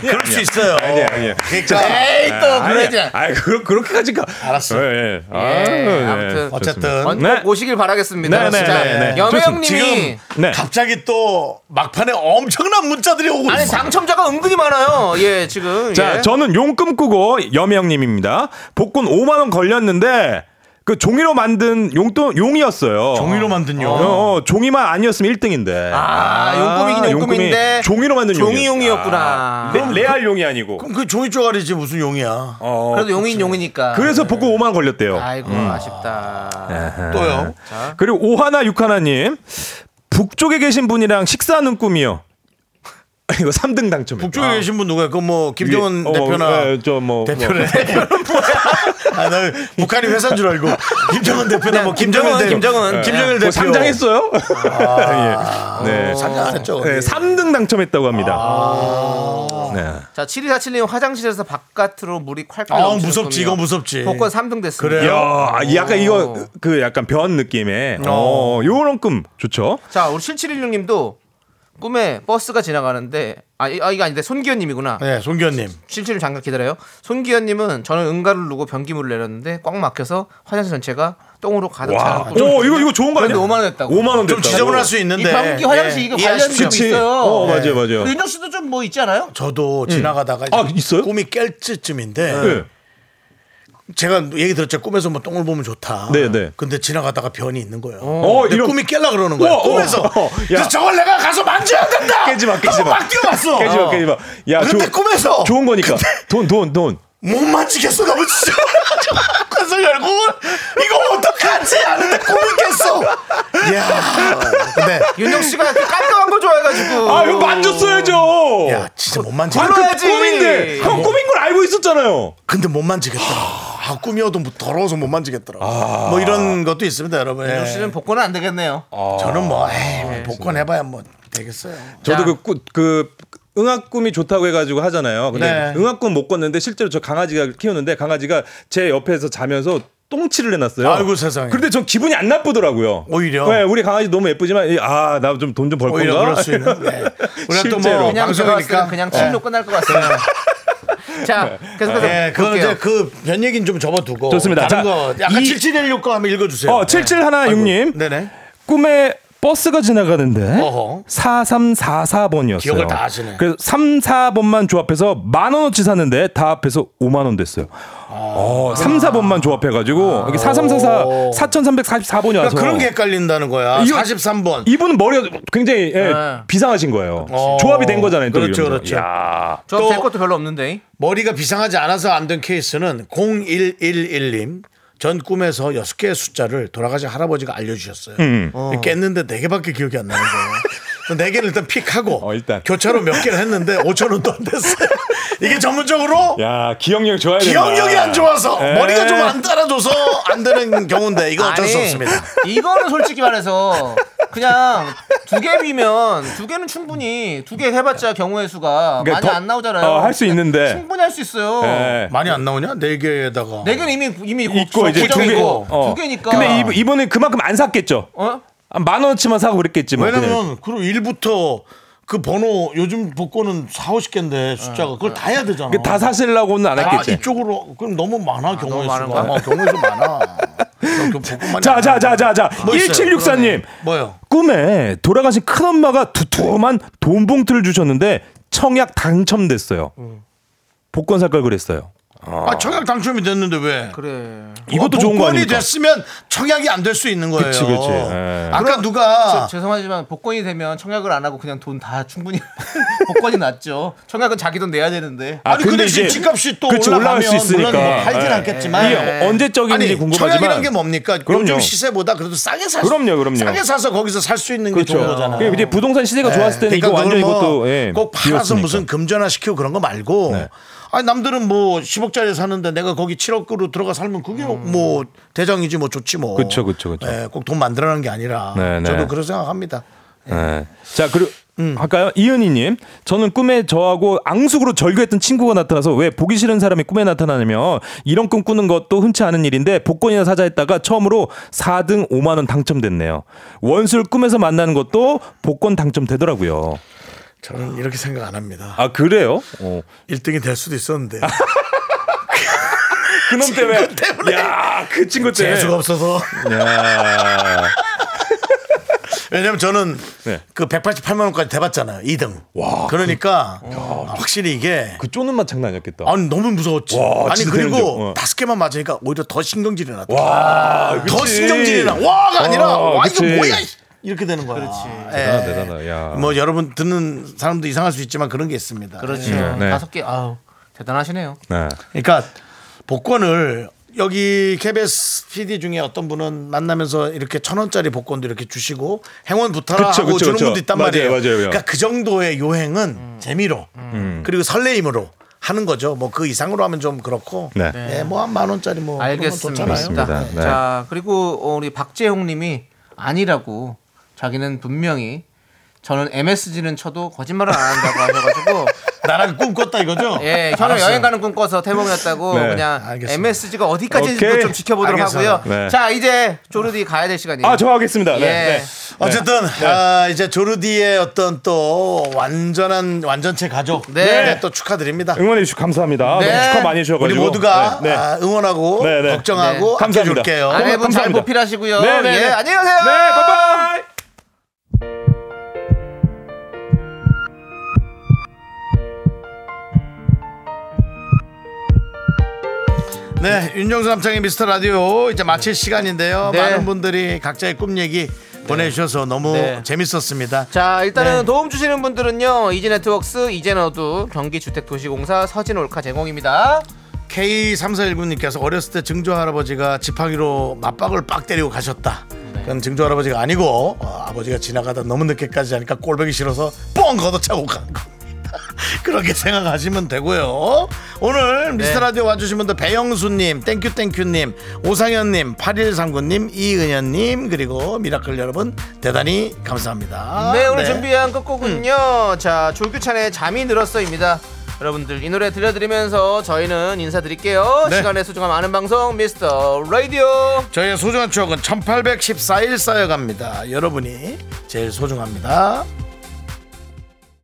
Speaker 8: 그럴 수 있어요.
Speaker 10: 아니야, 아니야.
Speaker 8: 그러니까
Speaker 2: 에이, 또 그러지.
Speaker 10: 아, 그 그렇게까지 가. 알았어. 예, 예. 아유,
Speaker 2: 예,
Speaker 10: 예,
Speaker 2: 아무튼
Speaker 10: 좋습니다.
Speaker 2: 언
Speaker 10: 네.
Speaker 2: 오시길 바라겠습니다. 진짜
Speaker 8: 지금
Speaker 2: 여명님이
Speaker 10: 네.
Speaker 8: 갑자기 또 막판에 엄청난 문자들이 오고
Speaker 2: 아니
Speaker 8: 있어.
Speaker 2: 당첨자가 은근히 많아요. 예 지금
Speaker 10: 자,
Speaker 2: 예.
Speaker 10: 저는 용금 꾸고 여명님입니다. 복권 5만 원 걸렸는데 그 종이로 만든 용돈 용이었어요.
Speaker 8: 종이로 만든 용.
Speaker 10: 어, 어, 종이만 아니었으면 1등인데.
Speaker 2: 아, 용금이긴 용금인데
Speaker 10: 종이로 만든 용이었-
Speaker 2: 종이 용이었구나.
Speaker 10: 아, 레, 레알 용이 아니고.
Speaker 8: 그럼 그 종이 쪼가리지 무슨 용이야?
Speaker 10: 어,
Speaker 2: 그래도 용인 용이니까.
Speaker 10: 그래서 복권 5만 원 걸렸대요.
Speaker 8: 예.
Speaker 2: 아이고 아쉽다.
Speaker 8: 또요.
Speaker 10: 그리고 오하나 육하나님 북쪽에 계신 분이랑 식사하는 꿈이요. *laughs* 이거 3등 당첨.
Speaker 8: 북쪽에 계신 분 누구야? 그뭐 김정은
Speaker 10: 위에- 어,
Speaker 8: 대표나
Speaker 10: 예, 저 뭐-
Speaker 8: 대표래.
Speaker 10: 뭐.
Speaker 8: 아, 나 북한이 회사인 줄 알고 김정은 대표나 뭐 김정은 대표.
Speaker 2: 네, 김정은.
Speaker 8: 김정일 대표.
Speaker 10: 뭐 상장했어요? 예. 네.
Speaker 8: 상장 안 했죠.
Speaker 10: 네, 3등 당첨했다고 합니다.
Speaker 8: 아.
Speaker 10: 네.
Speaker 2: 자 7247님 화장실에서 바깥으로 물이 콸콸
Speaker 8: 아,
Speaker 2: 넘치는
Speaker 8: 무섭지,
Speaker 2: 꿈이요.
Speaker 8: 이거 무섭지.
Speaker 2: 복권 3등 됐습니다.
Speaker 8: 네. 어.
Speaker 10: 야, 아, 약간 이거 그 약간 변 느낌의 어, 요런 꿈 좋죠.
Speaker 2: 자, 우리 7716님도 꿈에 버스가 지나가는데 아, 이- 아 이거 아닌데 손기현님이구나.
Speaker 8: 네, 손기현님.
Speaker 2: 77 잠깐 기다려요. 손기현님은 저는 응가를 누고 변기물을 내렸는데 꽉 막혀서 화장실 전체가 똥으로 가득
Speaker 10: 와,
Speaker 2: 차는
Speaker 10: 오 이거 이거 좋은 거 아니야?
Speaker 2: 그런데 5만 원 했다고.
Speaker 10: 5만 원
Speaker 8: 좀
Speaker 10: 됐다고.
Speaker 8: 지저분할 수 네. 있는데.
Speaker 2: 이 변기 화장실
Speaker 8: 예.
Speaker 2: 이거
Speaker 8: 이해할
Speaker 2: 관련이
Speaker 8: 수
Speaker 2: 좀
Speaker 8: 있지.
Speaker 2: 있어요. 네.
Speaker 10: 어, 맞아요, 맞아요.
Speaker 8: 그
Speaker 2: 윤정 씨도 좀 뭐 있지 않아요?
Speaker 8: 저도 지나가다가
Speaker 10: 아,
Speaker 8: 이제
Speaker 10: 있어요?
Speaker 8: 꿈이 깰 쯤인데
Speaker 10: 네.
Speaker 8: 제가 얘기 들었죠. 꿈에서 뭐 똥을 보면 좋다.
Speaker 10: 네, 네.
Speaker 8: 근데 지나가다가 변이 있는 거예요.
Speaker 10: 어,
Speaker 8: 근데
Speaker 10: 이런-
Speaker 8: 꿈이 깰라 그러는 거야.
Speaker 10: 어, 어,
Speaker 8: 꿈에서.
Speaker 10: 어, 야.
Speaker 8: 그래서 저걸 내가 가서 만져야 된다.
Speaker 10: 깨지 마, 깨지
Speaker 8: 하고
Speaker 10: 마.
Speaker 8: 막 뛰어갔어.
Speaker 10: 깨지 마, 깨지 마. 야,
Speaker 8: 근데 꿈에서
Speaker 10: 좋은 거니까. 돈, 돈, 돈.
Speaker 8: 못 만지겠어 가면 진짜 *laughs* 그래서 열고 이거 어떡하지 하는데 꿈이 깼어 이야 근데
Speaker 2: 윤정 씨가 이렇게 깔끔한 거 좋아해가지고.
Speaker 10: 아, 이거 만졌어야죠.
Speaker 8: 야 진짜 못 만지겠다
Speaker 10: 아, 그
Speaker 2: 걸어야지.
Speaker 10: 꿈인데. 형 꿈인 걸 알고 있었잖아요.
Speaker 8: 근데 못 만지겠다 아 꿈이어도 뭐 더러워서 못 만지겠더라 뭐 이런 것도 있습니다 여러분 예.
Speaker 2: 윤정 씨는 복권은 안 되겠네요.
Speaker 8: 저는 뭐
Speaker 10: 아, 네,
Speaker 8: 에이, 복권 해봐야 뭐 되겠어요
Speaker 10: 저도
Speaker 2: 자.
Speaker 10: 그, 꾸- 그 응악 꿈이 좋다고 해가지고 하잖아요. 근데
Speaker 8: 네.
Speaker 10: 응악 꿈못 꿨는데 실제로 저 강아지가 키우는데 강아지가 제 옆에서 자면서 똥치를 해놨어요.
Speaker 8: 아이고, 세상에.
Speaker 10: 그런데 전 기분이 안 나쁘더라고요.
Speaker 8: 오히려.
Speaker 10: 네, 우리 강아지 너무 예쁘지만 아 나 좀 돈 좀 벌 건가.
Speaker 8: 오히려 그럴
Speaker 10: *laughs*
Speaker 8: 수 있는 네. 우리가
Speaker 10: 실제로.
Speaker 8: 또뭐
Speaker 2: 그냥
Speaker 8: 방송이니까 네.
Speaker 2: 들어갔으면 그냥 칠로 끝날 것 같습니다. 자, 계속해서
Speaker 8: 예, 그건
Speaker 2: 볼게요.
Speaker 8: 이제 그변 얘기는 좀 접어두고
Speaker 10: 좋습니다.
Speaker 8: 다른
Speaker 10: 자,
Speaker 8: 거 약간
Speaker 10: 이-
Speaker 8: 7716거 한번 읽어주세요
Speaker 10: 어, 7716님
Speaker 8: 네네
Speaker 10: 꿈에 버스가 지나가는데
Speaker 8: 어허.
Speaker 10: 4344번이었어요.
Speaker 8: 기억을 다 하시네.
Speaker 10: 그래서 3, 4번만 조합해서 만 원어치 샀는데 다 합해서 5만 원 됐어요.
Speaker 8: 아.
Speaker 10: 어, 3, 4번만 조합해가지고 이게 4344 4344번이 와서
Speaker 8: 그러니까 그런 게 헷갈린다는 거야
Speaker 10: 어. 이거-
Speaker 8: 43번
Speaker 10: 이분은 머리가 굉장히 예, 비상하신 거예요.
Speaker 8: 어.
Speaker 10: 조합이 된 거잖아요. 또
Speaker 8: 그렇죠,
Speaker 10: 이러면서.
Speaker 8: 그렇죠.
Speaker 10: 야.
Speaker 2: 저될
Speaker 8: 또-
Speaker 2: 것도 별로 없는데.
Speaker 8: 머리가 비상하지 않아서 안 된 케이스는 0111님 전 꿈에서 여섯 개의 숫자를 돌아가신 할아버지가 알려주셨어요.
Speaker 10: 음.
Speaker 8: 깼는데 네 개밖에 기억이 안 나는 거예요. 그래서 네 개를 일단 픽하고
Speaker 10: 어, 일단.
Speaker 8: 교차로 몇 개를 했는데 5천 원도 안 됐어요. *laughs* 이게 전문적으로
Speaker 10: 야, 네. 기억력 좋아야 돼.
Speaker 8: 기억력이 안 좋아서
Speaker 10: 에.
Speaker 8: 머리가 좀 안 따라줘서 안 되는 경우인데 이거 어쩔 수
Speaker 2: 아니,
Speaker 8: 없습니다.
Speaker 2: 이거는 솔직히 말해서 그냥 두 개 비면 두 개는 충분히 두 개 해봤자 경우의 수가
Speaker 10: 그러니까
Speaker 2: 많이
Speaker 10: 더-
Speaker 2: 안 나오잖아요.
Speaker 10: 어, 할수 있는데.
Speaker 2: 충분히 할 수 있어요.
Speaker 10: 예.
Speaker 8: 많이 안 나오냐? 네 개에다가
Speaker 2: 네 개는 이미 이미
Speaker 10: 있고 이제 두 개.
Speaker 2: 고정이고
Speaker 10: 어.
Speaker 2: 두 개니까.
Speaker 10: 근데 이, 이분은 그만큼 안 샀겠죠.
Speaker 2: 어?
Speaker 10: 아, 만 원어치만 사고 그랬겠지. 뭐 그냥.
Speaker 8: 왜냐면 그럼 일부터그 번호 요즘 복권은 4, 50개인데 숫자가 그걸 다 해야 되잖아.
Speaker 10: 네. 그다 사실라고는 안
Speaker 8: 아,
Speaker 10: 했겠지.
Speaker 8: 이쪽으로 그럼 너무 많아 경우의
Speaker 2: 너무
Speaker 8: 수가
Speaker 2: 많은가?
Speaker 8: 어, 경우의 수 많아.
Speaker 10: 자자자자자
Speaker 8: 뭐 있어요?
Speaker 10: 1764님
Speaker 8: 뭐요?
Speaker 10: 꿈에 돌아가신 큰엄마가 두툼한 돈 봉투를 주셨는데 청약 당첨됐어요.
Speaker 8: 음.
Speaker 10: 복권 살 걸 그랬어요.
Speaker 8: 아, 청약 당첨이 됐는데 왜? 그래.
Speaker 10: 이것도 좋은 거
Speaker 8: 복권이
Speaker 10: 아닙니까?
Speaker 8: 됐으면 청약이 안 될 수 있는 거예요.
Speaker 10: 그치, 그치. 예.
Speaker 8: 아까 누가
Speaker 2: 죄- 죄송하지만 복권이 되면 청약을 안 하고 그냥 돈 다 충분히 *laughs* 복권이 낫죠. 청약은 자기 돈 내야 되는데.
Speaker 10: 아, 아니, 근데 근데 지금 이제- 집값이 또 그치, 올라가면 올라갈 수 있으니까. 물론 뭐 팔진 예. 않겠지만. 이게 언제적인지 궁금하지만.
Speaker 8: 네. 청약이라는 게 뭡니까?
Speaker 10: 그럼요.
Speaker 8: 요즘 시세보다 그래도 싸게 살. 수-
Speaker 10: 그럼요, 그럼요.
Speaker 8: 싸게 사서 거기서 살 수 있는 게
Speaker 10: 그렇죠.
Speaker 8: 좋은 거잖아요.
Speaker 10: 그게 이제 부동산 시세가 좋았을 때는 이거
Speaker 8: 네. 그걸
Speaker 10: 완전히
Speaker 8: 뭐
Speaker 10: 이것도, 예,
Speaker 8: 꼭 팔아서
Speaker 10: 비었으니까. 네.
Speaker 8: 무슨 금전화 시키고 그런 거 말고. 아니 남들은 뭐 10억짜리 사는데 내가 거기 7억으로 들어가 살면 그게 뭐 대장이지 뭐 좋지 뭐.
Speaker 10: 음. 그쵸, 그쵸, 그쵸.
Speaker 8: 꼭 돈 만들어낸 게 아니라
Speaker 10: 네, 네.
Speaker 8: 저도 그런 생각합니다.
Speaker 10: 예. 자 그리고 할까요? 이은희님, 저는 꿈에 저하고 앙숙으로 절교했던 친구가 나타나서 왜 보기 싫은 사람이 꿈에 나타나냐면 이런 꿈 꾸는 것도 흔치 않은 일인데 복권이나 사자 했다가 처음으로 4등 5만 원 당첨됐네요. 원수를 꿈에서 만나는 것도 복권 당첨되더라고요.
Speaker 8: 저는 이렇게 생각 안 합니다.
Speaker 10: 아 그래요?
Speaker 8: 1등이 될 수도 있었는데.
Speaker 10: 그놈 때문에. 야, 그 친구 때문에.
Speaker 8: 재수가 없어서.
Speaker 10: 야.
Speaker 8: *laughs* 왜냐면 저는
Speaker 10: 네.
Speaker 8: 그 188만 원까지 대봤잖아요. 2등. 그러니까 확실히 이게
Speaker 10: 그 쪼는 맛 장난 아니었겠다.
Speaker 8: 아니 너무 무서웠지.
Speaker 10: 와,
Speaker 8: 아니
Speaker 10: 진짜
Speaker 8: 그리고
Speaker 10: 대형적. 어.
Speaker 8: 다섯 개만 맞으니까 오히려 더 신경질이 났다.
Speaker 10: 와,
Speaker 8: 더
Speaker 10: 그치.
Speaker 8: 신경질이 나. 와가 아니라
Speaker 10: 어,
Speaker 8: 와
Speaker 10: 그치.
Speaker 8: 이거 뭐야 이- 이렇게 되는 거야. 그렇지.
Speaker 10: 대단하다, 대단하다. 야.
Speaker 8: 뭐 여러분 듣는 사람도 이상할 수 있지만 그런 게 있습니다.
Speaker 2: 그렇죠.
Speaker 8: 예.
Speaker 2: 다섯 개. 아우 대단하시네요.
Speaker 10: 네.
Speaker 8: 그러니까 복권을 여기 KBS PD 중에 어떤 분은 만나면서 이렇게 천 원짜리 복권도 이렇게 주시고 행운 붙어라
Speaker 10: 그쵸,
Speaker 8: 하고
Speaker 10: 그쵸,
Speaker 8: 주는
Speaker 10: 그쵸.
Speaker 8: 분도 있단
Speaker 10: 맞아요,
Speaker 8: 말이에요.
Speaker 10: 맞아요.
Speaker 8: 그러니까 그 정도의 요행은 재미로
Speaker 10: 음.
Speaker 8: 그리고 설레임으로 하는 거죠. 뭐 그 이상으로 하면 좀 그렇고
Speaker 10: 네.
Speaker 8: 뭐한 만 원짜리 뭐 그런 건 좋잖아요.
Speaker 2: 알겠습니다.
Speaker 10: 네.
Speaker 2: 자 그리고 어, 우리 박재용님이 아니라고 자기는 분명히 저는 MSG는 쳐도 거짓말을 안 한다고 하셔가지고
Speaker 10: *laughs*
Speaker 8: 나랑 꿈 꿨다 이거죠?
Speaker 2: 예, 저는
Speaker 8: 알았어요.
Speaker 2: 여행 가는 꿈 꿔서 태몽이었다고
Speaker 10: 아, 네.
Speaker 2: 그냥
Speaker 10: 알겠습니다.
Speaker 2: MSG가 어디까지인지도
Speaker 10: 오케이.
Speaker 2: 좀 지켜보도록
Speaker 10: 알겠습니다.
Speaker 2: 하고요.
Speaker 10: 네.
Speaker 2: 자 이제 조르디 가야 될 시간이에요.
Speaker 10: 아, 저 하겠습니다. 네,
Speaker 2: 예.
Speaker 10: 네.
Speaker 8: 어쨌든 아, 이제 조르디의 어떤 또 완전한 완전체 가족 네. 또 축하드립니다.
Speaker 10: 응원해 주시고 감사합니다.
Speaker 8: 네.
Speaker 10: 너무 축하 많이 해주셔가지고
Speaker 8: 우리 모두가
Speaker 10: 네, 네.
Speaker 8: 아, 응원하고
Speaker 10: 네, 네.
Speaker 8: 걱정하고
Speaker 10: 네. 감사합니다.
Speaker 8: 아껴줄게요.
Speaker 10: 아내분 잘 감사합니다.
Speaker 2: 보필하시고요.
Speaker 10: 네, 네,
Speaker 2: 예,
Speaker 10: 네.
Speaker 2: 안녕히 가세요.
Speaker 10: 네, 바이바이.
Speaker 8: 네, 윤정수 남창의 미스터 라디오 이제 마칠 시간인데요.
Speaker 2: 네.
Speaker 8: 많은 분들이 각자의 꿈 얘기
Speaker 10: 네.
Speaker 8: 보내주셔서 너무
Speaker 2: 네.
Speaker 8: 재밌었습니다.
Speaker 2: 자 일단은
Speaker 8: 네.
Speaker 2: 도움 주시는 분들은요 이지네트웍스 이제너두 경기주택도시공사 서진올카 제공입니다.
Speaker 8: K3419님께서 어렸을 때 증조 할아버지가 지팡이로 맞박을 빡 때리고 가셨다.
Speaker 2: 네.
Speaker 8: 그건 증조 할아버지가 아니고 어, 아버지가 지나가다 너무 늦게까지 하니까 꼴보기 싫어서 뻥 걷어차고 간 겁니다. *laughs* 그렇게 생각하시면 되고요. 오늘
Speaker 2: 네.
Speaker 8: 미스터 라디오 와주신 분들 배영수님, 땡큐 땡큐님, 오상현님, 8139님, 이은현님 그리고 미라클 여러분 대단히 감사합니다.
Speaker 2: 네 오늘 준비한
Speaker 8: 음.
Speaker 2: 끝곡은요 자 조규찬의 잠이 늘었어입니다 여러분들 이 노래 들려드리면서 저희는 인사드릴게요
Speaker 8: 네.
Speaker 2: 시간의 소중함 아는 방송 미스터 라디오
Speaker 8: 저희의 소중한 추억은 1814일 쌓여갑니다. 여러분이 제일 소중합니다.